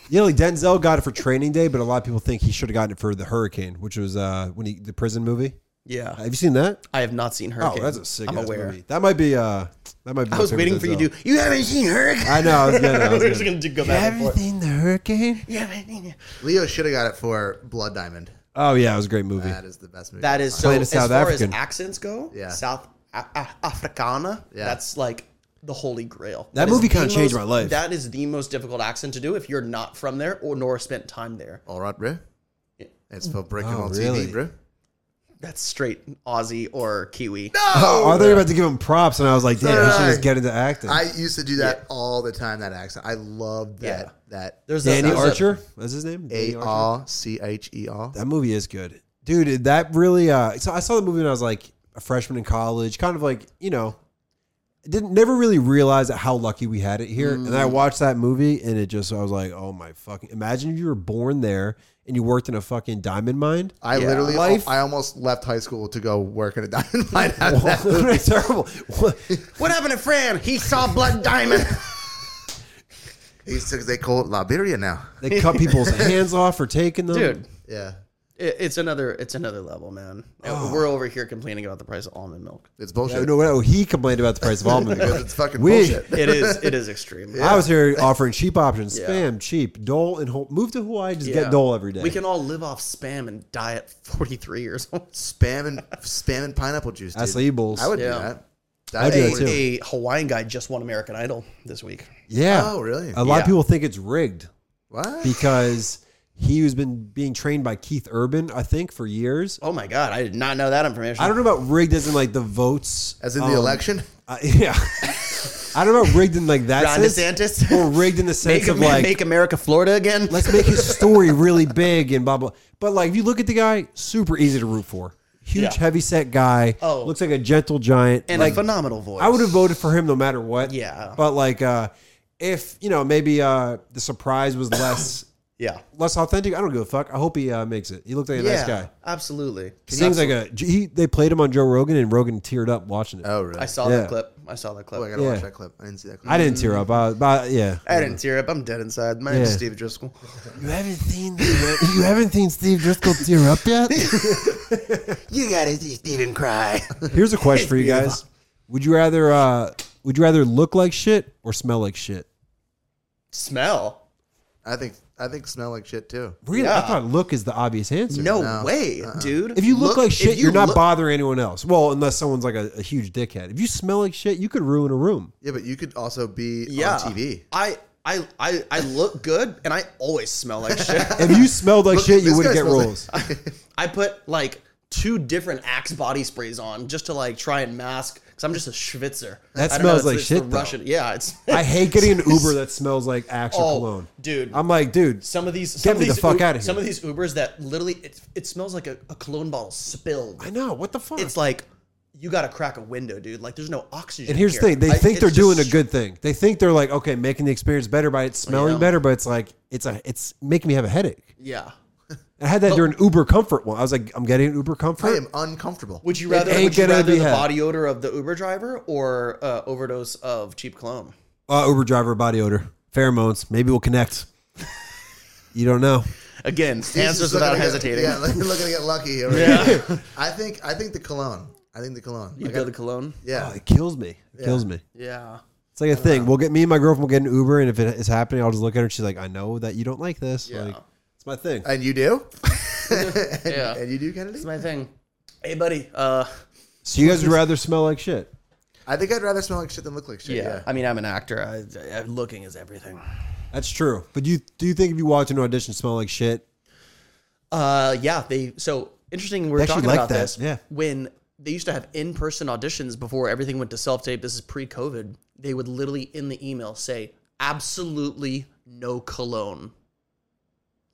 Speaker 4: You know, like Denzel got it for Training Day, but a lot of people think he should have gotten it for The Hurricane, which was uh, when he the prison movie.
Speaker 1: Yeah,
Speaker 4: Have you seen that?
Speaker 1: I have not seen
Speaker 4: Oh,
Speaker 1: Hurricane.
Speaker 4: that's a sick.
Speaker 1: I'm
Speaker 4: ass
Speaker 1: aware.
Speaker 4: Movie. That might be. Uh, that might be.
Speaker 1: I was waiting for you to. You haven't seen Hurricane.
Speaker 4: I know. I was gonna. I was
Speaker 1: We're just
Speaker 4: gonna.
Speaker 1: gonna do- go back and forth.
Speaker 4: The Hurricane.
Speaker 1: You haven't seen it.
Speaker 2: Leo should have got it for Blood Diamond.
Speaker 4: Oh yeah, it was a great movie.
Speaker 2: That is the best movie.
Speaker 1: That is so.
Speaker 4: Playing a
Speaker 1: As
Speaker 4: South
Speaker 1: far as
Speaker 4: African.
Speaker 1: accents go,
Speaker 2: Yeah.
Speaker 1: South A- A- Africana.
Speaker 2: Yeah.
Speaker 1: That's like the holy grail.
Speaker 4: That
Speaker 1: is
Speaker 4: movie kinda
Speaker 1: the
Speaker 4: changed
Speaker 1: most-
Speaker 4: my life.
Speaker 1: That is the most difficult accent to do if you're not from there or nor spent time there.
Speaker 2: all right, bro. It's for breaking
Speaker 4: Oh,
Speaker 2: on
Speaker 4: really?
Speaker 2: TV, bro.
Speaker 1: That's straight Aussie or Kiwi.
Speaker 4: Oh, I thought you were about to give him props, and I was like, damn, he should just get into acting.
Speaker 2: I used to do that all the time. That accent, I loved that.
Speaker 1: Yeah.
Speaker 2: That
Speaker 1: There's a-
Speaker 4: Danny
Speaker 1: there's a-
Speaker 4: Archer. What's his name?
Speaker 2: A
Speaker 4: Danny Archer?
Speaker 2: R C H E R.
Speaker 4: That movie is good, dude. That really. Uh, so I saw the movie when I was like a freshman in college, kind of like you know, didn't never really realize how lucky we had it here. And then I
Speaker 2: Mm-hmm.
Speaker 4: watched that movie, and it just I was like, oh my fucking! Imagine if you were born there and you worked in a fucking diamond mine.
Speaker 2: I literally,
Speaker 4: Life-
Speaker 2: I almost left high school to go work in a diamond mine. after that.
Speaker 4: terrible. What-
Speaker 1: What happened to Fran? He saw Blood Diamond.
Speaker 2: He said they call it Liberia now.
Speaker 4: they cut people's hands off for taking them,
Speaker 1: Dude,
Speaker 2: Yeah,
Speaker 1: it, it's another it's another level, man. Uh,
Speaker 4: Oh.
Speaker 1: We're over here complaining about the price of almond milk.
Speaker 2: it's bullshit.
Speaker 4: No, no, no, he complained about the price of almond
Speaker 2: Because
Speaker 4: milk.
Speaker 2: it's fucking
Speaker 4: We-
Speaker 2: bullshit.
Speaker 1: It is it is extreme.
Speaker 4: I was here offering cheap options,
Speaker 1: Yeah.
Speaker 4: spam, cheap, Dole, and Hol- move to Hawaii. Just
Speaker 1: Yeah.
Speaker 4: get Dole every day.
Speaker 1: We can all live off spam and die at 43 years old.
Speaker 2: Spam and spam and pineapple juice. Dude.
Speaker 4: That's labels.
Speaker 2: I would
Speaker 1: Yeah.
Speaker 2: do that.
Speaker 4: I'd do
Speaker 2: That-
Speaker 4: that too.
Speaker 1: A Hawaiian guy just won American Idol this week.
Speaker 4: Yeah.
Speaker 2: Oh, really?
Speaker 4: A lot of
Speaker 1: Yeah.
Speaker 4: people think it's rigged
Speaker 2: What?
Speaker 4: because he has been being trained by Keith Urban, I think, for years.
Speaker 1: Oh my god, I did not know that information.
Speaker 4: I don't know about rigged as in like the votes.
Speaker 2: As in the election?
Speaker 4: Uh, yeah. I don't know about rigged in like that
Speaker 1: Ron
Speaker 4: sense.
Speaker 1: DeSantis?
Speaker 4: Or rigged in the sense
Speaker 1: Make,
Speaker 4: of
Speaker 1: Ama-
Speaker 4: like,
Speaker 1: make America Florida again.
Speaker 4: let's make his story really big and blah, blah. But like, if you look at the guy, super easy to root for. Huge,
Speaker 1: Yeah.
Speaker 4: heavy set guy.
Speaker 1: Oh.
Speaker 4: Looks like a gentle giant.
Speaker 1: and
Speaker 4: like,
Speaker 1: a phenomenal voice.
Speaker 4: I would have voted for him no matter what.
Speaker 1: Yeah.
Speaker 4: But like, uh, if, you know, maybe uh, the surprise was less.
Speaker 1: Yeah.
Speaker 4: less authentic. I don't give a fuck. I hope he uh, makes it. He looked like a
Speaker 1: yeah.
Speaker 4: nice guy.
Speaker 1: Absolutely.
Speaker 4: Seems like a he. They played him on Joe Rogan, and Rogan teared up watching it.
Speaker 2: Oh, really?
Speaker 1: I saw
Speaker 4: Yeah.
Speaker 1: that clip. I saw that clip.
Speaker 2: Oh, I gotta
Speaker 4: Yeah.
Speaker 2: watch that clip. I didn't see that clip.
Speaker 4: I didn't tear up. I, was- but yeah,
Speaker 1: I didn't tear up. I'm dead inside. My name is
Speaker 4: Yeah.
Speaker 1: Steve Driscoll.
Speaker 4: you haven't seen you haven't seen Steve Driscoll tear up yet.
Speaker 5: You gotta see Steven cry.
Speaker 4: Here's a question for you guys: Would you rather uh, would you rather look like shit or smell like shit?
Speaker 1: Smell.
Speaker 2: I think I think smell like shit too.
Speaker 4: Really, I
Speaker 1: Yeah.
Speaker 4: thought look is the obvious answer.
Speaker 1: No,
Speaker 2: No. Uh-uh.
Speaker 1: way, dude.
Speaker 4: If you look, like
Speaker 1: if
Speaker 4: shit, you are not
Speaker 1: look-
Speaker 4: bothering anyone else. Well, unless someone's like a, a huge dickhead. If you smell like shit, you could ruin a room.
Speaker 2: Yeah, but you could also be
Speaker 1: yeah.
Speaker 2: on TV.
Speaker 1: I, I, I, I look good and I always smell like shit.
Speaker 4: If you smelled like
Speaker 2: Look,
Speaker 4: shit, you
Speaker 2: this
Speaker 4: wouldn't
Speaker 2: guy
Speaker 4: get
Speaker 2: smells like-
Speaker 4: rolls.
Speaker 1: I put like two different Axe body sprays on just to like try and mask because I'm just a Schwitzer.
Speaker 4: That
Speaker 1: I don't know,
Speaker 4: smells
Speaker 1: it's-
Speaker 4: like
Speaker 1: it's
Speaker 4: shit,
Speaker 1: The
Speaker 4: though.
Speaker 1: Russian, yeah, it's
Speaker 4: I hate getting an Uber that smells like axe or
Speaker 1: Oh,
Speaker 4: cologne.
Speaker 1: dude.
Speaker 4: I'm like, dude,
Speaker 1: some of these. Some
Speaker 4: me
Speaker 1: of
Speaker 4: the
Speaker 1: these
Speaker 4: fuck outta here.
Speaker 1: Some of these Ubers that literally it, it smells like a, a cologne bottle spilled.
Speaker 4: I know what the fuck.
Speaker 1: It's like you got to crack a window, dude. Like there's no oxygen.
Speaker 4: and here's the
Speaker 1: here.
Speaker 4: thing: they
Speaker 1: I-
Speaker 4: think
Speaker 1: it's
Speaker 4: they're
Speaker 1: just
Speaker 4: doing a
Speaker 1: str-
Speaker 4: good thing. They think they're like, okay, making the experience better by it smelling
Speaker 1: Yeah.
Speaker 4: better, but it's like it's a it's making me have a headache.
Speaker 1: Yeah.
Speaker 4: I had that during Uber Comfort one. I was like, I'm getting an Uber Comfort.
Speaker 2: I am uncomfortable.
Speaker 1: Would you rather?
Speaker 4: ain't
Speaker 1: Would you
Speaker 4: gonna
Speaker 1: rather
Speaker 4: be
Speaker 1: the
Speaker 4: had.
Speaker 1: body odor of the Uber driver or uh, overdose of cheap cologne?
Speaker 4: uh, Uber driver body odor, pheromones. Maybe we'll connect. you don't know.
Speaker 1: Again,
Speaker 2: He's
Speaker 1: answers
Speaker 2: just
Speaker 1: without
Speaker 2: looking to get-
Speaker 1: hesitating.
Speaker 2: yeah, look- looking to get lucky. Here. Yeah. I think I think the cologne. I think the cologne.
Speaker 1: You
Speaker 2: Like,
Speaker 1: go
Speaker 2: I-
Speaker 1: the cologne.
Speaker 4: Oh,
Speaker 2: yeah.
Speaker 4: it kills me. It kills me.
Speaker 1: Yeah.
Speaker 4: It's like a thing. We'll get me and my girlfriend will get an Uber, and if it is happening, I'll just look at her. and She's like, I know that you don't like this. Like, it's my thing.
Speaker 2: And you do?
Speaker 1: Yeah.
Speaker 2: And you do, Kennedy?
Speaker 1: It's my thing. Hey, buddy. Uh,
Speaker 4: so you guys would rather smell like shit.
Speaker 2: I think I'd rather smell like shit than look like shit.
Speaker 1: yeah.
Speaker 2: Yeah.
Speaker 1: I mean, I'm an actor. I, I, looking is everything.
Speaker 4: That's true. But do you do you think if you walked into an audition smell like shit?
Speaker 1: Uh, yeah. They so interesting. We are
Speaker 4: They actually
Speaker 1: talking
Speaker 4: like
Speaker 1: about
Speaker 4: that,
Speaker 1: this.
Speaker 4: yeah.
Speaker 1: When they used to have in-person auditions before everything went to self-tape. This is pre-COVID. They would literally in the email say absolutely no cologne,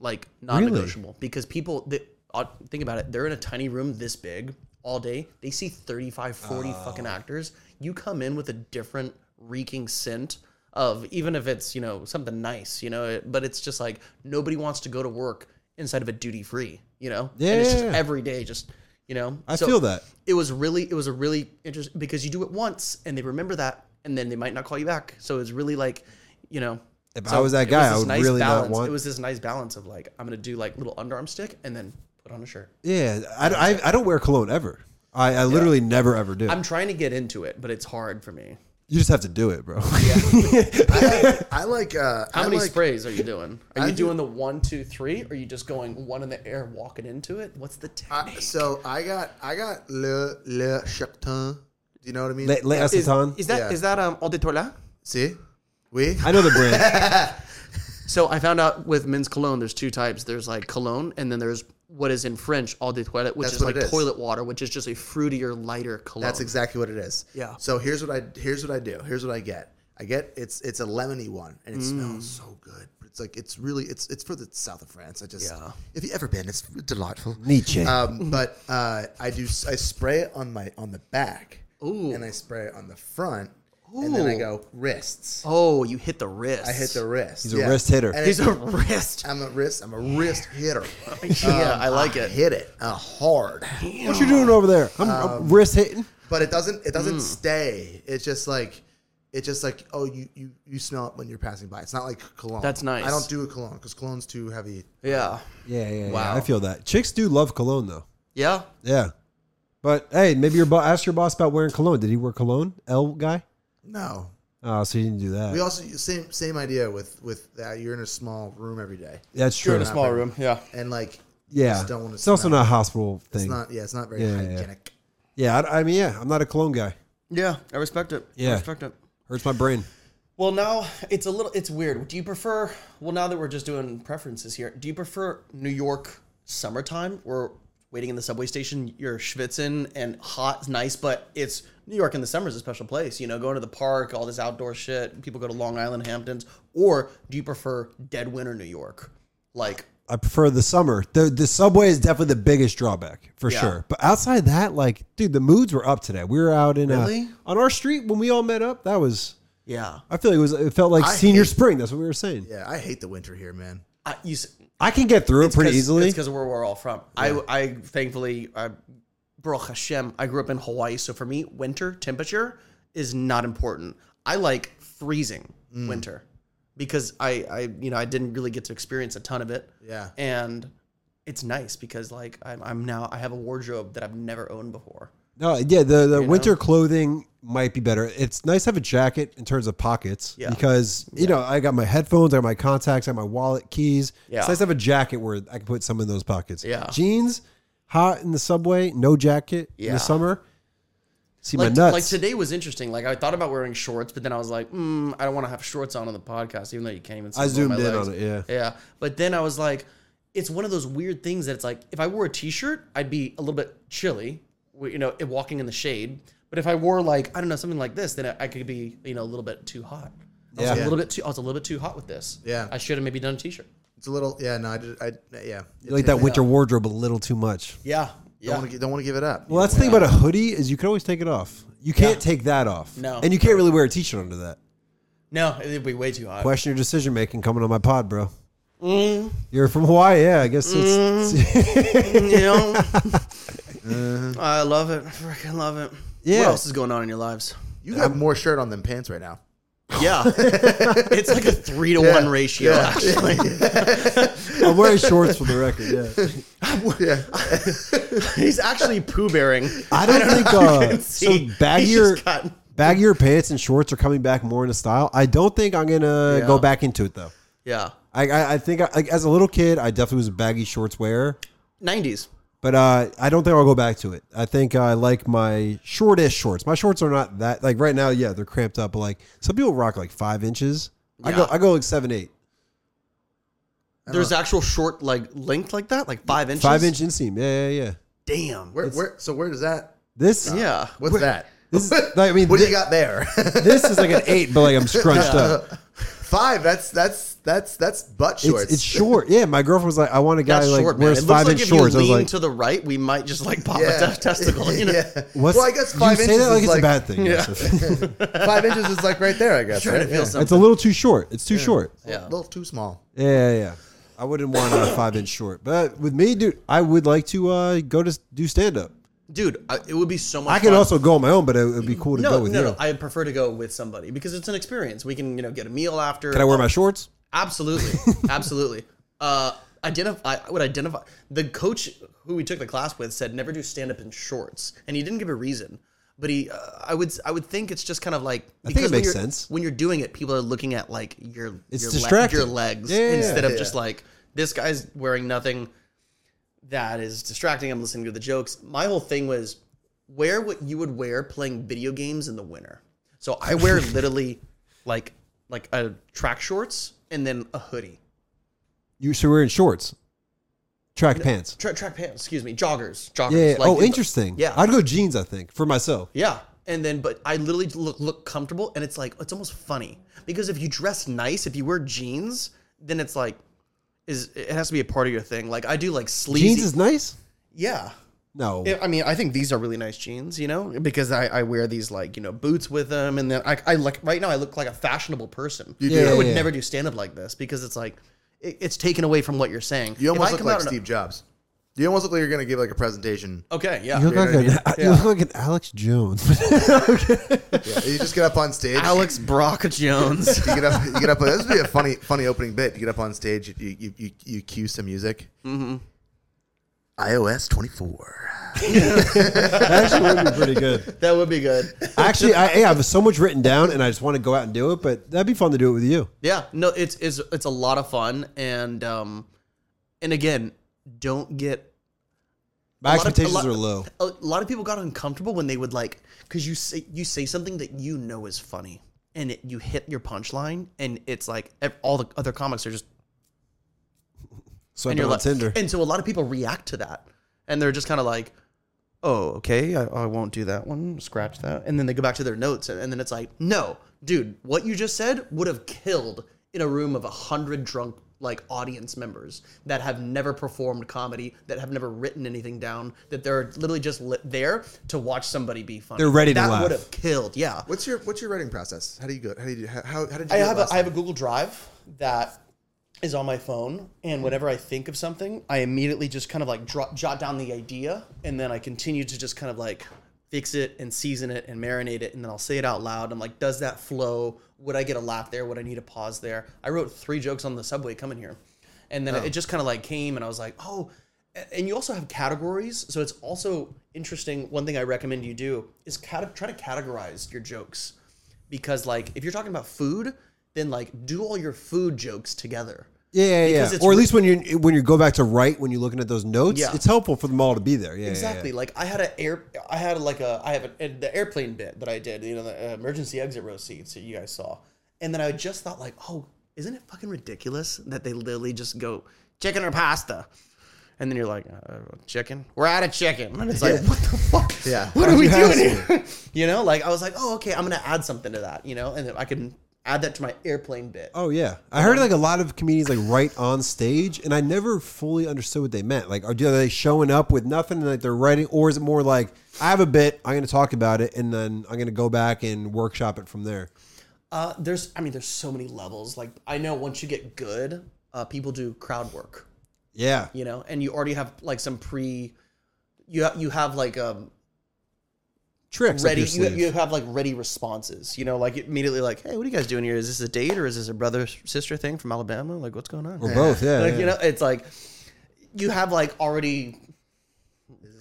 Speaker 1: like non-negotiable, because people that uh, think about it, they're in a tiny room this big all day. They see 35, 40 fucking actors. You come in with a different reeking scent. Of even if it's you know something nice you know it, but it's just like nobody wants to go to work inside of a duty free you know and it's just
Speaker 4: Yeah.
Speaker 1: every day just you know
Speaker 4: I feel that.
Speaker 1: it was really it was a really interesting because you do it once and they remember that and then they might not call you back so it's really like you know
Speaker 4: If
Speaker 1: So
Speaker 4: I was that
Speaker 1: it was
Speaker 4: guy, I
Speaker 1: this
Speaker 4: would
Speaker 1: nice
Speaker 4: really
Speaker 1: balance.
Speaker 4: not want.
Speaker 1: It was this nice balance of like I'm gonna do like little underarm stick and then put on a shirt.
Speaker 4: yeah, I, I, I don't wear cologne ever. I, I literally never ever do.
Speaker 1: I'm trying to get into it, but it's hard for me.
Speaker 4: you just have to do it, bro.
Speaker 2: I like. Uh,
Speaker 1: How
Speaker 2: I
Speaker 1: many
Speaker 2: like,
Speaker 1: sprays are you doing? Are
Speaker 2: I
Speaker 1: you
Speaker 2: do-
Speaker 1: doing the one, two, three? Or are you just going one in the air, walking into it? What's the
Speaker 2: I-
Speaker 1: technique?
Speaker 2: so I got I got le le Chatin. Do you know what I mean?
Speaker 4: Le, Le
Speaker 5: Is,
Speaker 4: Aceton.
Speaker 5: is that
Speaker 2: Yeah.
Speaker 5: is that um eau de toilette?
Speaker 2: See, we
Speaker 4: I know the brand.
Speaker 1: So I found out with men's cologne, there's two types. There's like cologne, and then there's what is in French eau de toilette, which
Speaker 2: That's
Speaker 1: is
Speaker 2: what
Speaker 1: like
Speaker 2: it is.
Speaker 1: toilet water, which is just a fruitier, lighter cologne.
Speaker 2: That's exactly what it is.
Speaker 1: Yeah.
Speaker 2: So here's what I here's what I do. Here's what I get. I get it's it's a lemony one and it
Speaker 1: Mm.
Speaker 2: smells so good. But it's like it's really it's it's for the south of France. I just
Speaker 1: Yeah.
Speaker 2: if you ever been, it's delightful.
Speaker 4: Nietzsche.
Speaker 2: Um, but uh, I do I spray it on my on the back. And I spray it on the front. And then I
Speaker 1: Ooh.
Speaker 2: go wrists.
Speaker 1: Oh, you hit the wrist.
Speaker 2: I hit the wrist.
Speaker 4: He's a wrist hitter.
Speaker 2: And
Speaker 1: He's
Speaker 2: it-
Speaker 1: a wrist.
Speaker 2: I'm a wrist. I'm a wrist hitter. Um,
Speaker 1: yeah, I like
Speaker 2: I
Speaker 1: it.
Speaker 2: hit it uh, hard.
Speaker 4: what you doing over there? I'm, I'm wrist hitting.
Speaker 2: but it doesn't it
Speaker 1: Mm.
Speaker 2: doesn't stay. It's just like it's just like oh you you you smell it when you're passing by. It's not like cologne.
Speaker 1: That's nice.
Speaker 2: I don't do a cologne because cologne's too heavy.
Speaker 1: Yeah.
Speaker 4: Yeah, yeah,
Speaker 1: Wow.
Speaker 4: yeah. I feel that. Chicks do love cologne though.
Speaker 1: Yeah.
Speaker 4: Yeah. But hey, maybe your bo- ask your boss about wearing cologne. Did he wear cologne? L guy?
Speaker 2: No.
Speaker 4: Oh, so he didn't do that.
Speaker 2: We also same same idea with with that. You're in a small room every day,
Speaker 4: That's true.
Speaker 1: small room. Yeah.
Speaker 2: and like you
Speaker 4: yeah.
Speaker 2: just don't want to.
Speaker 4: it's also not a hospital thing.
Speaker 2: It's not. Yeah, it's not very
Speaker 4: Yeah, yeah, yeah.
Speaker 2: hygienic.
Speaker 4: Yeah, I, I mean, yeah, I'm not a cologne guy.
Speaker 1: Yeah. I respect it.
Speaker 4: Yeah. respect
Speaker 1: it.
Speaker 4: Hurts my brain.
Speaker 1: Well, now it's a little, it's weird. Do you prefer, well, now that we're just doing preferences here, do you prefer New York summertime or waiting in the subway station? You're schwitzing and hot, it's nice, but it's New York in the summer is a special place. You know, going to the park, all this outdoor shit. People go to Long Island, Hamptons. Or do you prefer dead winter New York? Like,
Speaker 4: I prefer the summer. The the subway is definitely the biggest drawback for
Speaker 1: Yeah.
Speaker 4: sure. But outside that, like, dude, the moods were up today. We were out in uh,
Speaker 1: Really?
Speaker 4: on our street when we all met up. That was
Speaker 1: yeah.
Speaker 4: I feel like it was it felt like
Speaker 2: I
Speaker 4: senior
Speaker 2: hate-
Speaker 4: spring. That's what we were saying.
Speaker 2: Yeah, I hate the winter here, man.
Speaker 1: I, you, s-
Speaker 4: I can get through it pretty easily.
Speaker 1: It's because of where we're all from. I, I thankfully, I, Baruch Hashem, I grew up in Hawaii. So for me, winter temperature is not important. I like freezing
Speaker 4: Mm.
Speaker 1: winter because I, I, you know, I didn't really get to experience a ton of it.
Speaker 2: Yeah.
Speaker 1: And it's nice because like I'm, I'm now, I have a wardrobe that I've never owned before.
Speaker 4: No, yeah, the, the winter clothing might be better. It's nice to have a jacket in terms of pockets
Speaker 1: Yeah.
Speaker 4: because you know I got my headphones, I got my contacts, I got my wallet, keys.
Speaker 1: Yeah.
Speaker 4: It's nice to have a jacket where I can put some in those pockets.
Speaker 1: Yeah.
Speaker 4: jeans, hot in the subway, no jacket in
Speaker 1: Yeah.
Speaker 4: the summer. See
Speaker 1: Like,
Speaker 4: my nuts.
Speaker 1: like today was interesting. Like I thought about wearing shorts, but then I was like, mm, I don't want to have shorts on on the podcast, even though you can't even. See
Speaker 4: I
Speaker 1: below my
Speaker 4: zoomed in on
Speaker 1: legs.
Speaker 4: it, yeah.
Speaker 1: yeah. But then I was like, it's one of those weird things that it's like, if I wore a t-shirt, I'd be a little bit chilly, w- you know, it- walking in the shade. But if I wore like I don't know something like this, then I- I could be you know a little bit too hot. I was
Speaker 4: Yeah.
Speaker 1: a little bit too. I was a little bit too hot with this.
Speaker 2: Yeah.
Speaker 1: I should have maybe done a t-shirt.
Speaker 2: It's a little. Yeah, no, I did. I yeah.
Speaker 4: You like that winter wardrobe a little too much.
Speaker 1: Yeah. Yeah.
Speaker 2: Don't want to don't want to give it up.
Speaker 4: Well, that's the thing about a hoodie is you can always take it off. You can't take that off.
Speaker 1: No.
Speaker 4: and you can't really wear a t-shirt under that.
Speaker 1: no, it'd be way too hot.
Speaker 4: Question your decision making coming on my pod, bro.
Speaker 1: Mm.
Speaker 4: You're from Hawaii, yeah. I guess it's,
Speaker 1: you know. I love it. Freaking love it.
Speaker 4: Uh. Yeah.
Speaker 1: What else is going on in your lives?
Speaker 2: you have more shirt on than pants right now.
Speaker 1: Yeah. it's like a three to one ratio, actually.
Speaker 4: I'm wearing shorts for the record. Yeah,
Speaker 1: He's actually poo bearing.
Speaker 4: I don't think uh, so.
Speaker 1: See, he's
Speaker 4: Baggier,
Speaker 1: just got-
Speaker 4: baggier pants and shorts are coming back more into style. I don't think I'm gonna
Speaker 1: Yeah.
Speaker 4: go back into it though.
Speaker 1: yeah.
Speaker 4: I, I, I think I, like, as a little kid, I definitely was a baggy shorts wearer,
Speaker 1: 90s.
Speaker 4: but uh, I don't think I'll go back to it. I think I like my shortish shorts. My shorts are not that like right now. Yeah, they're cramped up, but like some people rock like five inches. I go,
Speaker 1: Yeah.
Speaker 4: I go like seven, eight,
Speaker 1: There's actual short, like, length like that, like five inches.
Speaker 4: five inch inseam. Yeah, yeah, yeah.
Speaker 1: Damn.
Speaker 2: Where where so where does that?
Speaker 4: This,
Speaker 1: yeah.
Speaker 2: What's that?
Speaker 4: This is- I mean,
Speaker 2: what do
Speaker 4: thi-
Speaker 2: you got there?
Speaker 4: this is like an eight, but like I'm scrunched up.
Speaker 2: Five. That's that's that's that's butt shorts.
Speaker 4: It's, it's short. Yeah, my girlfriend was like, I want a guy
Speaker 1: That's
Speaker 4: like
Speaker 1: short, man. It
Speaker 4: wears
Speaker 1: looks
Speaker 4: five
Speaker 1: like
Speaker 4: inch
Speaker 1: if
Speaker 4: shorts. I
Speaker 1: you
Speaker 4: was
Speaker 1: lean
Speaker 4: like,
Speaker 1: to the right, we might just like pop a
Speaker 2: Yeah.
Speaker 1: tough testicle. You know?
Speaker 2: Yeah.
Speaker 4: what's?
Speaker 2: well, I guess five
Speaker 4: you
Speaker 2: inches
Speaker 4: say that like
Speaker 2: is
Speaker 4: it's
Speaker 2: like
Speaker 4: a bad thing. Joseph.
Speaker 2: five inches is like right there. I guess.
Speaker 1: Trying to
Speaker 2: Right?
Speaker 1: feel
Speaker 2: Yeah.
Speaker 1: something.
Speaker 4: it's a little too short. It's too short.
Speaker 1: Yeah.
Speaker 2: A little too small.
Speaker 4: Yeah, yeah. yeah. I wouldn't want a five inch short, but with me, dude, I would like to uh, go to s- do stand up.
Speaker 5: dude, I, it would be so much.
Speaker 4: I can
Speaker 5: fun.
Speaker 4: also go on my own, but it would be cool to
Speaker 5: no,
Speaker 4: go with
Speaker 5: no,
Speaker 4: you.
Speaker 5: no. I prefer to go with somebody because it's an experience. We can you know get a meal after.
Speaker 4: Can I wear my shorts?
Speaker 5: Absolutely, absolutely. Uh, identify. I would identify. The coach who we took the class with said never do stand up in shorts, and he didn't give a reason. But he, uh, I would, I would think it's just kind of like
Speaker 4: think it
Speaker 5: when
Speaker 4: makes
Speaker 5: you're-
Speaker 4: sense.
Speaker 5: when you're doing it, people are looking at like your
Speaker 4: It's
Speaker 5: your,
Speaker 4: distracting.
Speaker 5: your legs
Speaker 4: Yeah, yeah, yeah.
Speaker 5: instead of
Speaker 2: Yeah.
Speaker 5: just like this guy's wearing nothing that is distracting. I'm listening to the jokes. My whole thing was wear what you would wear playing video games in the winter. So I wear literally like like a track shorts and then a hoodie,
Speaker 4: You should wear in shorts, track pants.
Speaker 5: Tra- track pants. Excuse me, joggers, joggers.
Speaker 4: Yeah. yeah.
Speaker 5: like-
Speaker 4: oh, interesting.
Speaker 5: Yeah.
Speaker 4: I'd go jeans. I think for myself.
Speaker 5: Yeah. And then, but I literally look look comfortable, and it's like it's almost funny because if you dress nice, if you wear jeans, then it's like, is it has to be a part of your thing. Like I do like sleazy.
Speaker 4: Jeans is nice.
Speaker 5: yeah.
Speaker 4: No.
Speaker 5: Yeah, I mean, I think these are really nice jeans, you know, because I, I wear these like you know boots with them, and then I, I like right now I look like a fashionable person.
Speaker 2: You
Speaker 4: do. Yeah,
Speaker 5: I would
Speaker 4: yeah, yeah.
Speaker 5: never do stand up like this because it's like it, it's taken away from what you're saying.
Speaker 2: You
Speaker 5: If
Speaker 2: almost
Speaker 5: I
Speaker 2: look
Speaker 5: come
Speaker 2: like
Speaker 5: out in a-
Speaker 2: Steve Jobs. You almost look like you're gonna give like a presentation.
Speaker 5: Okay, yeah,
Speaker 4: you look like an, you look like an Alex Jones.
Speaker 2: Yeah, you just get up on stage.
Speaker 5: Alex Brock Jones.
Speaker 2: You get up. You get up. This would be a funny, funny opening bit. You get up on stage. You you you, you cue some music. Mm-hmm. iOS twenty four.
Speaker 4: that actually would be pretty good.
Speaker 5: that would be good.
Speaker 4: Actually, I, I have so much written down, and I just want to go out and do it. But that'd be fun to do it with you.
Speaker 5: Yeah, no, it's it's it's a lot of fun, and um, and again, don't get
Speaker 4: My
Speaker 5: a lot of- a
Speaker 4: expectations
Speaker 5: lot-
Speaker 4: are low.
Speaker 5: A lot of people got uncomfortable when they would like because you say you say something that you know is funny, and it, you hit your punchline, and it's like ev- all the other comics are just
Speaker 4: So
Speaker 5: and
Speaker 4: I'm
Speaker 5: you're
Speaker 4: on
Speaker 5: like,
Speaker 4: Tinder.
Speaker 5: and so a lot of people react to that, and they're just kind of like, oh, okay, I, I won't do that one, scratch that, and then they go back to their notes, and, and then it's like, no, dude, what you just said would have killed in a room of a hundred drunk like audience members that have never performed comedy, that have never written anything down, that they're literally just li- there to watch somebody be funny.
Speaker 4: They're ready to
Speaker 5: that
Speaker 4: laugh.
Speaker 5: would have killed, yeah.
Speaker 2: What's your what's your writing process? How do you go? How do you do? How, how did you?
Speaker 5: I
Speaker 2: do it
Speaker 5: have
Speaker 2: last
Speaker 5: a, I have a Google Drive that is on my phone, and whenever I think of something, I immediately just kind of like dro- jot down the idea, and then I continue to just kind of like fix it and season it and marinate it, and then I'll say it out loud. I'm like, does that flow? Would I get a laugh there? Would I need a pause there? I wrote three jokes on the subway coming here, and
Speaker 2: Oh.
Speaker 5: then it just kind of like came, and I was like, oh. a- And you also have categories, so it's also interesting. One thing I recommend you do is cate- try to categorize your jokes because like if you're talking about food then like do all your food jokes together
Speaker 4: Yeah, yeah,
Speaker 5: Because
Speaker 4: yeah.
Speaker 5: it's
Speaker 4: Or at
Speaker 5: re-
Speaker 4: least when you when you go back to write when you're looking at those notes,
Speaker 5: Yeah.
Speaker 4: it's helpful for them all to be there. Yeah, yeah,
Speaker 5: exactly like i had a air i had like a i have a, the airplane bit that i did you know the uh, emergency exit row seats that you guys saw and then i just thought like oh isn't it fucking ridiculous that they literally just go chicken or pasta and then you're like uh, chicken we're out of chicken and it's like what the fuck
Speaker 2: Yeah.
Speaker 5: what are we
Speaker 4: Why'd you
Speaker 5: doing
Speaker 4: ask
Speaker 5: here you know like i was like oh okay i'm gonna add something to that you know and then i can add that to my airplane bit
Speaker 4: Oh yeah, I heard like a lot of comedians like write on stage, and I never fully understood what they meant. Like, are, are they showing up with nothing and like they're writing, or is it more like I have a bit, I'm going to talk about it, and then I'm going to go back and workshop it from there?
Speaker 5: Uh, there's, I mean, there's so many levels. Like I know once you get good, uh, people do crowd work,
Speaker 4: Yeah,
Speaker 5: you know, and you already have like some pre, you ha- you have like um
Speaker 4: tricks.
Speaker 5: ready,
Speaker 4: up your
Speaker 5: you,
Speaker 4: sleeve.
Speaker 5: you have like ready responses, you know, like immediately like, hey, what are you guys doing here? Is this a date or is this a brother sister thing from Alabama? Like what's going on?
Speaker 4: or both. Yeah,
Speaker 5: like
Speaker 4: yeah.
Speaker 5: you know, it's like you have like already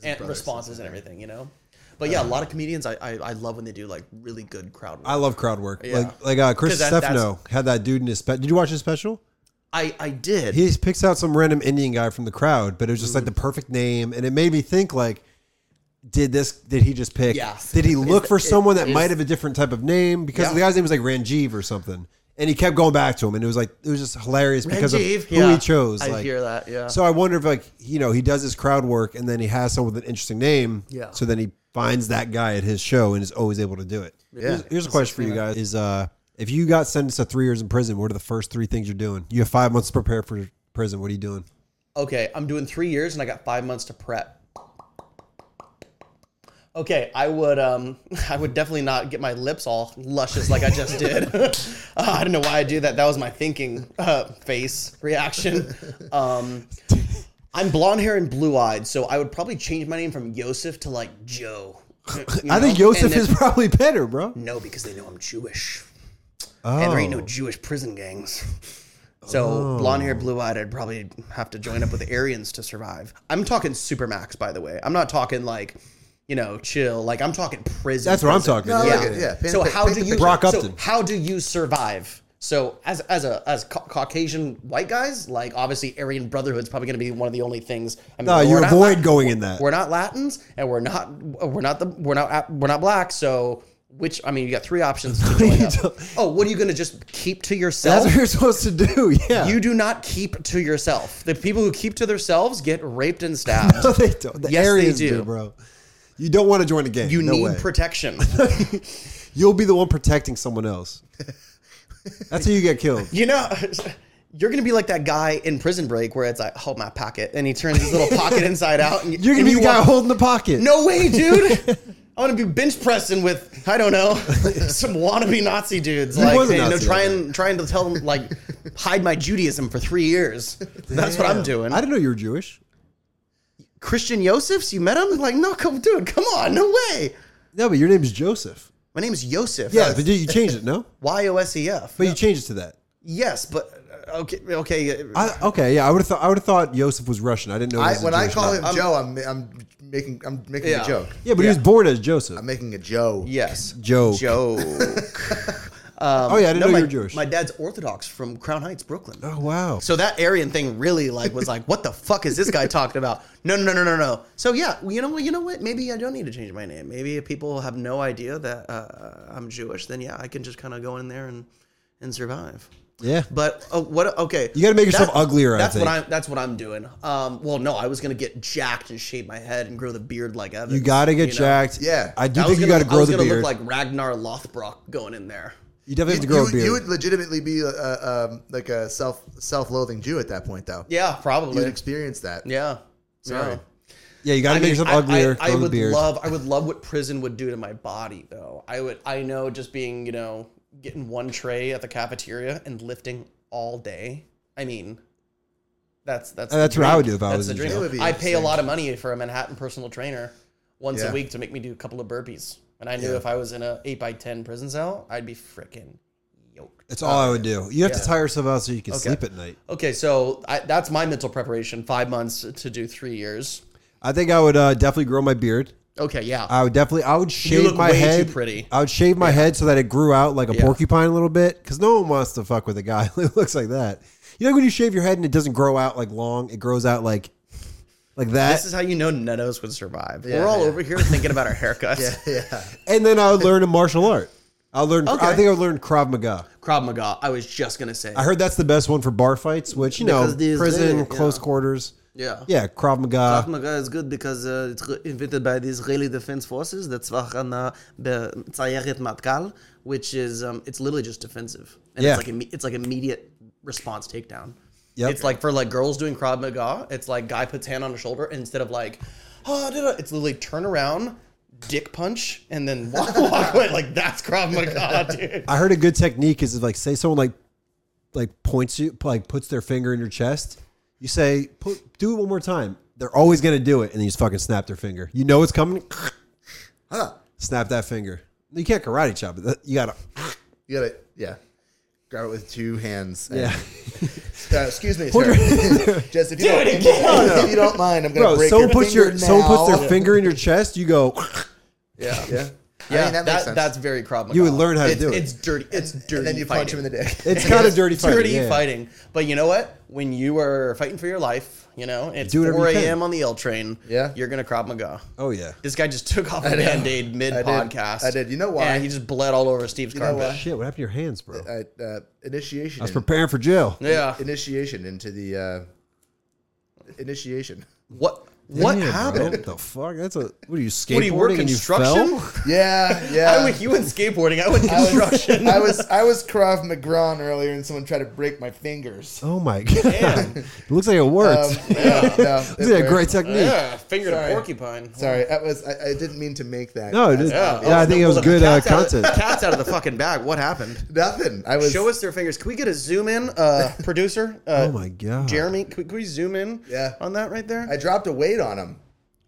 Speaker 5: an- responses and everything, you know. But yeah, a lot of comedians, I, I, I love when they do like really good crowd work.
Speaker 4: Uh-huh. I love crowd work.
Speaker 5: Yeah.
Speaker 4: Like like uh, Chris
Speaker 5: 'Cause that-
Speaker 4: Stefano had that dude in his special. Did you watch his special?
Speaker 5: I, I did.
Speaker 4: he just picks out some random Indian guy from the crowd, but it was just
Speaker 5: Mm-hmm.
Speaker 4: like the perfect name, and it made me think like, did this? Did he just pick?
Speaker 5: Yeah.
Speaker 4: Did he look for
Speaker 5: it-
Speaker 4: someone that
Speaker 5: is-
Speaker 4: might have a different type of name? Because
Speaker 5: Yeah.
Speaker 4: the guy's name was like Ranjiv or something, and he kept going back to him, and it was like it was just hilarious because
Speaker 5: Ranjiv,
Speaker 4: of who
Speaker 5: yeah.
Speaker 4: he chose.
Speaker 5: I
Speaker 4: like,
Speaker 5: hear that, yeah.
Speaker 4: So I wonder if like you know he does his crowd work, and then he has someone with an interesting name.
Speaker 5: Yeah.
Speaker 4: So then he finds that guy at his show and is always able to do it. Here's, here's a question for you guys: Is uh, if you got sentenced to three years in prison, what are the first three things you're doing? You have five months to prepare for prison. What are you doing?
Speaker 5: okay, I'm doing three years and I got five months to prep. Okay, I would um I would definitely not get my lips all luscious like I just did. Uh, I don't know why I do that. That was my thinking uh, face reaction. Um, I'm blonde hair and blue eyed, so I would probably change my name from Yosef to like Joe. You
Speaker 4: I think
Speaker 5: know?
Speaker 4: Yosef
Speaker 5: And
Speaker 4: is
Speaker 5: then-
Speaker 4: probably better, bro.
Speaker 5: no because they know I'm Jewish,
Speaker 4: Oh.
Speaker 5: and there ain't no Jewish prison gangs. So blonde hair, blue eyed, I'd probably have to join up with the Aryans to survive. I'm talking Supermax, by the way. I'm not talking like, you know, chill. Like I'm talking prison.
Speaker 4: That's what I'm
Speaker 5: prison.
Speaker 4: talking
Speaker 2: No, I
Speaker 4: about.
Speaker 2: like
Speaker 5: Yeah.
Speaker 2: it. Yeah, paint
Speaker 5: so
Speaker 2: the-
Speaker 5: how
Speaker 2: paint
Speaker 5: do
Speaker 2: the
Speaker 5: you
Speaker 2: picture.
Speaker 4: Brock
Speaker 5: so
Speaker 4: Upton.
Speaker 5: how do you survive? So as as a as Ca- Caucasian white guys, like obviously Aryan Brotherhood's probably going to be one of the only things. I mean,
Speaker 4: No,
Speaker 5: we're
Speaker 4: you
Speaker 5: not
Speaker 4: avoid
Speaker 5: Lat-
Speaker 4: going in that.
Speaker 5: We're not Latins, and we're not we're not the we're not we're not black. So which I mean, you got three options. To join up. Oh, what are you going to just keep to
Speaker 4: That's
Speaker 5: yourself?
Speaker 4: what you're supposed to do. Yeah.
Speaker 5: You do not keep to yourself. The people who keep to themselves get raped and stabbed.
Speaker 4: No, they don't. The
Speaker 5: Yes, they
Speaker 4: Aryans do.
Speaker 5: do.
Speaker 4: bro. You don't want to join a gang.
Speaker 5: You
Speaker 4: no
Speaker 5: need
Speaker 4: way.
Speaker 5: protection.
Speaker 4: You'll be the one protecting someone else. That's how you get killed.
Speaker 5: You know, you're gonna be like that guy in Prison Break where it's like, hold my pocket, and he turns his little pocket inside out. And
Speaker 4: You're gonna
Speaker 5: and
Speaker 4: be
Speaker 5: you
Speaker 4: the guy
Speaker 5: walk-
Speaker 4: holding the pocket.
Speaker 5: No way, dude. I want to be bench pressing with I don't know some wannabe Nazi dudes
Speaker 4: He
Speaker 5: like
Speaker 4: was a
Speaker 5: you know
Speaker 4: Nazi,
Speaker 5: trying trying to tell them like hide my Judaism for three years. That's what I'm doing.
Speaker 4: I didn't know you were Jewish.
Speaker 5: Christian Yosefs, you met him? Like no, come, dude, come on, no way.
Speaker 4: No, but your name's Joseph.
Speaker 5: My name is Yosef.
Speaker 4: Yeah, but you you changed it, no?
Speaker 5: Y O S E F.
Speaker 4: But you changed it to that.
Speaker 5: Yes, but uh, okay, okay.
Speaker 4: I, okay, yeah, I would have thought I would have thought Joseph was Russian. I didn't know. He
Speaker 2: I,
Speaker 4: was a
Speaker 2: when I
Speaker 4: Jewish
Speaker 2: call
Speaker 4: name.
Speaker 2: him Joe, I'm I'm making I'm making
Speaker 5: Yeah.
Speaker 2: a joke.
Speaker 4: yeah, but he was born as Joseph.
Speaker 2: I'm making a Joe.
Speaker 5: yes,
Speaker 4: Joe.
Speaker 5: Joe.
Speaker 4: oh yeah, I didn't know
Speaker 5: my,
Speaker 4: you were Jewish.
Speaker 5: my dad's Orthodox from Crown Heights, Brooklyn.
Speaker 4: oh wow.
Speaker 5: So that Aryan thing really like was like, what the fuck is this guy talking about? No, no, no, no, no, no. So yeah, well, you know what? You know what? Maybe I don't need to change my name. Maybe if people have no idea that uh, I'm Jewish, then yeah, I can just kind of go in there and and survive.
Speaker 4: yeah,
Speaker 5: But oh, what? Okay,
Speaker 4: You gotta make yourself uglier, I
Speaker 5: That's
Speaker 4: think.
Speaker 5: what I'm. That's what I'm doing. Um, well, no, I was gonna get jacked and shave my head and grow the beard like Evans.
Speaker 4: you gotta get
Speaker 5: know?
Speaker 4: jacked.
Speaker 2: Yeah.
Speaker 4: I do
Speaker 5: I was
Speaker 4: think you
Speaker 5: gonna-
Speaker 4: gotta
Speaker 5: I
Speaker 4: grow
Speaker 5: was
Speaker 4: the
Speaker 5: gonna
Speaker 4: beard.
Speaker 5: look like Ragnar Lothbrok going in there.
Speaker 4: you definitely have to
Speaker 2: You,
Speaker 4: grow
Speaker 2: you,
Speaker 4: a
Speaker 2: would-
Speaker 4: beard.
Speaker 2: you would legitimately be a, a, um, like a self self-loathing Jew at that point, though.
Speaker 5: Yeah,
Speaker 2: you
Speaker 5: probably.
Speaker 2: would experience that.
Speaker 5: Yeah.
Speaker 2: Sorry.
Speaker 5: Yeah.
Speaker 4: yeah, you gotta
Speaker 5: I
Speaker 4: make
Speaker 5: mean,
Speaker 4: yourself
Speaker 5: I-
Speaker 4: uglier.
Speaker 5: I, I
Speaker 4: grow the
Speaker 5: would
Speaker 4: beard.
Speaker 5: love I would love what prison would do to my body though. I would I know just being, you know, getting one tray at the cafeteria and lifting all day. I mean that's that's
Speaker 4: Uh,
Speaker 5: the
Speaker 4: that's what I
Speaker 5: dream.
Speaker 4: would do if I
Speaker 5: That's
Speaker 4: was
Speaker 5: the
Speaker 4: in
Speaker 5: dream.
Speaker 4: jail. It
Speaker 2: would be
Speaker 5: I pay a
Speaker 2: insane.
Speaker 5: lot of money for a Manhattan personal trainer once
Speaker 2: Yeah.
Speaker 5: a week to make me do a couple of burpees. And I knew if I was in a 8 by 10 prison cell, I'd be freaking yoked.
Speaker 4: It's all I would do. You have to
Speaker 5: yeah.
Speaker 4: tire yourself out so you can sleep at night.
Speaker 5: Okay, so I, that's my mental preparation. 5 months to do 3 years.
Speaker 4: I think I would uh, definitely grow my beard.
Speaker 5: Okay, yeah.
Speaker 4: I would definitely. I would shave
Speaker 5: look
Speaker 4: my
Speaker 5: way too
Speaker 4: head.
Speaker 5: pretty.
Speaker 4: I would shave my head so that it grew out like a
Speaker 5: Yeah.
Speaker 4: porcupine a little bit, because no one wants to fuck with a guy who looks like that. You know when you shave your head and it doesn't grow out like long, it grows out like like that.
Speaker 5: This is how you know none of us would survive. We're all
Speaker 2: yeah.
Speaker 5: over here thinking about our haircuts.
Speaker 2: yeah.
Speaker 4: and then I would learn a martial art. I learned. I
Speaker 5: Okay.
Speaker 4: think I would learn Krav Maga.
Speaker 5: Krav Maga. I was just gonna say.
Speaker 4: I heard that's the best one for bar fights, which you know,
Speaker 6: Because these
Speaker 4: prison,
Speaker 6: days,
Speaker 4: close quarters.
Speaker 6: Yeah.
Speaker 4: Yeah, Krav Maga.
Speaker 6: Krav Maga is good because uh, it's re- invented by the Israeli Defense Forces, the Tzvachana Tzayeret Matkal, which is um, it's literally just defensive, and
Speaker 4: Yeah.
Speaker 6: it's like imme- it's like immediate response takedown.
Speaker 4: Yep.
Speaker 5: It's like for like girls doing Krav Maga. It's like guy puts hand on the shoulder and instead of like, oh, da, da, it's literally turn around, dick punch, and then walk, walk away. Like that's Krav Maga, dude.
Speaker 4: I heard a good technique is if, like say someone like like points you like puts their finger in your chest. You say put, do it one more time. They're always gonna do it, and you just fucking snap their finger. You know it's coming.
Speaker 2: Huh.
Speaker 4: Snap that finger. You can't karate chop it. You gotta.
Speaker 2: You gotta yeah. Grab it with two hands. and-
Speaker 4: Yeah,
Speaker 2: Uh, excuse me, sir. Just if you,
Speaker 5: Do
Speaker 2: don't,
Speaker 5: it again.
Speaker 2: No, no. if you don't mind, I'm gonna
Speaker 4: bro.
Speaker 2: break
Speaker 4: Someone
Speaker 2: your
Speaker 4: puts your
Speaker 2: finger
Speaker 4: someone puts
Speaker 2: now.
Speaker 4: their finger in your chest. You go.
Speaker 2: Yeah, yeah.
Speaker 5: Yeah,
Speaker 2: I mean, that, makes sense.
Speaker 5: that's very Krav Maga.
Speaker 4: You would learn how to
Speaker 5: It's-
Speaker 4: do it.
Speaker 5: It's dirty. It's dirty.
Speaker 2: and then you punch him in the dick.
Speaker 4: It's kind of dirty fighting.
Speaker 5: Dirty
Speaker 4: yeah.
Speaker 5: fighting. But you know what? When you are fighting for your life, you know it's
Speaker 4: Do whatever you
Speaker 5: 4
Speaker 4: can.
Speaker 5: a.m. on the L train.
Speaker 2: Yeah.
Speaker 5: you're gonna Krav Maga.
Speaker 4: Oh yeah.
Speaker 5: This guy just took off a
Speaker 2: know.
Speaker 5: band aid mid podcast.
Speaker 2: I did. You know why?
Speaker 5: And he just bled all over Steve's
Speaker 2: know
Speaker 5: carpet.
Speaker 4: Shit, what happened to your hands, bro? I
Speaker 2: I, uh, initiation.
Speaker 4: was
Speaker 2: in-
Speaker 4: preparing for jail.
Speaker 5: Yeah.
Speaker 2: initiation into the uh, initiation.
Speaker 5: What? What
Speaker 4: Yeah, bro.
Speaker 5: happened?
Speaker 4: What the fuck? That's a. What are you skateboarding?
Speaker 5: What do you work
Speaker 4: and you
Speaker 5: construction?
Speaker 4: fell?
Speaker 2: Yeah, yeah.
Speaker 5: I went, you went skateboarding. I went construction.
Speaker 2: I was I was Krav McGron earlier, and someone tried to break my fingers.
Speaker 4: Oh my god! it looks like it worked.
Speaker 2: Um, yeah, no, it
Speaker 4: Looks like a
Speaker 2: worked.
Speaker 4: great technique.
Speaker 5: yeah, finger to
Speaker 2: Sorry.
Speaker 5: porcupine.
Speaker 2: Sorry, that was I, I didn't mean to make that.
Speaker 4: No, it
Speaker 2: That's
Speaker 4: is.
Speaker 5: Yeah,
Speaker 4: Yeah,
Speaker 5: oh,
Speaker 4: I think
Speaker 5: no,
Speaker 4: it was
Speaker 5: well, the
Speaker 4: good uh,
Speaker 5: cat's out of-
Speaker 4: content.
Speaker 5: cat's out of the fucking bag. What happened?
Speaker 2: nothing. I was
Speaker 5: Show us their fingers. Can we get a zoom in, uh, producer? Uh,
Speaker 4: Oh my God.
Speaker 5: Jeremy, can we, can we zoom in?
Speaker 2: Yeah.
Speaker 5: on that right there.
Speaker 2: I dropped a weight on him.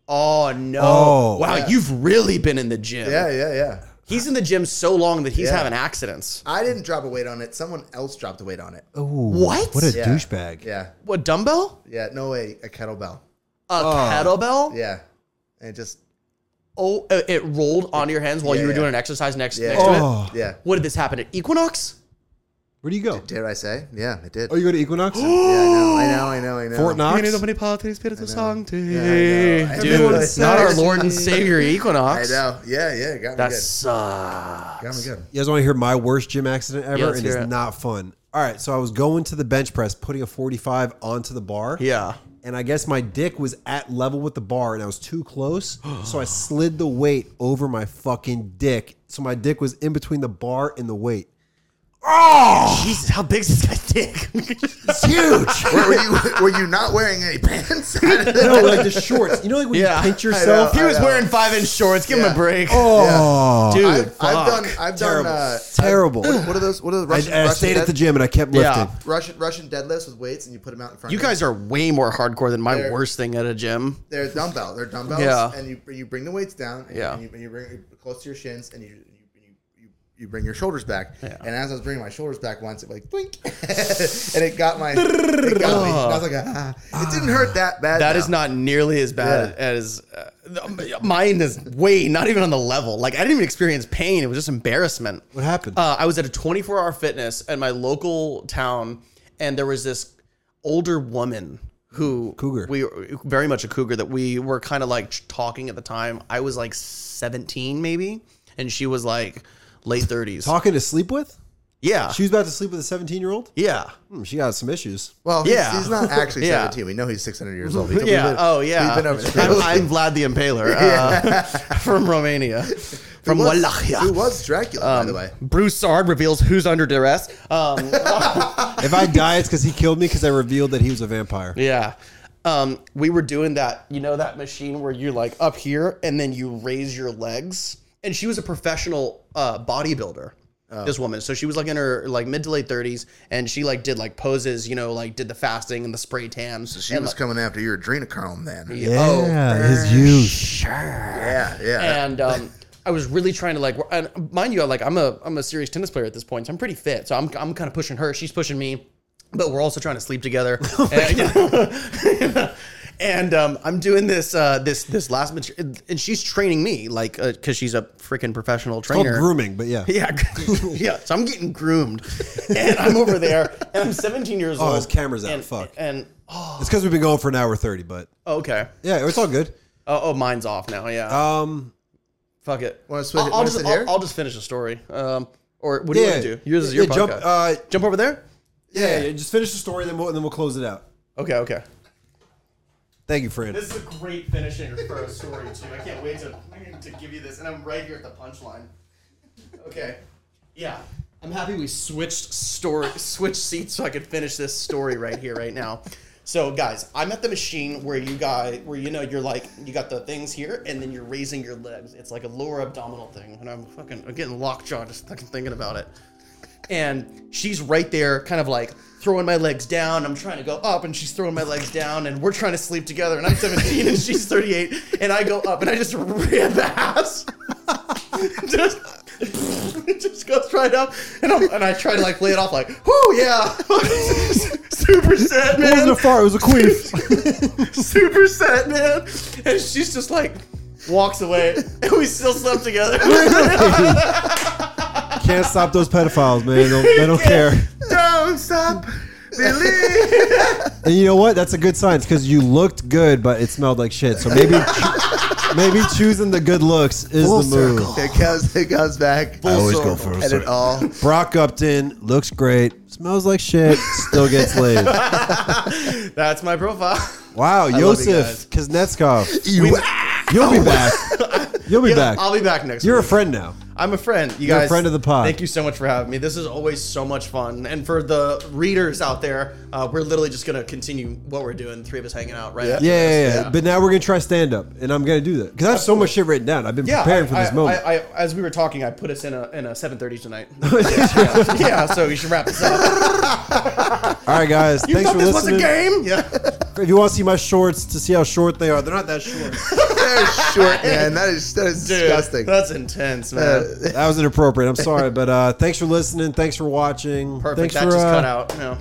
Speaker 5: oh no!
Speaker 4: Oh.
Speaker 5: wow, you've really been in the gym.
Speaker 2: Yeah, yeah, yeah.
Speaker 5: he's in the gym so long that he's
Speaker 2: Yeah.
Speaker 5: having accidents.
Speaker 2: I didn't drop a weight on it. Someone else dropped a weight on it.
Speaker 4: Ooh,
Speaker 5: What?
Speaker 4: What a
Speaker 2: Yeah.
Speaker 4: douchebag!
Speaker 2: Yeah,
Speaker 5: What dumbbell?
Speaker 2: yeah. No way. A kettlebell.
Speaker 5: A
Speaker 4: Oh.
Speaker 5: kettlebell?
Speaker 2: Yeah, and it just
Speaker 5: Oh, uh, it rolled onto your hands while you
Speaker 2: Yeah,
Speaker 5: were
Speaker 2: yeah.
Speaker 5: doing an exercise next,
Speaker 2: Yeah.
Speaker 5: next to it.
Speaker 4: Oh,
Speaker 2: yeah.
Speaker 5: What did this happen at Equinox?
Speaker 4: where do you go?
Speaker 2: Dare I say? Yeah, it did.
Speaker 4: Oh, you go to Equinox,
Speaker 2: yeah, I know. I know. I know. I know.
Speaker 4: Fort Knox.
Speaker 2: I know.
Speaker 5: Dude,
Speaker 2: Everyone
Speaker 5: it's not our
Speaker 2: sucks.
Speaker 5: Lord and Savior
Speaker 2: I
Speaker 5: Equinox.
Speaker 2: know. Yeah, yeah. it Got me
Speaker 5: That
Speaker 2: good.
Speaker 5: sucks.
Speaker 2: Got me good.
Speaker 4: You guys want to hear my worst gym accident ever?
Speaker 5: let's
Speaker 4: and
Speaker 5: hear
Speaker 4: it's
Speaker 5: it.
Speaker 4: not fun. All right, so I was going to the bench press, putting a 45 onto the bar.
Speaker 5: Yeah.
Speaker 4: and I guess my dick was at level with the bar and I was too close. so I slid the weight over my fucking dick. So my dick was in between the bar and the weight.
Speaker 5: Jesus, how big's this guy's dick?
Speaker 4: It's huge.
Speaker 2: Were you were you not wearing any pants?
Speaker 4: no, like the shorts. You know, like when
Speaker 5: Yeah,
Speaker 4: you pinch
Speaker 5: I know.
Speaker 4: yourself?
Speaker 5: he
Speaker 2: I
Speaker 5: was
Speaker 2: know.
Speaker 5: wearing five inch shorts. Give him
Speaker 2: Yeah.
Speaker 5: a break.
Speaker 4: Oh,
Speaker 5: Dude,
Speaker 2: I've,
Speaker 5: fuck.
Speaker 2: I've done. I've
Speaker 4: terrible.
Speaker 2: done. Uh,
Speaker 4: terrible.
Speaker 2: I've- what are those? What are the
Speaker 4: I,
Speaker 2: Russian?
Speaker 4: I
Speaker 2: Russian
Speaker 4: stayed at
Speaker 2: dead-
Speaker 4: the gym and I kept lifting.
Speaker 5: Yeah.
Speaker 2: Russian Russian deadlifts with weights, and you put them out in front.
Speaker 5: you
Speaker 2: of you.
Speaker 5: guys are way more hardcore than my
Speaker 2: There.
Speaker 5: worst thing at a gym.
Speaker 2: they're dumbbell. They're dumbbells.
Speaker 5: Yeah.
Speaker 2: And you you bring the weights down. And
Speaker 5: Yeah.
Speaker 2: And you, and you bring it close to your shins, and you you you, you, you bring your shoulders back. And as I was bringing my shoulders back once, it like blink, and it got my. It got me. And I was like, ah. it didn't hurt that bad.
Speaker 5: That
Speaker 2: now.
Speaker 5: is not nearly as bad as uh, mine is way not even on the level. Like I didn't even experience pain; it was just embarrassment.
Speaker 4: What happened?
Speaker 5: Uh, I was at a 24 hour fitness in my local town, and there was this older woman who
Speaker 4: Cougar.
Speaker 5: We very much a cougar that we were kind of like talking at the time. I was like 17 maybe, and she was like late 30s.
Speaker 4: Talking to sleep with?
Speaker 5: yeah,
Speaker 4: She was about to sleep with a 17 year old?
Speaker 5: yeah.
Speaker 4: She got some issues.
Speaker 2: Well, he's,
Speaker 5: Yeah.
Speaker 2: he's not actually
Speaker 5: Yeah.
Speaker 2: 17. We know he's 600 years old. He- we've
Speaker 5: Yeah.
Speaker 2: been-
Speaker 5: oh, yeah.
Speaker 2: We've been over this.
Speaker 5: I'm, I'm Vlad the Impaler uh, from Romania, from
Speaker 2: Who was-
Speaker 5: Wallachia.
Speaker 2: Who was Dracula, by the
Speaker 5: Um,
Speaker 2: way?
Speaker 5: Broussard reveals who's under duress. Um,
Speaker 4: If I die, it's because he killed me because I revealed that he was a vampire.
Speaker 5: yeah. Um, we were doing that, you know, that machine where you like up here and then you raise your legs. And she was a professional uh, bodybuilder,
Speaker 2: Oh.
Speaker 5: this woman. So she was like in her like mid to late 30s and she like did like poses, you know, like did the fasting and the spray tan. So
Speaker 2: She was coming after your adrenochrome then. Yeah.
Speaker 4: Yeah, his youth.
Speaker 2: Yeah. Yeah.
Speaker 5: and um, I was really trying to like, wor- and mind you, like I'm a I'm a serious tennis player at this point, so I'm pretty fit. So I'm I'm kind of pushing her, she's pushing me, but we're also trying to sleep together.
Speaker 4: Oh
Speaker 5: and and, um, I'm doing this uh, this this last material, and she's training me like because she's a freaking professional
Speaker 4: Called
Speaker 5: trainer.
Speaker 4: grooming, but yeah.
Speaker 5: Yeah, yeah. So I'm getting groomed, and I'm over there, and I'm 17 years old.
Speaker 4: Oh, his camera's out.
Speaker 5: And,
Speaker 4: Fuck.
Speaker 5: And oh,
Speaker 4: It's because we've been going for an hour 30, but
Speaker 5: okay.
Speaker 4: yeah, it's all good.
Speaker 5: Oh, oh, mine's off now. Yeah.
Speaker 4: Um,
Speaker 5: Fuck it.
Speaker 2: Wanna switch it-
Speaker 5: I'll, I'll
Speaker 2: wanna
Speaker 5: just,
Speaker 2: sit
Speaker 5: I'll-
Speaker 2: here?
Speaker 5: I'll just finish the story. Um, or what do
Speaker 4: Yeah.
Speaker 5: you want to do? Yours is
Speaker 4: Yeah,
Speaker 5: your
Speaker 4: yeah, jump-
Speaker 5: podcast.
Speaker 4: uh,
Speaker 5: jump over there.
Speaker 4: yeah, yeah, just finish the story, then we'll, then we'll close it out.
Speaker 5: Okay. Okay.
Speaker 4: Thank you, Fran.
Speaker 5: This is a great finishing for a story too. I can't wait to to give you this, and I'm right here at the punchline. Okay. Yeah. I'm happy we switched story, switched seats, so I could finish this story right here, right now. So, guys, I'm at the machine where you guys, where you know, you're like, you got the things here, and then you're raising your legs. It's like a lower abdominal thing, and I'm fucking, I'm getting lockjaw just fucking thinking about it. And she's right there, kind of like throwing my legs down. I'm trying to go up, and she's throwing my legs down, and we're trying to sleep together. And I'm 17, and she's 38, and I go up, and I just rip the ass just it just goes right up, and I'm, and I try to like play it off like, whoo, yeah, super sad
Speaker 4: It wasn't
Speaker 5: man,
Speaker 4: a fart, it was a queef.
Speaker 5: super sad man, and she's just like walks away, and we still slept together.
Speaker 4: Can't stop those pedophiles, man. They don't, they don't care.
Speaker 5: Don't stop.
Speaker 4: And you know what? That's a good sign. It's because you looked good, but it smelled like shit. So maybe maybe choosing the good looks is the move.
Speaker 2: It goes, it goes back. I
Speaker 4: always go for a
Speaker 2: And it
Speaker 4: circle.
Speaker 2: all.
Speaker 4: Brock Upton looks great, smells like shit, still gets laid.
Speaker 5: That's my profile.
Speaker 4: Wow,
Speaker 5: love you
Speaker 4: Yosef Kuznetsov.
Speaker 2: You-
Speaker 4: You'll be back. You'll be
Speaker 5: Yeah,
Speaker 4: back.
Speaker 5: I'll be back next
Speaker 4: You're a
Speaker 5: week.
Speaker 4: friend now.
Speaker 5: I'm a friend. You
Speaker 4: You're a
Speaker 5: guys.
Speaker 4: friend of the pod.
Speaker 5: Thank you so much for having me. This is always so much fun. And for the readers out there, uh, we're literally just going to continue what we're doing. Three of us hanging out right
Speaker 2: Yeah.
Speaker 5: after
Speaker 4: Yeah, yeah,
Speaker 5: this.
Speaker 4: yeah. But now we're gonna try stand up, and I'm gonna do that because I have so much shit written down. I've been
Speaker 5: Yeah,
Speaker 4: preparing
Speaker 5: I-
Speaker 4: for this
Speaker 5: I-
Speaker 4: moment. Oh,
Speaker 5: I, I, as we were talking, I put us in a in a 7:30 tonight. yeah. yeah, so you should wrap this up.
Speaker 4: All right, guys. thanks for
Speaker 5: this
Speaker 4: listening.
Speaker 5: was a game. Yeah.
Speaker 4: If you want to see my shorts to see how short they are, they're not that short.
Speaker 2: They're short, man. That is that is
Speaker 5: Dude,
Speaker 2: disgusting.
Speaker 5: That's intense,
Speaker 4: Uh,
Speaker 5: man.
Speaker 4: that was inappropriate. I'm sorry, but uh, thanks for listening. Thanks for watching.
Speaker 5: Perfect.
Speaker 4: Thanks
Speaker 5: that
Speaker 4: for,
Speaker 5: just
Speaker 4: uh,
Speaker 5: cut out. No.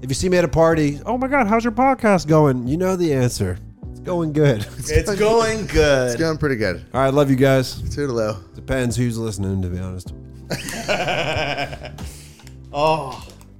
Speaker 4: If you see me at a party, oh my god, how's your podcast going? You know the answer. It's going good.
Speaker 5: It's going good.
Speaker 2: It's going pretty good.
Speaker 4: All right, love you guys.
Speaker 2: Toodaloo.
Speaker 4: Depends who's listening, to be honest.
Speaker 5: Oh.